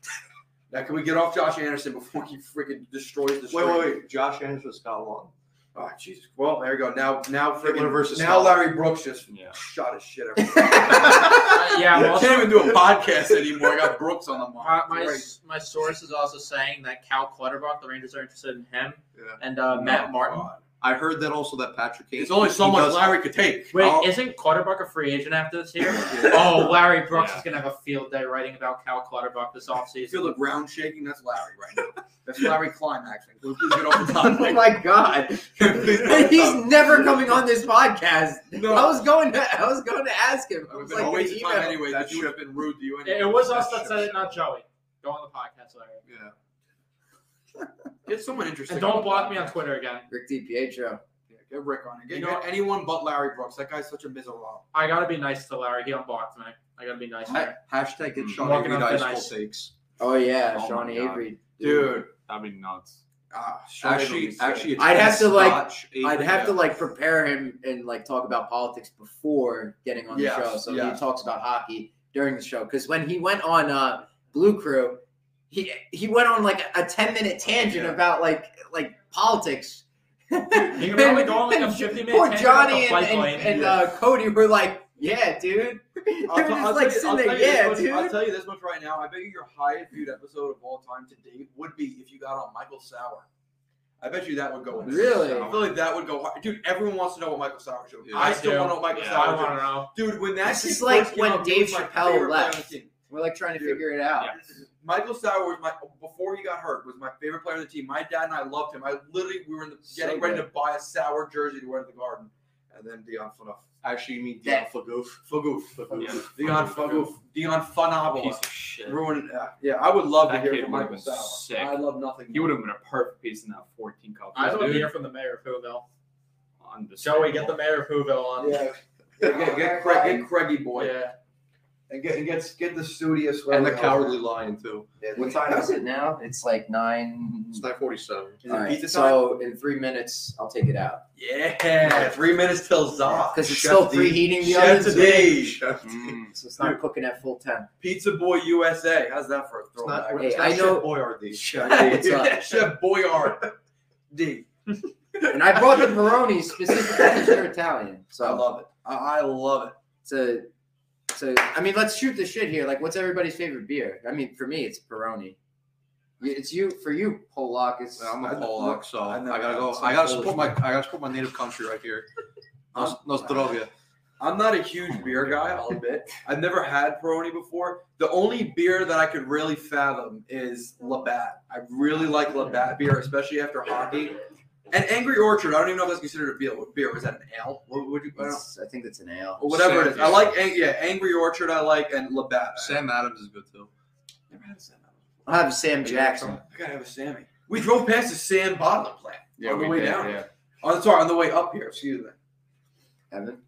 Speaker 3: Now, can we get off Josh Anderson before he freaking destroys the
Speaker 6: Wait,
Speaker 3: street?
Speaker 6: wait, wait. Josh Anderson, Scott Long.
Speaker 3: Oh, Jesus. Well, there you go. Now, now
Speaker 6: Hitler
Speaker 3: freaking
Speaker 6: versus
Speaker 3: Now,
Speaker 6: Stalin.
Speaker 3: Larry Brooks just
Speaker 5: Yeah.
Speaker 3: shot his shit. Everywhere.
Speaker 4: Uh, yeah, I'm
Speaker 3: I
Speaker 4: also- uh,
Speaker 3: can't even do a podcast anymore. I got Brooks on the mic.
Speaker 4: My, my,
Speaker 3: Great.
Speaker 4: s- my source is also saying that Cal Clutterbuck, the Rangers are interested in him,
Speaker 6: Yeah.
Speaker 4: and uh, Matt Martin.
Speaker 6: I heard that also that Patrick Kane.
Speaker 3: There's only so
Speaker 6: he
Speaker 3: much
Speaker 6: does-
Speaker 3: Larry could take.
Speaker 4: Wait,
Speaker 6: I'll-
Speaker 4: isn't Clutterbuck a free agent after this year?
Speaker 6: Yeah.
Speaker 4: oh, Larry Brooks
Speaker 5: Yeah.
Speaker 4: is going to have a field day writing about Cal Clutterbuck this
Speaker 3: You feel
Speaker 4: offseason.
Speaker 3: the ground shaking? That's Larry right now. That's Larry climax. Please get off the topic.
Speaker 2: oh my God!
Speaker 3: Please get off the
Speaker 2: He's never coming on this podcast.
Speaker 3: No.
Speaker 2: I was going to. I was going to ask him. I was like,
Speaker 3: a waste
Speaker 2: "Wait,
Speaker 3: of time
Speaker 2: email."
Speaker 3: anyway.
Speaker 6: That
Speaker 3: That you would have been rude to you.
Speaker 4: It,
Speaker 3: Anyway.
Speaker 4: it was us
Speaker 3: That's
Speaker 4: that said
Speaker 3: true.
Speaker 4: it, not Joey. Go on the podcast, Larry.
Speaker 6: Yeah.
Speaker 3: Get someone interesting.
Speaker 4: And don't
Speaker 3: the
Speaker 4: block me on
Speaker 3: podcast.
Speaker 4: Twitter again.
Speaker 2: Rick DiPietro.
Speaker 3: Yeah, get Rick on it. Get,
Speaker 4: You know
Speaker 3: get
Speaker 4: what?
Speaker 3: anyone but Larry Brooks. That guy's such a miserable.
Speaker 4: I got to be nice to Larry. He unblocked me. I got to be nice to him.
Speaker 6: Ha- hashtag get
Speaker 5: Mm.
Speaker 6: Sean
Speaker 4: Walking
Speaker 6: Avery
Speaker 4: on thin
Speaker 6: dice
Speaker 4: ice.
Speaker 6: full takes.
Speaker 2: Oh yeah,
Speaker 5: Oh my
Speaker 2: Shawnee
Speaker 5: God.
Speaker 2: Avery.
Speaker 3: Dude.
Speaker 5: That'd be nuts.
Speaker 3: Ah, Sean
Speaker 6: Actually,
Speaker 3: Avery's
Speaker 6: actually, it's
Speaker 2: I'd have to, like-
Speaker 6: Scotch Avery.
Speaker 2: I'd have to like prepare him and like talk about politics before getting on
Speaker 3: Yes,
Speaker 2: the show. So
Speaker 3: yes.
Speaker 2: he talks about hockey during the show. Because when he went on uh, Blue Crew, he he went on like a ten minute tangent about like like politics.
Speaker 4: You
Speaker 2: He
Speaker 4: can probably go on like a 50 minute
Speaker 2: Poor
Speaker 4: tangent
Speaker 2: Johnny
Speaker 4: about
Speaker 2: and,
Speaker 4: the
Speaker 2: and,
Speaker 4: bike lane.
Speaker 2: and uh, Cody were like, "Yeah, dude." They were
Speaker 3: I'll t-
Speaker 2: just
Speaker 3: I'll
Speaker 2: like
Speaker 3: tell you-
Speaker 2: sitting there,
Speaker 3: I'll tell you this
Speaker 2: "Yeah,
Speaker 3: much- I'll
Speaker 2: dude."
Speaker 3: tell you this much right now. I bet you your highest viewed episode of all time to date would be if you got on Michael Sauer. I bet you that would go. in.
Speaker 2: Really?
Speaker 3: I feel like that would go. hard. Dude, everyone wants to know what Michael Sauer showed.
Speaker 6: Yeah.
Speaker 3: I
Speaker 4: I
Speaker 3: still
Speaker 4: do.
Speaker 3: want to know what Michael
Speaker 5: Yeah,
Speaker 4: I
Speaker 3: Sauer
Speaker 4: want to
Speaker 3: showed.
Speaker 4: know.
Speaker 3: Dude, when that
Speaker 2: This
Speaker 3: kid
Speaker 2: is like
Speaker 3: first came
Speaker 2: when
Speaker 3: out, he
Speaker 2: Dave
Speaker 3: was my
Speaker 2: Chappelle
Speaker 3: favorite player on the
Speaker 2: left.
Speaker 3: team.
Speaker 2: We're like trying to
Speaker 3: Dude.
Speaker 2: figure it out.
Speaker 5: Yeah.
Speaker 3: Michael Sauer was my before he got hurt was my favorite player on the team. My dad and I loved him. I literally we were in the,
Speaker 2: So
Speaker 3: getting ready
Speaker 2: good.
Speaker 3: to buy a Sauer jersey to wear to the Garden, and then Dion Phaneuf.
Speaker 6: Actually, you mean Dion
Speaker 2: That-
Speaker 6: Fagoof.
Speaker 3: Fagoof,
Speaker 5: Yeah.
Speaker 3: Dion Fagoof, Dion Fanabola.
Speaker 5: Piece of shit.
Speaker 3: Ruined. Uh, yeah, I would love
Speaker 5: That
Speaker 3: to hear
Speaker 5: kid
Speaker 3: from
Speaker 5: would've
Speaker 3: Michael
Speaker 5: been
Speaker 3: Sauer.
Speaker 5: sick.
Speaker 3: I love nothing.
Speaker 5: He would have been a perfect piece in that 14 cup.
Speaker 4: I don't hear from the mayor of Whoville. Joey,
Speaker 5: Joey,
Speaker 4: get the mayor of Whoville on.
Speaker 3: Yeah. Yeah, get, get, Craig, get Craigie boy
Speaker 4: Yeah.
Speaker 3: and get and get get the studious
Speaker 6: And the Cowardly Lion, too.
Speaker 3: Yeah,
Speaker 2: What time is it now? It's like nine.
Speaker 6: It's 947.
Speaker 3: Is it
Speaker 2: All right,
Speaker 3: pizza
Speaker 2: so in three minutes, I'll take it out
Speaker 3: Yeah, three minutes till Zah.
Speaker 2: because it's
Speaker 6: Chef
Speaker 2: still
Speaker 6: D.
Speaker 2: preheating the
Speaker 3: Chef
Speaker 2: ovens,
Speaker 3: D.
Speaker 2: so
Speaker 3: Hey.
Speaker 6: Chef D.
Speaker 2: it's not cooking at full temp.
Speaker 3: Pizza Boy USA. How's that for a
Speaker 6: It's
Speaker 3: throwback?
Speaker 6: not,
Speaker 2: Hey,
Speaker 6: it's not
Speaker 2: I know-
Speaker 6: Chef Boyardee.
Speaker 2: It's uh,
Speaker 3: Dude,
Speaker 2: up.
Speaker 3: that Chef Boyard. D.
Speaker 2: And I brought the pepperoni specifically because they're Italian,
Speaker 3: I
Speaker 2: so
Speaker 3: love it. I, I love it.
Speaker 2: it's a. So I mean, let's shoot the shit here. Like, what's everybody's favorite beer? I mean, for me, it's Peroni. It's you for you, Polak. It's
Speaker 6: I'm a
Speaker 3: I know-
Speaker 6: Polak, so
Speaker 3: I
Speaker 6: I,
Speaker 3: know-
Speaker 6: gotta go.
Speaker 3: it's
Speaker 6: I gotta
Speaker 3: Polish
Speaker 6: support my. I gotta support my native country right here. Nos- Nostrovia.
Speaker 3: I'm not a huge beer guy, I'll admit. I've never had Peroni before. The only beer that I could really fathom is Labatt. I really like Labatt beer, especially after hockey. And Angry Orchard, I don't even know if that's considered a beer. beer. Was that an ale? What would you? I don't know.
Speaker 2: It's- I think it's an ale.
Speaker 3: Or whatever it
Speaker 6: Sam-
Speaker 3: is. I like, Ang- yeah, Angry Orchard. I like and Labatt.
Speaker 6: Sam Adams is good too.
Speaker 3: Never had a Sam. Adams.
Speaker 2: I'll have Sam Jackson.
Speaker 3: I gotta have a Sammy. We drove past the Sam bottling plant.
Speaker 5: Yeah,
Speaker 3: on the
Speaker 5: we
Speaker 3: way
Speaker 5: did,
Speaker 3: down.
Speaker 5: yeah.
Speaker 3: Oh, sorry, on the way up here. Excuse me.
Speaker 2: Evan,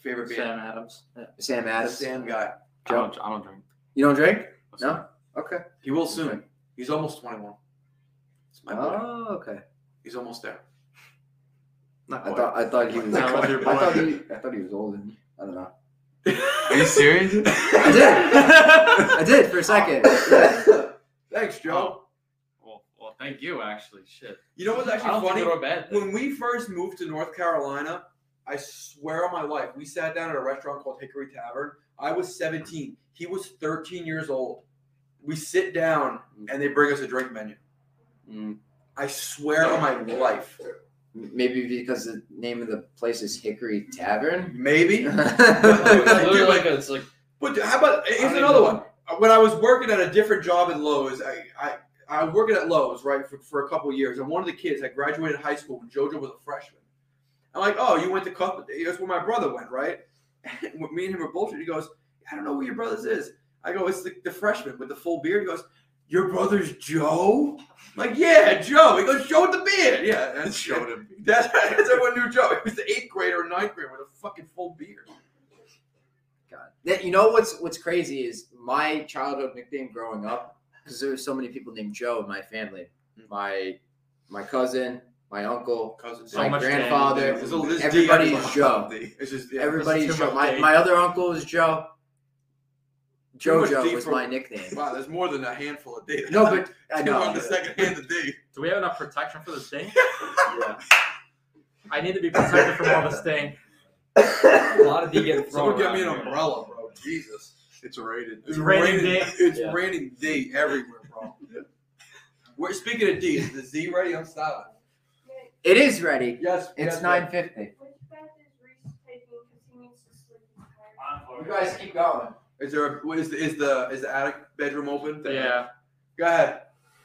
Speaker 3: Favorite beer.
Speaker 4: Sam Adams. Yeah.
Speaker 2: Sam
Speaker 3: The
Speaker 2: Addis.
Speaker 3: Sam guy.
Speaker 5: I don't, I don't drink.
Speaker 2: You don't drink?
Speaker 5: That's
Speaker 2: No?
Speaker 5: fine.
Speaker 2: Okay.
Speaker 3: He will soon. He's almost 21. It's my boy.
Speaker 2: Oh, okay.
Speaker 3: He's almost there.
Speaker 6: Not
Speaker 2: I
Speaker 6: quite.
Speaker 2: thought I thought he was.
Speaker 4: That was
Speaker 2: I
Speaker 4: your
Speaker 2: thought
Speaker 5: boy.
Speaker 2: he, I thought he was older. than- I don't know.
Speaker 5: Are you serious?
Speaker 2: I did. I did for a second. Yeah.
Speaker 3: Thanks, Joe.
Speaker 5: Well, well, thank you. Actually, shit.
Speaker 3: You know what's
Speaker 5: I
Speaker 3: actually
Speaker 5: don't
Speaker 3: funny?
Speaker 5: think we're bad.
Speaker 3: When we first moved to North Carolina, I swear on my life, we sat down at a restaurant called Hickory Tavern. I was 17. He was 13 years old. We sit down and they bring us a drink menu.
Speaker 6: Mm.
Speaker 3: I swear on my life.
Speaker 2: Maybe because the name of the place is Hickory Tavern.
Speaker 3: Maybe.
Speaker 5: It's
Speaker 3: Like,
Speaker 5: literally
Speaker 3: dude,
Speaker 5: like a- it's like
Speaker 3: But how about here's
Speaker 5: don't even
Speaker 3: another one? When I was working at a different job at Lowe's, I I, I was working at Lowe's right for, for a couple of years, and one of the kids I graduated high school when JoJo was a freshman. I'm like, oh, you went to Cup? That's where my brother went, right? And me and him were bullshit. He goes, I don't know where your brother's is. I go, it's the, the freshman with the full beard. He goes, your brother's Joe? I'm like, yeah, Joe. He goes, Joe with the beard. Yeah, that's
Speaker 6: Showed
Speaker 3: Joe.
Speaker 6: him.
Speaker 3: That's, that's everyone knew Joe. He was the eighth grader or ninth grader with a fucking full beard.
Speaker 2: God. That, you know what's what's crazy is my childhood nickname growing up because there were so many people named Joe in my family. My my cousin, my uncle,
Speaker 3: Cousins.
Speaker 5: So
Speaker 2: my
Speaker 5: much
Speaker 2: grandfather.
Speaker 5: Dan.
Speaker 3: There's a list D,
Speaker 2: Everybody
Speaker 3: everybody-
Speaker 2: is Joe.
Speaker 3: It's just yeah,
Speaker 2: Everybody
Speaker 5: too
Speaker 2: is Joe.
Speaker 5: much
Speaker 2: My,
Speaker 5: D.
Speaker 2: my other uncle is Joe.
Speaker 3: Too much D
Speaker 2: JoJo was
Speaker 3: for-
Speaker 2: my nickname.
Speaker 3: Wow, there's more than a handful of days.
Speaker 2: No, but I
Speaker 3: Two on
Speaker 2: know.
Speaker 3: the second hand of day.
Speaker 4: Do we have enough protection for this thing? I need to be protected from all this thing.
Speaker 2: I
Speaker 8: A lot of D getting
Speaker 3: Someone
Speaker 8: thrown
Speaker 3: get me an
Speaker 8: around here.
Speaker 3: umbrella, bro. Jesus,
Speaker 6: It's rated.
Speaker 3: it's raining.
Speaker 4: raining day.
Speaker 3: It's
Speaker 8: Yeah.
Speaker 3: raining day everywhere, bro. We're speaking of D. Is the Z ready? I'm stopping.
Speaker 2: It is ready.
Speaker 3: Yes,
Speaker 2: It's
Speaker 3: yes,
Speaker 2: nine fifty.
Speaker 9: Which bath is Reese taking because he needs to sleep? He's tired.
Speaker 2: You guys keep going.
Speaker 3: Is there? A, what is the, is the is the attic bedroom open?
Speaker 4: Yeah.
Speaker 3: Go ahead.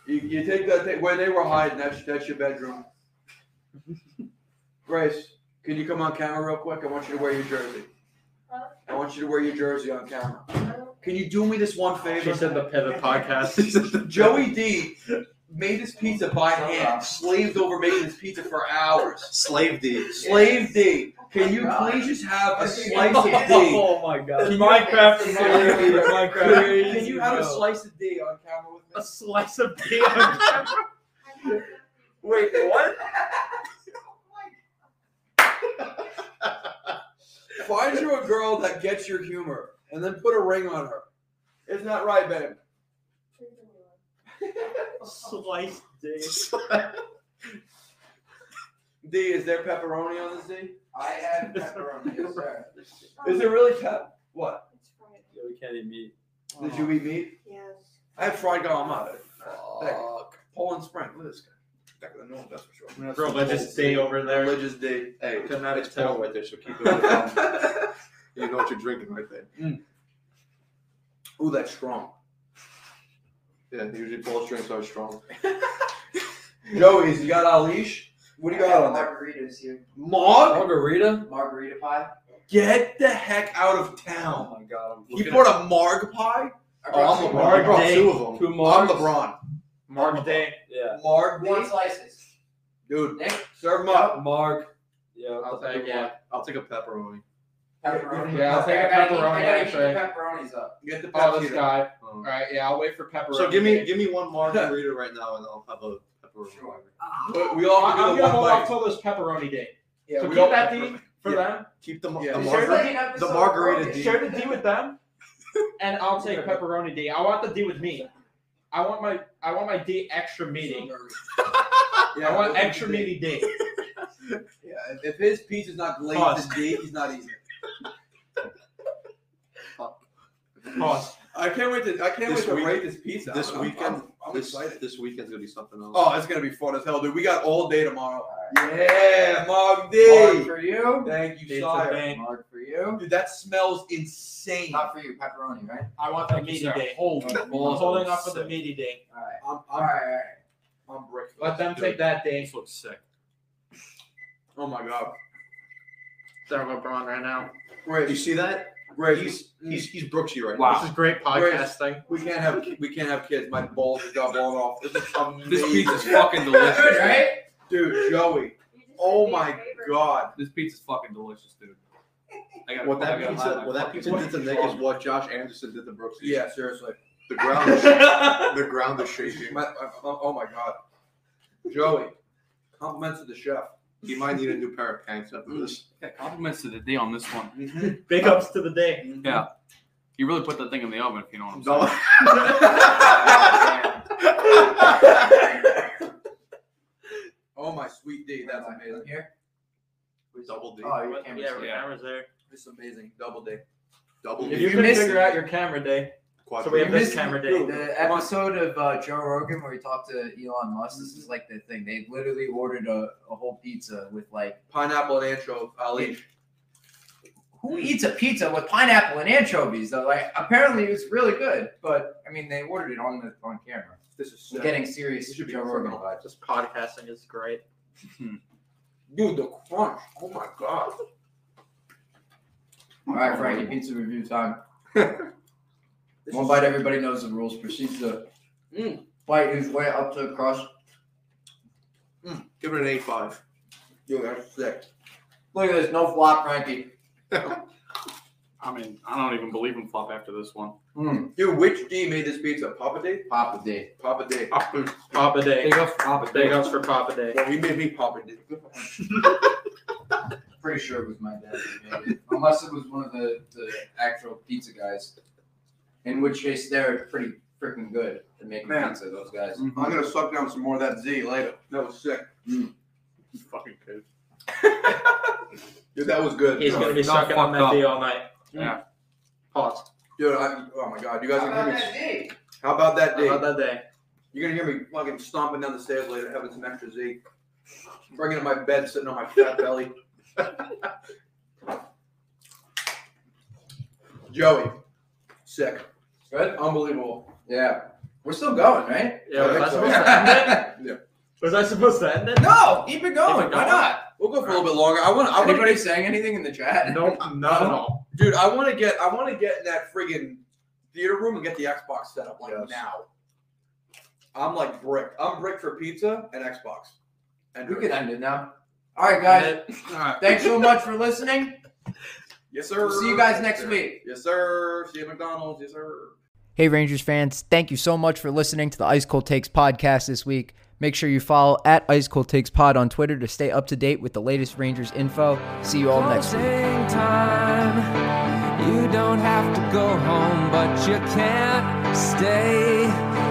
Speaker 3: You, you take that thing where they were hiding. That's that's your bedroom. Grace, can you come on camera real quick? I want you to wear your jersey. I want you to wear your jersey on camera.
Speaker 9: Huh?
Speaker 3: Can you do me this one favor?
Speaker 4: She said the pivot podcast.
Speaker 3: Joey D made this pizza by hand, slaved over making this pizza for hours.
Speaker 6: Slave D.
Speaker 3: Slave D, can you please just have a slice of D?
Speaker 8: Oh my god.
Speaker 3: Can you-
Speaker 8: Minecraft and
Speaker 3: Seriously,
Speaker 8: Minecraft. Minecraft.
Speaker 3: Can you have a slice of D on camera with
Speaker 4: a
Speaker 3: me?
Speaker 4: slice of D on camera.
Speaker 8: Wait, what?
Speaker 3: Find you a girl that gets your humor and then put a ring on her. It's not right, babe.
Speaker 4: Slice D.
Speaker 3: D, is there pepperoni on this D?
Speaker 2: I have pepperoni. yes, sir.
Speaker 3: Is there really pep? What?
Speaker 9: It's Friday.
Speaker 8: Yeah, we can't eat meat.
Speaker 3: Did you eat meat?
Speaker 9: Yes.
Speaker 3: I had fried galamata. Fuck. Poland Spring. Look at this guy. Back of the north, that's for sure.
Speaker 4: Religious D over there.
Speaker 3: Religious D.
Speaker 6: Hey,
Speaker 4: Could not
Speaker 6: it's
Speaker 4: tell.
Speaker 6: Paul right there, so keep it. on the ground. You know what you're drinking right there.
Speaker 3: Ooh, that's strong.
Speaker 6: Yeah, usually Paul's drinks are strong.
Speaker 3: Joey's, you got our leash? What do you got on there?
Speaker 2: Margaritas here.
Speaker 3: Mog?
Speaker 8: Margarita?
Speaker 2: Margarita pie.
Speaker 3: Get the heck out of town.
Speaker 8: Oh my god.
Speaker 3: He brought a marg pie?
Speaker 2: I
Speaker 6: Oh,
Speaker 2: brought
Speaker 6: I'm
Speaker 2: two
Speaker 6: LeBron. I brought
Speaker 4: Day.
Speaker 6: two of them.
Speaker 8: Two margs.
Speaker 6: I'm LeBron.
Speaker 4: Mark Day.
Speaker 8: Yeah.
Speaker 3: Marg?
Speaker 2: One
Speaker 3: D?
Speaker 2: slices.
Speaker 3: Dude,
Speaker 2: Nick,
Speaker 3: serve him up.
Speaker 8: Marg. Yeah.
Speaker 4: I'll take yeah.
Speaker 6: I'll take a pepperoni.
Speaker 2: pepperoni.
Speaker 4: Yeah, I'll take a
Speaker 2: I gotta eat-
Speaker 4: pepperoni,
Speaker 2: I gotta
Speaker 4: actually.
Speaker 2: eat the pepperonis up.
Speaker 3: Get the pepperoni.
Speaker 4: Oh, this guy. All
Speaker 6: Um,
Speaker 4: right, yeah, I'll wait for pepper.
Speaker 6: so give me give me one margarita right now, and I'll have a pepperoni.
Speaker 2: Sure.
Speaker 3: We- We all
Speaker 4: I'm
Speaker 3: have to do
Speaker 4: gonna
Speaker 3: the
Speaker 4: hold
Speaker 3: one
Speaker 4: off
Speaker 3: bite.
Speaker 4: till this pepperoni day.
Speaker 3: Yeah,
Speaker 4: so
Speaker 3: we
Speaker 4: keep
Speaker 3: all-
Speaker 4: that D for them.
Speaker 6: Keep the,
Speaker 3: Yeah.
Speaker 6: the
Speaker 3: Is
Speaker 2: Sure,
Speaker 6: margarita.
Speaker 2: like an episode
Speaker 6: the margarita
Speaker 2: of-
Speaker 6: D.
Speaker 4: Share the D with them, and I'll take pepperoni D. I want the D with me. I want my I want my D extra meaty.
Speaker 3: Yeah,
Speaker 4: I want
Speaker 3: we'll-
Speaker 4: extra meaty D.
Speaker 3: Yeah, if- if his pizza's not glazed in D, he's not eating it.
Speaker 4: Pause.
Speaker 3: I can't wait to I can't
Speaker 6: This
Speaker 3: wait to
Speaker 4: Oh,
Speaker 6: week-
Speaker 3: rate this pizza.
Speaker 6: this
Speaker 3: I'm,
Speaker 6: weekend-
Speaker 3: I'm, I'm
Speaker 6: this,
Speaker 3: excited.
Speaker 6: This weekend's gonna be something else.
Speaker 3: Oh, it's gonna be fun as hell, dude. We got all day tomorrow.
Speaker 2: Yeah,
Speaker 3: Mark
Speaker 2: Mark for you.
Speaker 3: Thank
Speaker 4: Dates
Speaker 3: you,
Speaker 4: are
Speaker 3: Sire.
Speaker 4: big.
Speaker 2: Mark for you.
Speaker 3: Dude, that smells insane.
Speaker 2: Not for you, pepperoni, right?
Speaker 4: I want the meaty day.
Speaker 3: Holy
Speaker 4: I'm
Speaker 3: balls.
Speaker 4: holding up for the meaty day.
Speaker 2: All right.
Speaker 3: I'm,
Speaker 2: All
Speaker 3: I'm,
Speaker 2: right, all right.
Speaker 3: I'm breaking.
Speaker 4: Let them
Speaker 6: Dude.
Speaker 4: take that day.
Speaker 5: This looks sick.
Speaker 3: Oh my god.
Speaker 4: Sarah LeBron right now.
Speaker 6: you
Speaker 3: Great.
Speaker 6: see that?
Speaker 3: Great.
Speaker 6: He's he's he's Brooksy right
Speaker 3: Wow.
Speaker 6: now.
Speaker 4: This is great podcasting.
Speaker 3: we can't have we can't have kids. My balls just got blown off. This is amazing.
Speaker 5: This pizza's fucking delicious.
Speaker 2: Good, right?
Speaker 3: dude, Joey.
Speaker 9: You just
Speaker 3: Oh
Speaker 9: said
Speaker 3: my
Speaker 9: your favorite.
Speaker 3: god.
Speaker 5: This pizza's fucking delicious, dude. I got
Speaker 6: What that
Speaker 5: I gotta
Speaker 6: pizza,
Speaker 5: hide my
Speaker 6: what that
Speaker 5: fucking
Speaker 6: pizza did to Nick is what Josh Anderson did to Brooksy.
Speaker 3: Yeah, seriously.
Speaker 6: the ground, is, the ground is shaking.
Speaker 3: My, my- oh my god. Joey, compliments to the chef.
Speaker 6: He might need a new pair of pants after this.
Speaker 5: Yeah, compliments to the D on this one.
Speaker 4: Big ups to the day.
Speaker 5: Yeah. You really put that thing in the oven, if you know what I'm saying.
Speaker 6: No.
Speaker 3: Oh my sweet D, that's
Speaker 2: Am I
Speaker 3: amazing.
Speaker 2: Here.
Speaker 6: Double D.
Speaker 2: Oh, your
Speaker 4: Yeah,
Speaker 2: camera's
Speaker 4: our
Speaker 2: here.
Speaker 5: yeah.
Speaker 4: camera's there.
Speaker 3: It's amazing. Double D.
Speaker 6: Double
Speaker 4: If
Speaker 6: D.
Speaker 4: you
Speaker 2: you
Speaker 4: can
Speaker 2: missed
Speaker 4: figure
Speaker 2: it-
Speaker 4: out your camera day. So we have
Speaker 6: quadruple.
Speaker 4: this camera day.
Speaker 2: The episode of uh, Joe Rogan where he talked to Elon Musk. This is like the thing. They literally ordered a, a whole pizza with like.
Speaker 3: Pineapple and ancho Ali.
Speaker 2: Who eats a pizza with pineapple and anchovies? Though, like, apparently it was really good, but I mean, they ordered it on the on camera.
Speaker 3: This is
Speaker 2: I'm
Speaker 3: sick.
Speaker 2: getting serious.
Speaker 3: This should be
Speaker 2: Joe Rogan
Speaker 3: criminal.
Speaker 2: vibes.
Speaker 4: Just podcasting is great.
Speaker 3: Dude, the crunch. Oh my god.
Speaker 2: All right, Frankie, pizza review time.
Speaker 3: This
Speaker 2: One
Speaker 3: is-
Speaker 2: bite, everybody knows the rules. Proceeds to
Speaker 3: Mm.
Speaker 2: bite his way up to the crust.
Speaker 6: Give it an A five.
Speaker 3: Dude, that's sick.
Speaker 2: Look at this, no flop, Frankie.
Speaker 5: I mean, I don't even believe him flop after this one.
Speaker 2: Mm.
Speaker 3: Dude, which D made this pizza? Papa D?
Speaker 2: Papa D.
Speaker 3: Papa D.
Speaker 4: Papa day.
Speaker 5: Big ups, Papa
Speaker 4: Big ups for Papa day.
Speaker 3: Well, he made me Papa D.
Speaker 2: Pretty sure it was my dad that made it. Unless it was one of the, the actual pizza guys. In which case, they're pretty freaking good at making
Speaker 3: Man. Mm.
Speaker 2: pizza, those guys.
Speaker 3: I'm gonna suck down some more of that Z later. That was sick.
Speaker 5: Fucking kid.
Speaker 3: Dude, that was good.
Speaker 4: He's
Speaker 3: Dud,
Speaker 4: gonna be
Speaker 5: Not
Speaker 4: sucking on
Speaker 5: fucked
Speaker 4: that
Speaker 5: up.
Speaker 4: D all night.
Speaker 5: Yeah.
Speaker 4: Pause.
Speaker 3: Dude, I, oh my god, you guys are gonna hear me.
Speaker 2: D?
Speaker 3: How about that
Speaker 4: How
Speaker 3: D?
Speaker 4: about that day?
Speaker 3: You're gonna hear me fucking stomping down the stairs later, having some extra Z. Bringing it to my bed, sitting on my fat belly. Joey, sick,
Speaker 2: Good?
Speaker 3: unbelievable.
Speaker 2: Yeah. We're still going, right?
Speaker 4: Yeah, was
Speaker 3: I
Speaker 4: I
Speaker 3: think so.
Speaker 4: supposed to end it?
Speaker 3: Yeah.
Speaker 4: Was I supposed to end it?
Speaker 2: No, keep it going.
Speaker 4: Keep it
Speaker 2: Why
Speaker 4: going.
Speaker 2: not?
Speaker 3: We'll go for a little bit longer. I want, I want,
Speaker 2: Anybody saying anything in the chat?
Speaker 4: No, not at all.
Speaker 3: dude, I want to get, I want to get in that friggin' theater room and get the Xbox set up like
Speaker 6: Yes.
Speaker 3: now. I'm like brick. I'm brick for pizza and Xbox. And
Speaker 2: We can end it now. All right, guys.
Speaker 5: All right.
Speaker 2: Thanks so much for listening.
Speaker 3: yes, sir.
Speaker 2: See you guys next week.
Speaker 3: Yes, sir. See you at McDonald's. Yes, sir.
Speaker 7: Hey, Rangers fans, thank you so much for listening to the Ice Cold Takes podcast this week. Make sure you follow at Ice Cold Takes Pod on Twitter to stay up to date with the latest Rangers info. See you all next week.
Speaker 1: Closing time. You don't have to go home, but you can't stay.